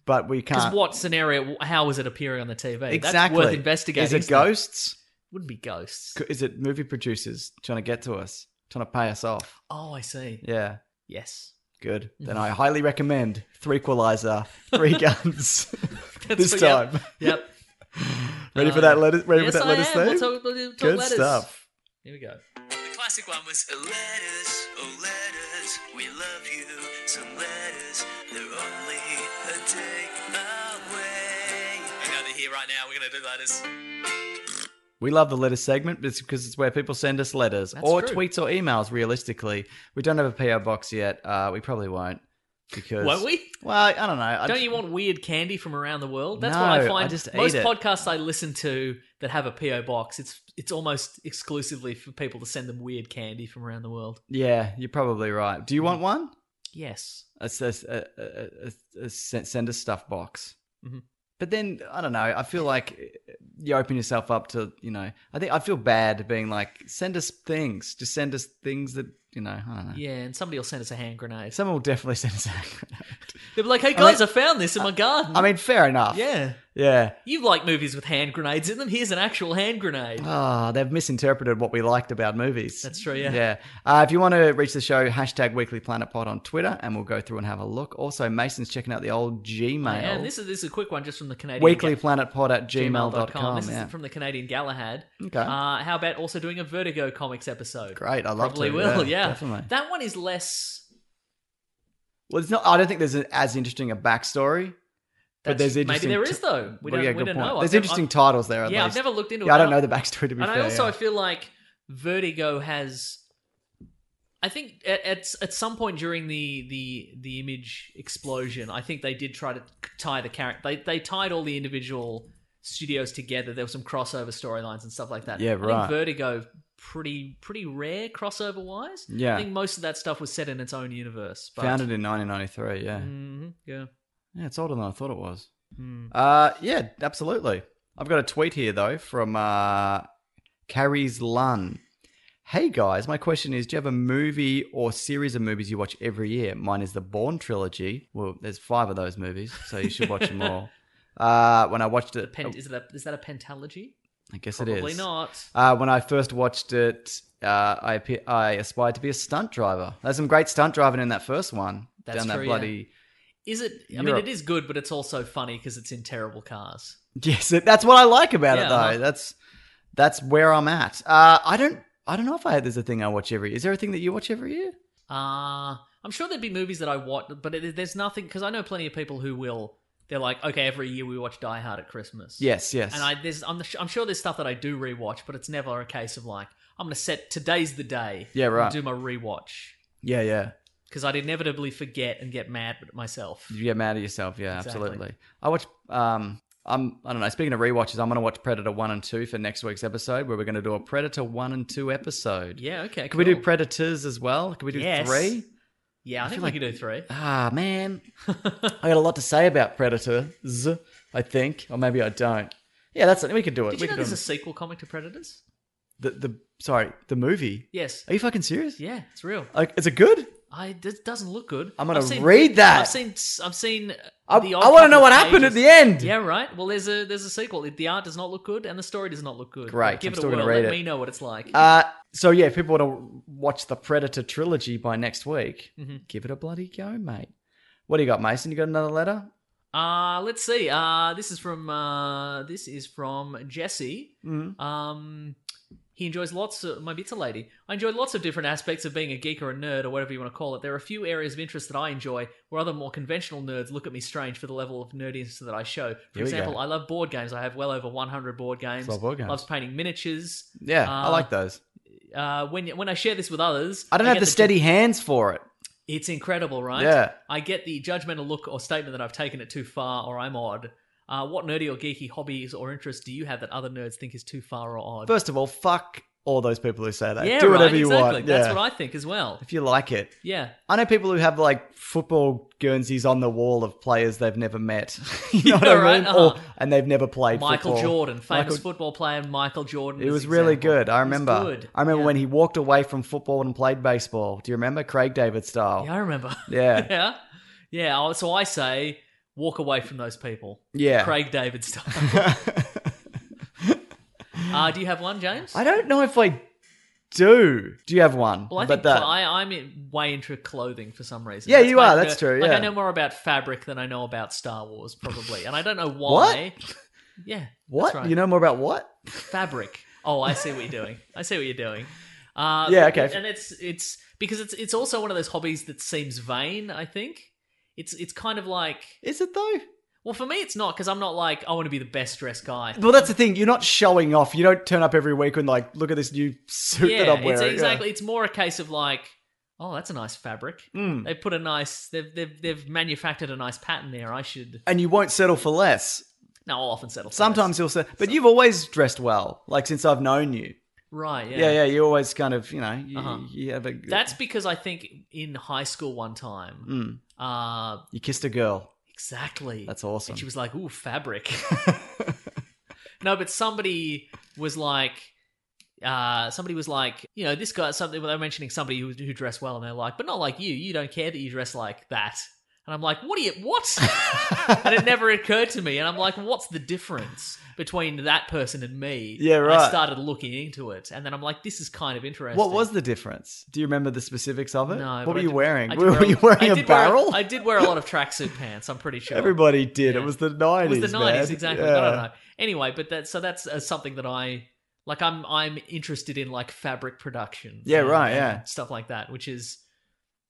B: But we can't.
C: Because what scenario? How is it appearing on the TV?
B: Exactly.
C: That's worth investigating.
B: Is it ghosts?
C: It? Wouldn't be ghosts.
B: Is it movie producers trying to get to us, trying to pay us off?
C: Oh, I see.
B: Yeah.
C: Yes. *laughs*
B: Good. Then
C: Mm-hmm.
B: I highly recommend Three Equalizer,
C: *laughs*
B: Three Guns. *laughs* this
C: what,
B: time. *laughs*
C: yep. yep.
B: Ready for that letter? Ready
C: yes,
B: for that
C: I
B: letter
C: am.
B: thing?
C: We'll talk, we'll talk
B: Good
C: letters.
B: stuff.
C: Here we go.
D: The classic one was oh, letters, oh letters, we love you. Some letters, they're only a day away. Hang on, they're here right now. We're gonna do letters.
B: We love the letter segment but it's because it's where people send us letters
C: That's
B: or
C: true.
B: tweets or emails, realistically. We don't have a PO box yet. Uh, we probably won't. Because,
C: Won't we?
B: Well, I don't know. I
C: Don't you want weird candy from around the world? That's
B: No,
C: what I
B: I
C: find.
B: just
C: Most
B: ate it.
C: podcasts I listen to that have a PO box, it's it's almost exclusively for people to send them weird candy from around the world.
B: Yeah, you're probably right. Do you
C: Mm-hmm.
B: want one?
C: Yes.
B: A, a, a, a, a, a sen- send a stuff box.
C: Mhm.
B: But then I don't know. I feel like you open yourself up to you know. I think I feel bad being like send us things. Just send us things that you know. I don't know.
C: Yeah, and somebody will send us a hand grenade.
B: Someone will definitely send us. a-
C: They'll be like, "Hey
B: mean-
C: guys, I, found this in my
B: *laughs*
C: garden."
B: I mean, fair enough.
C: yeah,
B: Yeah.
C: you like movies with hand grenades in them. Here's an actual hand grenade.
B: Ah, they've misinterpreted what we liked about movies.
C: That's true, yeah.
B: Yeah. Uh, if you want to reach the show, hashtag Weekly Planet Pod on Twitter, and we'll go through and have a look. Also, Mason's checking out the old Gmail.
C: And this is this is a quick one just from the Canadian Ga-
B: weeklyplanetpod at gmail.com.
C: This
B: Yeah.
C: is from the Canadian Galahad.
B: Okay.
C: Uh, how about also doing a Vertigo comics episode?
B: Great, I love
C: Probably
B: to,
C: will.
B: yeah,
C: Yeah,
B: definitely.
C: That one is less.
B: Well, it's not. I don't think there's an, as interesting a backstory, but
C: that's-
B: there's interesting.
C: maybe there is though. We
B: Well,
C: don't,
B: yeah,
C: we
B: good
C: don't
B: point.
C: know.
B: There's
C: I've never-
B: interesting
C: I've-
B: titles there. At
C: yeah,
B: least.
C: I've never looked into it.
B: Yeah, I
C: but
B: don't know the backstory to be
C: and
B: fair.
C: I also
B: yeah.
C: feel like Vertigo has. I think at, at at some point during the the the image explosion, I think they did try to tie the character. They they tied all the individual studios together. There were some crossover storylines and stuff like that.
B: Yeah,
C: I
B: right.
C: think Vertigo pretty pretty rare crossover wise.
B: Yeah.
C: I think most of that stuff was set in its own universe. But,
B: founded in 1993. Yeah.
C: Mhm, yeah.
B: Yeah, it's older than I thought it was.
C: Hmm.
B: Uh, yeah, absolutely. I've got a tweet here though from uh, Carrie's Lun. Hey guys, my question is: Do you have a movie or series of movies you watch every year? Mine is the Bourne trilogy. Well, there's five of those movies, so you should watch them
C: *laughs*
B: all. Uh, when I watched
C: The
B: it,
C: pen, is that a, is that a pentalogy?
B: I guess it is.
C: Probably not.
B: Uh, when I first watched it, uh, I appe- I aspired to be a stunt driver. There's some great stunt driving in that first one.
C: That's
B: down that
C: true, yeah.
B: bloody.
C: Is it? I mean,
B: Europe.
C: it is good, but it's also funny because it's in terrible cars.
B: *laughs* Yes, it- that's what I like about it
C: Yeah,
B: though.
C: uh-huh.
B: That's that's where I'm at. Uh, I don't I don't know if I there's a thing I watch every. Is there a thing that you watch every year?
C: Uh, I'm sure there'd be movies that I watch, but it, there's nothing because I know plenty of people who will. They're like, okay, every year we watch Die Hard at Christmas.
B: Yes, yes.
C: And I, there's, I'm, I'm sure there's stuff that I do rewatch, but it's never a case of like, I'm gonna set today's the day.
B: Yeah,
C: I'm gonna
B: right.
C: Do my rewatch
B: yeah, yeah.
C: because I'd inevitably forget and get mad at myself.
B: You get mad at yourself. Yeah,
C: Exactly.
B: absolutely. I watch. Um, I'm. I don't know. Speaking of rewatches, I'm going to watch Predator one and two for next week's episode, where we're going to do a Predator one and two episode.
C: Yeah. Okay.
B: Can we do
C: cool.
B: Predators as well? Can we do
C: Yes.
B: three?
C: Yeah, I, think
B: feel
C: we
B: like-
C: can do three.
B: Ah,
C: *laughs*
B: man. I got a lot to say about Predators. I think, or maybe I don't. Yeah, that's it. We could do it.
C: Did
B: we
C: you know
B: could do
C: there's a
B: them.
C: sequel comic to Predators?
B: the the sorry the movie.
C: Yes.
B: Are you fucking serious?
C: Yeah, it's real.
B: Like, is it good?
C: I this doesn't look good.
B: I'm gonna
C: I've seen-
B: read that.
C: I've seen. I've seen.
B: I,
C: the odd
B: I want to
C: couple
B: know
C: of
B: what happened at
C: pages.
B: the end.
C: Yeah, right. Well, there's a there's a sequel. The art does not look good, and the story does not look good.
B: Great,
C: But give
B: I'm
C: it a
B: still gonna
C: whirl.
B: read
C: Let
B: it.
C: me know what it's like.
B: Uh, so yeah, if people want to watch the Predator trilogy by next week,
C: Mm-hmm.
B: give it a bloody go, mate. What do you got, Mason? You got another letter?
C: Uh, let's see. Uh, this is from uh, this is from Jesse. Um, he enjoys lots of maybe it's a lady. I enjoy lots of different aspects of being a geek or a nerd or whatever you want to call it. There are a few areas of interest that I enjoy where other more conventional nerds look at me strange for the level of nerdiness that I show. For
B: Here we go.
C: example, I love board games. I have well over 100 board games.
B: Love board games.
C: Loves painting miniatures.
B: Yeah, I
C: Uh,
B: like those.
C: Uh, when when I share this with others,
B: I don't have
C: get
B: the steady hands for it.
C: it's incredible, right?
B: Yeah.
C: I get the judgmental look or statement that I've taken it too far or I'm odd. Uh, what nerdy or geeky hobbies or interests do you have that other nerds think is too far or odd?
B: First of all, fuck all those people who say that.
C: yeah,
B: do whatever
C: right,
B: you
C: exactly.
B: want.
C: That's
B: Yeah.
C: what I think as well.
B: if you like it.
C: Yeah.
B: I know people who have like football guernseys on the wall of players they've never met. *laughs* you know
C: *laughs* Yeah,
B: what I
C: right,
B: mean?
C: uh-huh.
B: Or, and they've never played
C: Michael
B: football.
C: Jordan, famous
B: Michael-
C: football player Michael Jordan.
B: It
C: is
B: was
C: an
B: really
C: example.
B: good. I
C: It was
B: remember.
C: good.
B: I remember
C: Yeah.
B: when he walked away from football and played baseball. Do you remember Craig David style?
C: *laughs* Yeah, I remember. *laughs*
B: Yeah.
C: yeah. Yeah. I- So I say walk away from those people.
B: Yeah.
C: Craig David
B: *laughs*
C: style. *laughs* uh, do you have one, James?
B: I don't know if I do. Do you have one?
C: Well, I
B: But
C: think
B: that-
C: I, I'm in- way into clothing for some reason.
B: Yeah, you
C: my
B: are,
C: ner-
B: that's true,
C: Like
B: yeah.
C: I know more about fabric than I know about Star Wars, probably, and I don't
B: *laughs*
C: know
B: What?
C: why. Yeah.
B: what?
C: That's right.
B: You know more about what?
C: fabric. Oh, I see what you're doing. I see what you're doing. Uh,
B: Yeah, okay.
C: And it's it's because it's it's also one of those hobbies that seems vain. I think it's it's kind of like
B: Is it though?
C: Well, for me, it's not because I'm not like I want to be the best dressed
B: *laughs*
C: guy.
B: Well, that's the thing. You're not showing off. You don't turn up every week and like, look at this new suit
C: yeah,
B: that I'm
C: it's
B: wearing.
C: exactly. It's more a case of like, oh, that's a nice fabric.
B: Hmm.
C: They put a nice. They've, they've they've manufactured a nice pattern there. I should.
B: Yeah. And you won't settle for less.
C: No, I'll often settle. For
B: Sometimes
C: less.
B: you'll say, but you've always dressed well. Like since I've known you.
C: right.
B: Yeah, yeah. you always kind of, you know, you,
C: Uh-huh.
B: you have a.
C: That's because I think in high school one time,
B: Mm.
C: uh,
B: You kissed a girl.
C: exactly.
B: That's awesome.
C: And she was like, ooh,
B: *laughs*
C: fabric. *laughs* no, but somebody was like, uh, somebody was like, you know, this guy, something, they were mentioning somebody who, who dressed well, and they're like, but not like you. You don't care that you dress like that. And I'm like, what do you,
B: *laughs*
C: what? and it never occurred to me. And I'm like, what's the difference between that person and me?
B: Yeah,
C: And I
B: right.
C: started looking into it. And then I'm like, this is kind of interesting.
B: What was the difference? Do you remember the specifics of it?
C: No.
B: What
C: but
B: were
C: I
B: you
C: did-
B: wearing?
C: I
B: *laughs*
C: did
B: Were,
C: wear
B: were you wearing
C: I
B: a
C: did wear
B: barrel?
C: I did wear a lot of tracksuit pants. I'm pretty
B: *laughs*
C: sure.
B: Everybody did.
C: Yeah.
B: It was the
C: It
B: nineties.
C: was the 90s,
B: man.
C: exactly.
B: Yeah.
C: I don't know. Anyway, but that so that's uh, something that I like. I'm I'm interested in like fabric production.
B: Yeah,
C: and-
B: right,
C: and
B: yeah.
C: stuff like that, which is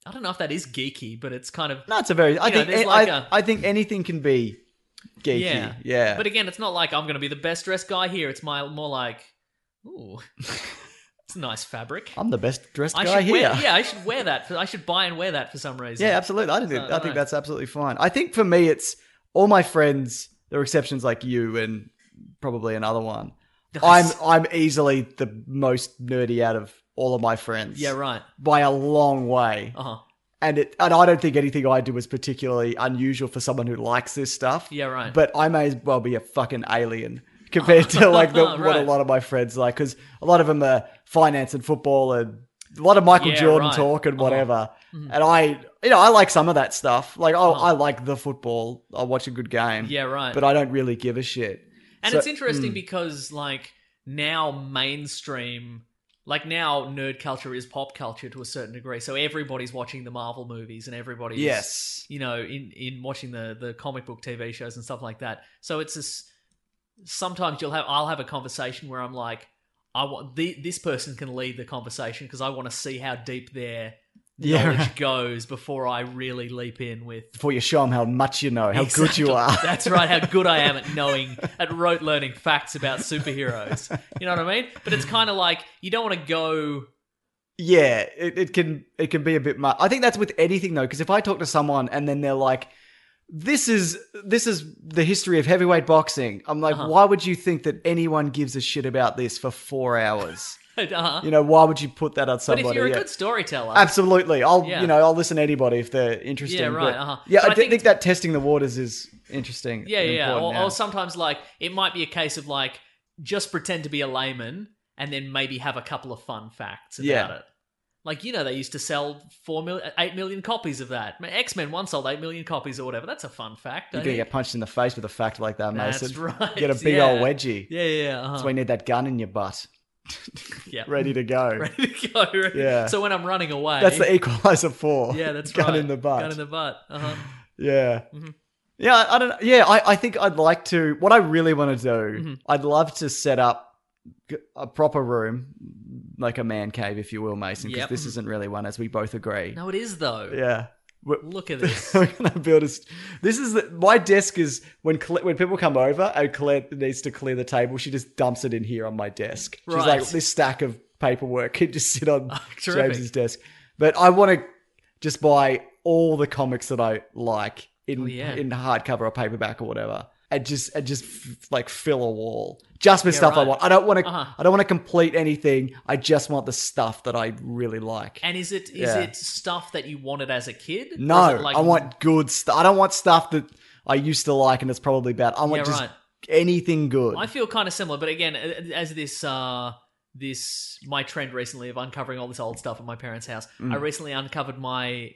C: I don't know if that is geeky, but it's kind of
B: No, it's a very. I
C: You know,
B: think
C: there's
B: I
C: like a-
B: I think anything can be geeky.
C: yeah,
B: Yeah.
C: But again, it's not like I'm going to be the best dressed guy here. It's my more like, ooh, *laughs* it's nice fabric.
B: I'm the best dressed
C: I
B: guy
C: should
B: here.
C: wear, yeah, I should wear that. For, I should buy and wear that for some reason.
B: Yeah,
C: *laughs*
B: absolutely. I, didn't,
C: I
B: I
C: don't know.
B: think that's absolutely fine. I think for me, it's all my friends. There are exceptions like you and probably another one. I'm I'm easily the most nerdy out of all of my friends.
C: Yeah, right.
B: By a long way.
C: Uh huh.
B: And it and I don't think anything I do is particularly unusual for someone who likes this stuff.
C: Yeah, right.
B: But I may as well be a fucking alien compared
C: *laughs*
B: to like the, what a
C: Right.
B: lot of my friends like because a lot of them are finance and football and a lot of Michael
C: Yeah,
B: Jordan
C: right.
B: talk and
C: Uh-huh.
B: whatever. And I, you know, I like some of that stuff. Like, oh, I like the football. I watch a good game.
C: Uh-huh. Yeah, right.
B: But I don't really give a shit.
C: And
B: So- hmm.
C: it's interesting because like now mainstream like now nerd culture is pop culture to a certain degree. So everybody's watching the Marvel movies and everybody's
B: mm, Yes.
C: you know in in watching the the comic book TV shows and stuff like that. So it's this sometimes you'll have I'll have a conversation where I'm like I want the, this person can lead the conversation because I want to see how deep their
B: Yeah, *laughs*
C: knowledge
B: right.
C: goes before I really leap in with
B: Before you show them how much you know, how good
C: Exactly.
B: you are.
C: *laughs* That's right. How good I am at knowing, at rote learning facts about superheroes. You know what I mean? But it's kind of like you don't want to go. *laughs*
B: Yeah, it, it can it can be a bit much. I think that's with anything though, because if I talk to someone and then they're like, "This is this is the history of heavyweight boxing," I'm like,
C: Uh-huh.
B: "Why would you think that anyone gives a shit about this for four hours?
C: Uh-huh.
B: you know, why would you put that on
C: but
B: somebody?"
C: if you're a
B: Yeah.
C: good storyteller,
B: Absolutely, I'll
C: Yeah.
B: you know I'll listen to anybody if they're interesting.
C: Yeah, right,
B: but-
C: uh-huh.
B: Yeah,
C: But
B: I,
C: I
B: do
C: think-
B: think, that testing the waters is interesting.
C: yeah,
B: and
C: yeah. Or,
B: important now.
C: or sometimes like it might be a case of like just pretend to be a layman and then maybe have a couple of fun facts about
B: Yeah.
C: it. Like you know, they used to sell four million, eight million copies of that. X Men one sold eight million copies or whatever. That's a fun fact.
B: you're
C: I
B: gonna
C: think.
B: get punched in the face with a fact like that,
C: That's
B: Mason.
C: *laughs* right,
B: Get a big
C: yeah.
B: old wedgie.
C: yeah, yeah, yeah. Uh-huh.
B: That's why you need that gun in your butt,
C: yeah.
B: *laughs* ready to go.
C: *laughs* ready to go. Ready.
B: Yeah.
C: So when I'm running away,
B: That's the equalizer *laughs* four.
C: yeah, that's
B: gun
C: right.
B: in the butt.
C: Gun in the Mm-hmm. butt.
B: *laughs*
C: Uh-huh.
B: yeah. Yeah, I- I don't know. Yeah, I, I think I'd like to. What I really want to do,
C: Mm-hmm.
B: I'd love to set up g- a proper room, like a man cave, if you will, Mason, because
C: Yep. Mm-hmm.
B: this isn't really one, as we both agree.
C: No, it is though.
B: Yeah. We're-
C: Look at this.
B: *laughs* We're gonna build a. St- this is the, my desk is when Cle- when people come over and Claire needs to clear the table, she just dumps it in here on my desk. She's
C: Right. Oh,
B: like this stack of paperwork can just sit
C: *laughs*
B: on
C: terrific.
B: James's desk. But I want to just buy all the comics that I like in
C: Oh, yeah.
B: in hardcover or paperback or whatever. And just and just f- like fill a wall just with stuff
C: right.
B: I want. I don't want to.
C: Uh-huh.
B: I don't want to complete anything. I just want the stuff that I really like.
C: *laughs* And is it is
B: Yeah.
C: it stuff that you wanted as a kid? Or is
B: No,
C: it like-
B: I want good stuff. I don't want stuff that I used to like and it's probably bad. I want
C: Yeah,
B: just
C: right.
B: anything good.
C: I feel kind of similar, but again, a- as this uh this my trend recently of uncovering all this old stuff at my parents' house,
B: Mm.
C: I recently uncovered my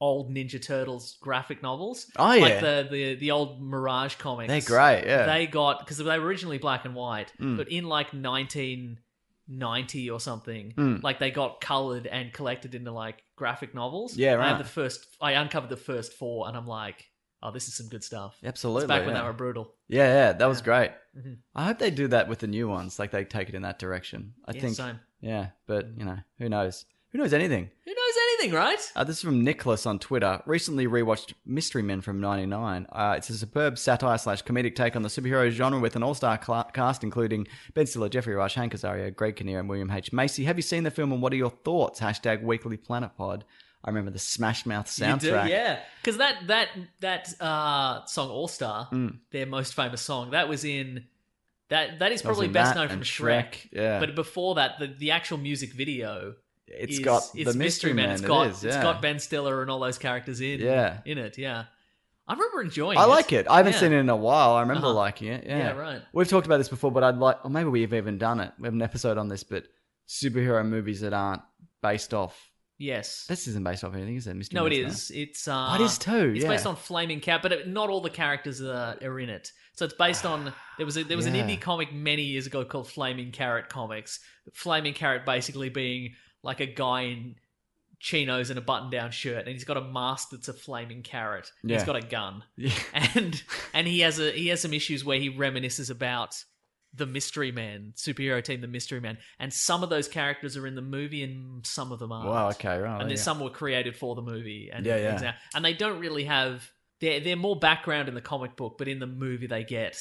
C: old Ninja Turtles graphic novels.
B: Oh,
C: like
B: yeah.
C: the the the old Mirage comics.
B: They're great. Yeah. Mm.
C: they got because they were originally black and white, but in like 1990 or something,
B: Mm.
C: like they got colored and collected into like graphic novels.
B: Yeah,
C: I had
B: right.
C: the first, I uncovered the first four, and I'm like, oh, this is some good stuff.
B: Absolutely.
C: It's back when
B: yeah.
C: they were brutal.
B: yeah, yeah, that was great.
C: Mhm.
B: I hope they do that with the new ones. Like they take it in that direction. I
C: Yeah,
B: think.
C: same. Mm-hmm.
B: Yeah, but you know, who knows? Who knows anything?
C: Who knows anything, right?
B: Uh, this is from Nicholas on Twitter. Recently rewatched Mystery Men from '99. Uh, it's a superb satire slash comedic take on the superhero genre with an all-star cla cast including Ben Stiller, Jeffrey Rush, Hank Azaria, Greg Kinnear, and William H Macy. Have you seen the film and what are your thoughts? Hashtag Weekly Planet Pod. I remember the Smash Mouth
C: You do,
B: soundtrack.
C: yeah. Because that that that uh, song All Star, their most famous song, that was in that that
B: Mm. That was
C: is probably
B: in
C: best
B: that
C: known from
B: and
C: Shrek.
B: Shrek, yeah.
C: But before that, the, the actual music video
B: It's
C: is-
B: got
C: it's
B: the Mystery Man.
C: It's got
B: it is, yeah.
C: it's got Ben Stiller and all those characters in
B: Yeah.
C: in it. Yeah, I remember enjoying.
B: I like it. I haven't
C: Yeah.
B: seen it in a while. I remember
C: Uh-huh.
B: liking it. Yeah.
C: Yeah, right.
B: We've talked about this before, but I'd like, or maybe we've even done it. We have an episode on this, but superhero movies that aren't based off.
C: Yes.
B: This isn't based off anything, is it? Mystery
C: no, it
B: Man's not.
C: is. It's uh,
B: it is too,
C: It's based
B: yeah.
C: on Flaming Cat, but it, not all the characters are, are in it. So it's
B: *sighs*
C: based on there was a, there was
B: Yeah.
C: an indie comic many years ago called Flaming Carrot Comics. Flaming Carrot basically being like a guy in chinos and a button down shirt, and he's got a mask that's a flaming carrot. and He's
B: Yeah.
C: got a gun,
B: *laughs* Yeah.
C: and and he has a he has some issues where he reminisces about the Mystery Man superhero team, the Mystery Man, and some of those characters are in the movie, and some of them aren't
B: Wow. Okay. Right.
C: and
B: there
C: there's
B: you
C: some were created for the movie and
B: Yeah, yeah.
C: things like that. and they don't really have they're they're more background in the comic book but in the movie they get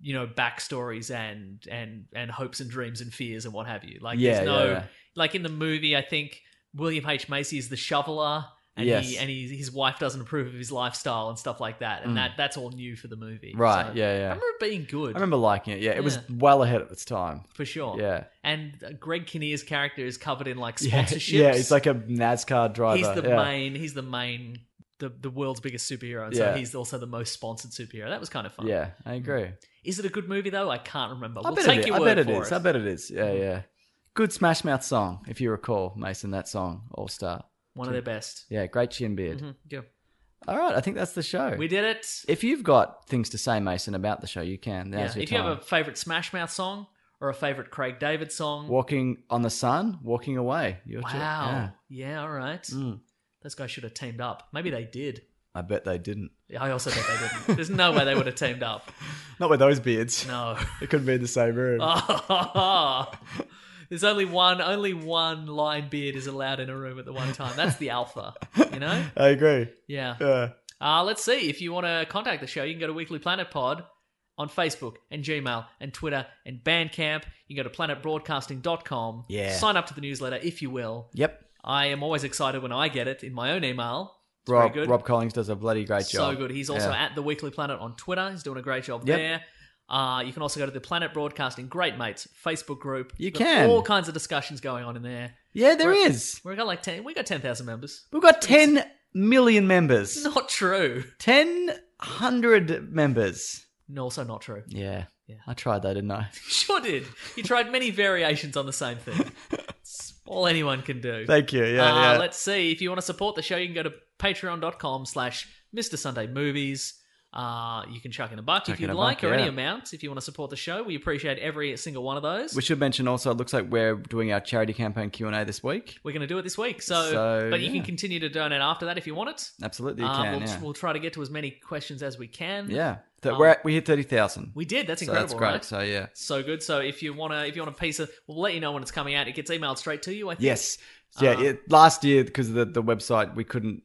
C: you know backstories and and and hopes and dreams and fears and what have you like
B: Yeah,
C: there's no
B: yeah, yeah.
C: like in the movie i think william h macy is the shoveler and
B: Yes.
C: he and he, his wife doesn't approve of his lifestyle and stuff like that and
B: Mm.
C: that that's all new for the movie
B: Right,
C: So,
B: yeah, yeah.
C: i remember it being
B: go.
C: good
B: I remember liking it. Yeah. It was
C: Yeah.
B: well ahead of its time.
C: for sure
B: Yeah.
C: and uh, greg kinnear's character is covered in like
B: *laughs* Yeah.
C: sponsorships
B: Yeah. It's like a NASCAR driver.
C: He's the
B: yeah.
C: main. He's the main. The, the world's biggest superhero, and so
B: Yeah.
C: he's also the most sponsored superhero. That was kind of fun.
B: Yeah. I agree.
C: Is it a good movie though? I can't remember.
B: I
C: We'll
B: bet
C: take
B: it is.
C: your
B: I
C: word
B: bet it
C: for
B: is.
C: it. Mm.
B: I bet it is. Yeah. Yeah. Good Smash Mouth song, if you recall, Mason. That song, All Star.
C: One of their best.
B: Yeah. Great chin beard.
C: Mhm, Yeah.
B: All right, I think that's the show.
C: We did it.
B: If you've got things to say, Mason, about the show, you can.
C: Yeah.
B: Now's your
C: If you
B: time.
C: have a favorite Smash Mouth song or a favorite Craig David song,
B: walking on the sun, walking away. Your
C: wow,
B: choice. Yeah.
C: yeah. all right.
B: Mm.
C: Those guys should have teamed up. Maybe they did.
B: I bet they didn't.
C: I also bet they didn't. There's no way they would have teamed up.
B: Not with those
C: *laughs*
B: beards.
C: No.
B: It couldn't be in the same room.
C: Oh. There's only one, only one line beard is allowed in a room at the one time. That's the alpha, you know?
B: I agree.
C: Yeah.
B: Yeah.
C: Uh, let's see. If you want to contact the show, you can go to Weekly Planet Pod on Facebook and Gmail and Twitter and Bandcamp. You can go to planetbroadcasting.com.
B: Yeah.
C: Sign up to the newsletter if you will.
B: Yep.
C: I am always excited when I get it in my own email. It's
B: Rob
C: very good.
B: Rob Collins does a bloody great job.
C: So good. He's also
B: Yeah.
C: at the Weekly Planet on Twitter. He's doing a great job
B: Yep.
C: there. Uh, you can also go to the Planet Broadcasting Great Mates Facebook group.
B: You
C: Got
B: can.
C: all kinds of discussions going on in there.
B: Yeah, there
C: We're-
B: is.
C: We got like ten. We got ten thousand members.
B: We've got ten million members.
C: Not true.
B: Ten hundred members.
C: No, also not true.
B: Yeah. I tried that, didn't I?
C: *laughs* Sure did. You tried many variations on the same thing. It's all anyone can do.
B: Thank you. Yeah,
C: uh,
B: yeah.
C: Let's see. If you want to support the show, you can go to patreon.com slash Mr. Sunday Movies. Uh, you can chuck in a buck
B: Chuck
C: if
B: in
C: you'd
B: a
C: like,
B: buck,
C: or any
B: yeah.
C: amount if you want to support the show. We appreciate every single one of those.
B: We should mention also. It looks like we're doing our charity campaign Q and A this week.
C: We're going to do it this week. So,
B: So,
C: but you
B: yeah.
C: can continue to donate after that if you want it.
B: Absolutely, you
C: Uh,
B: can.
C: we'll,
B: yeah.
C: we'll try to get to as many questions as we can.
B: Yeah. That
C: Um,
B: we're at, we hit 30,000.
C: We did. That's
B: so that's
C: incredible,
B: great.
C: right?
B: So yeah.
C: So good. So if you want to, if you want a piece of, we'll let you know when it's coming out. It gets emailed straight to you. I think.
B: Yes.
C: Uh,
B: Yeah, it, last year because of the, the website we couldn't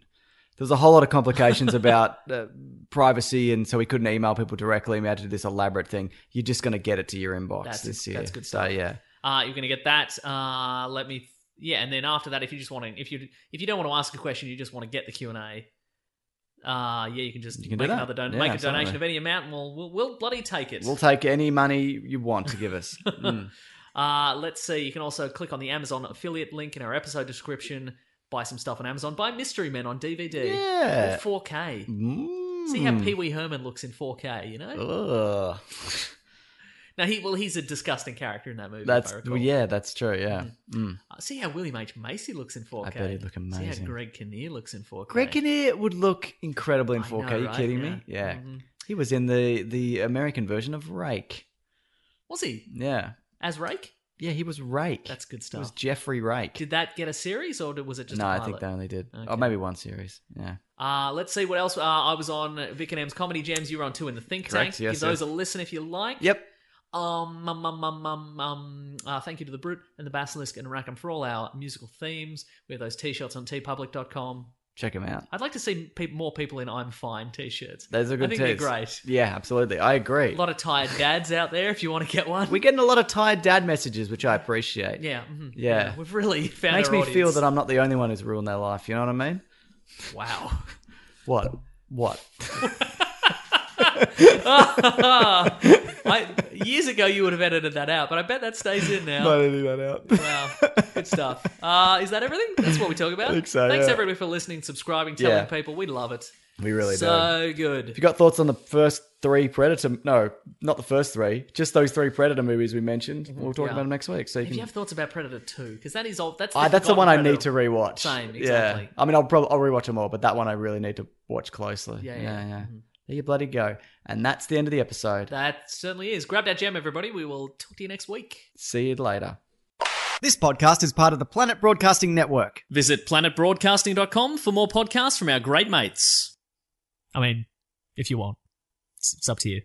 B: there's a whole lot of
C: *laughs*
B: complications about uh, privacy and so we couldn't email people directly. We had to do this elaborate thing. You're just going to get it to your inbox
C: That's-
B: this year.
C: that's good
B: So
C: stuff.
B: yeah.
C: Uh, you're going to get that. Uh, let me, yeah, and then after that, if you just want to, if you if you don't want to ask a question, you just want to get the Q and A. Uh, yeah, you can just
B: You can do
C: make
B: that.
C: another don-
B: Yeah,
C: make a
B: absolutely.
C: donation of any amount, and we'll we'll, we'll bloody take it.
B: We'll take any money you want to give
C: *laughs*
B: us. Mm.
C: uh, let's see. You can also click on the Amazon affiliate link in our episode description. Buy some stuff on Amazon. Buy Mystery Men on DVD.
B: Yeah.
C: Or 4K.
B: Mm.
C: See how Pee Wee Herman looks in 4K. You
B: Oh.
C: know.
B: Ugh.
C: Now he well he's a disgusting character in that movie. if
B: That's
C: I recall.
B: well, yeah, that's true. Yeah. Mm.
C: Uh, See how William H Macy looks in 4K.
B: I bet he'd look
C: See
B: amazing.
C: how Greg Kinnear looks in 4K.
B: Greg Kinnear would look incredible in
C: I
B: 4K.
C: know,
B: you
C: right?
B: kidding
C: Yeah.
B: me? Yeah.
C: Mhm.
B: He was in the the American version of Rake.
C: Was he
B: Yeah.
C: as Rake?
B: Yeah, he was Rake.
C: That's good
B: It was
C: stuff.
B: Jeffrey Rake.
C: Did that get a series or was it just
B: no,
C: a
B: I
C: pilot?
B: think they only did.
C: Okay.
B: Or maybe one series. Yeah.
C: Uh, let's see what else. Uh, I was on Vic and M's Comedy Jams. You were on Two in the Think
B: Correct,
C: Tank.
B: yes,
C: Give those
B: yes.
C: a listen if you like.
B: Yep.
C: um, um, um, um, um, um, uh, thank you to the Brute and the Basilisk and Rackham for all our musical themes. We have those t-shirts on tpublic.com.
B: Check them out.
C: I'd like to see pe- more people in I'm Fine t-shirts.
B: Those are good
C: I think
B: tits.
C: they're great.
B: Yeah, absolutely. I agree.
C: A lot of tired dads out there if you want to get one.
B: We're getting a lot of tired dad messages, which I appreciate.
C: yeah, mhm.
B: Yeah.
C: We've really found
B: Makes
C: our
B: me feel
C: audience.
B: that I'm not the only one who's ruined their life. You know what I mean?
C: Wow.
B: What? What?
C: I, years ago, you would have edited that out, but I bet that stays in now.
B: editing that out.
C: *laughs* Wow, good stuff. Uh, is that everything? That's what we talk about.
B: think so,
C: Thanks
B: yeah.
C: everybody for listening, subscribing, telling
B: Yeah.
C: people. We love it.
B: We really do.
C: so
B: If you
C: good.
B: got thoughts on the first three Predator, no, not the first three, just those three Predator movies we mentioned, we'll talk
C: yeah.
B: about them next week. So you
C: If
B: can.
C: you have thoughts about Predator Two, because that is all. That's the *laughs*
B: Ah, that's the
C: forgotten
B: one I
C: Predator.
B: need to rewatch.
C: Same,
B: Yeah.
C: exactly.
B: I mean, I'll probably I'll rewatch them all, but that one I really need to watch closely.
C: Yeah,
B: Yeah,
C: yeah.
B: yeah. There you bloody go. And that's the end of the episode.
C: That certainly is. Grab that gem, everybody. We will talk to you next week.
B: See you later.
E: This podcast is part of the Planet Broadcasting Network.
C: Visit planetbroadcasting.com for more podcasts from our great mates. I mean, if you want, it's, it's up to you.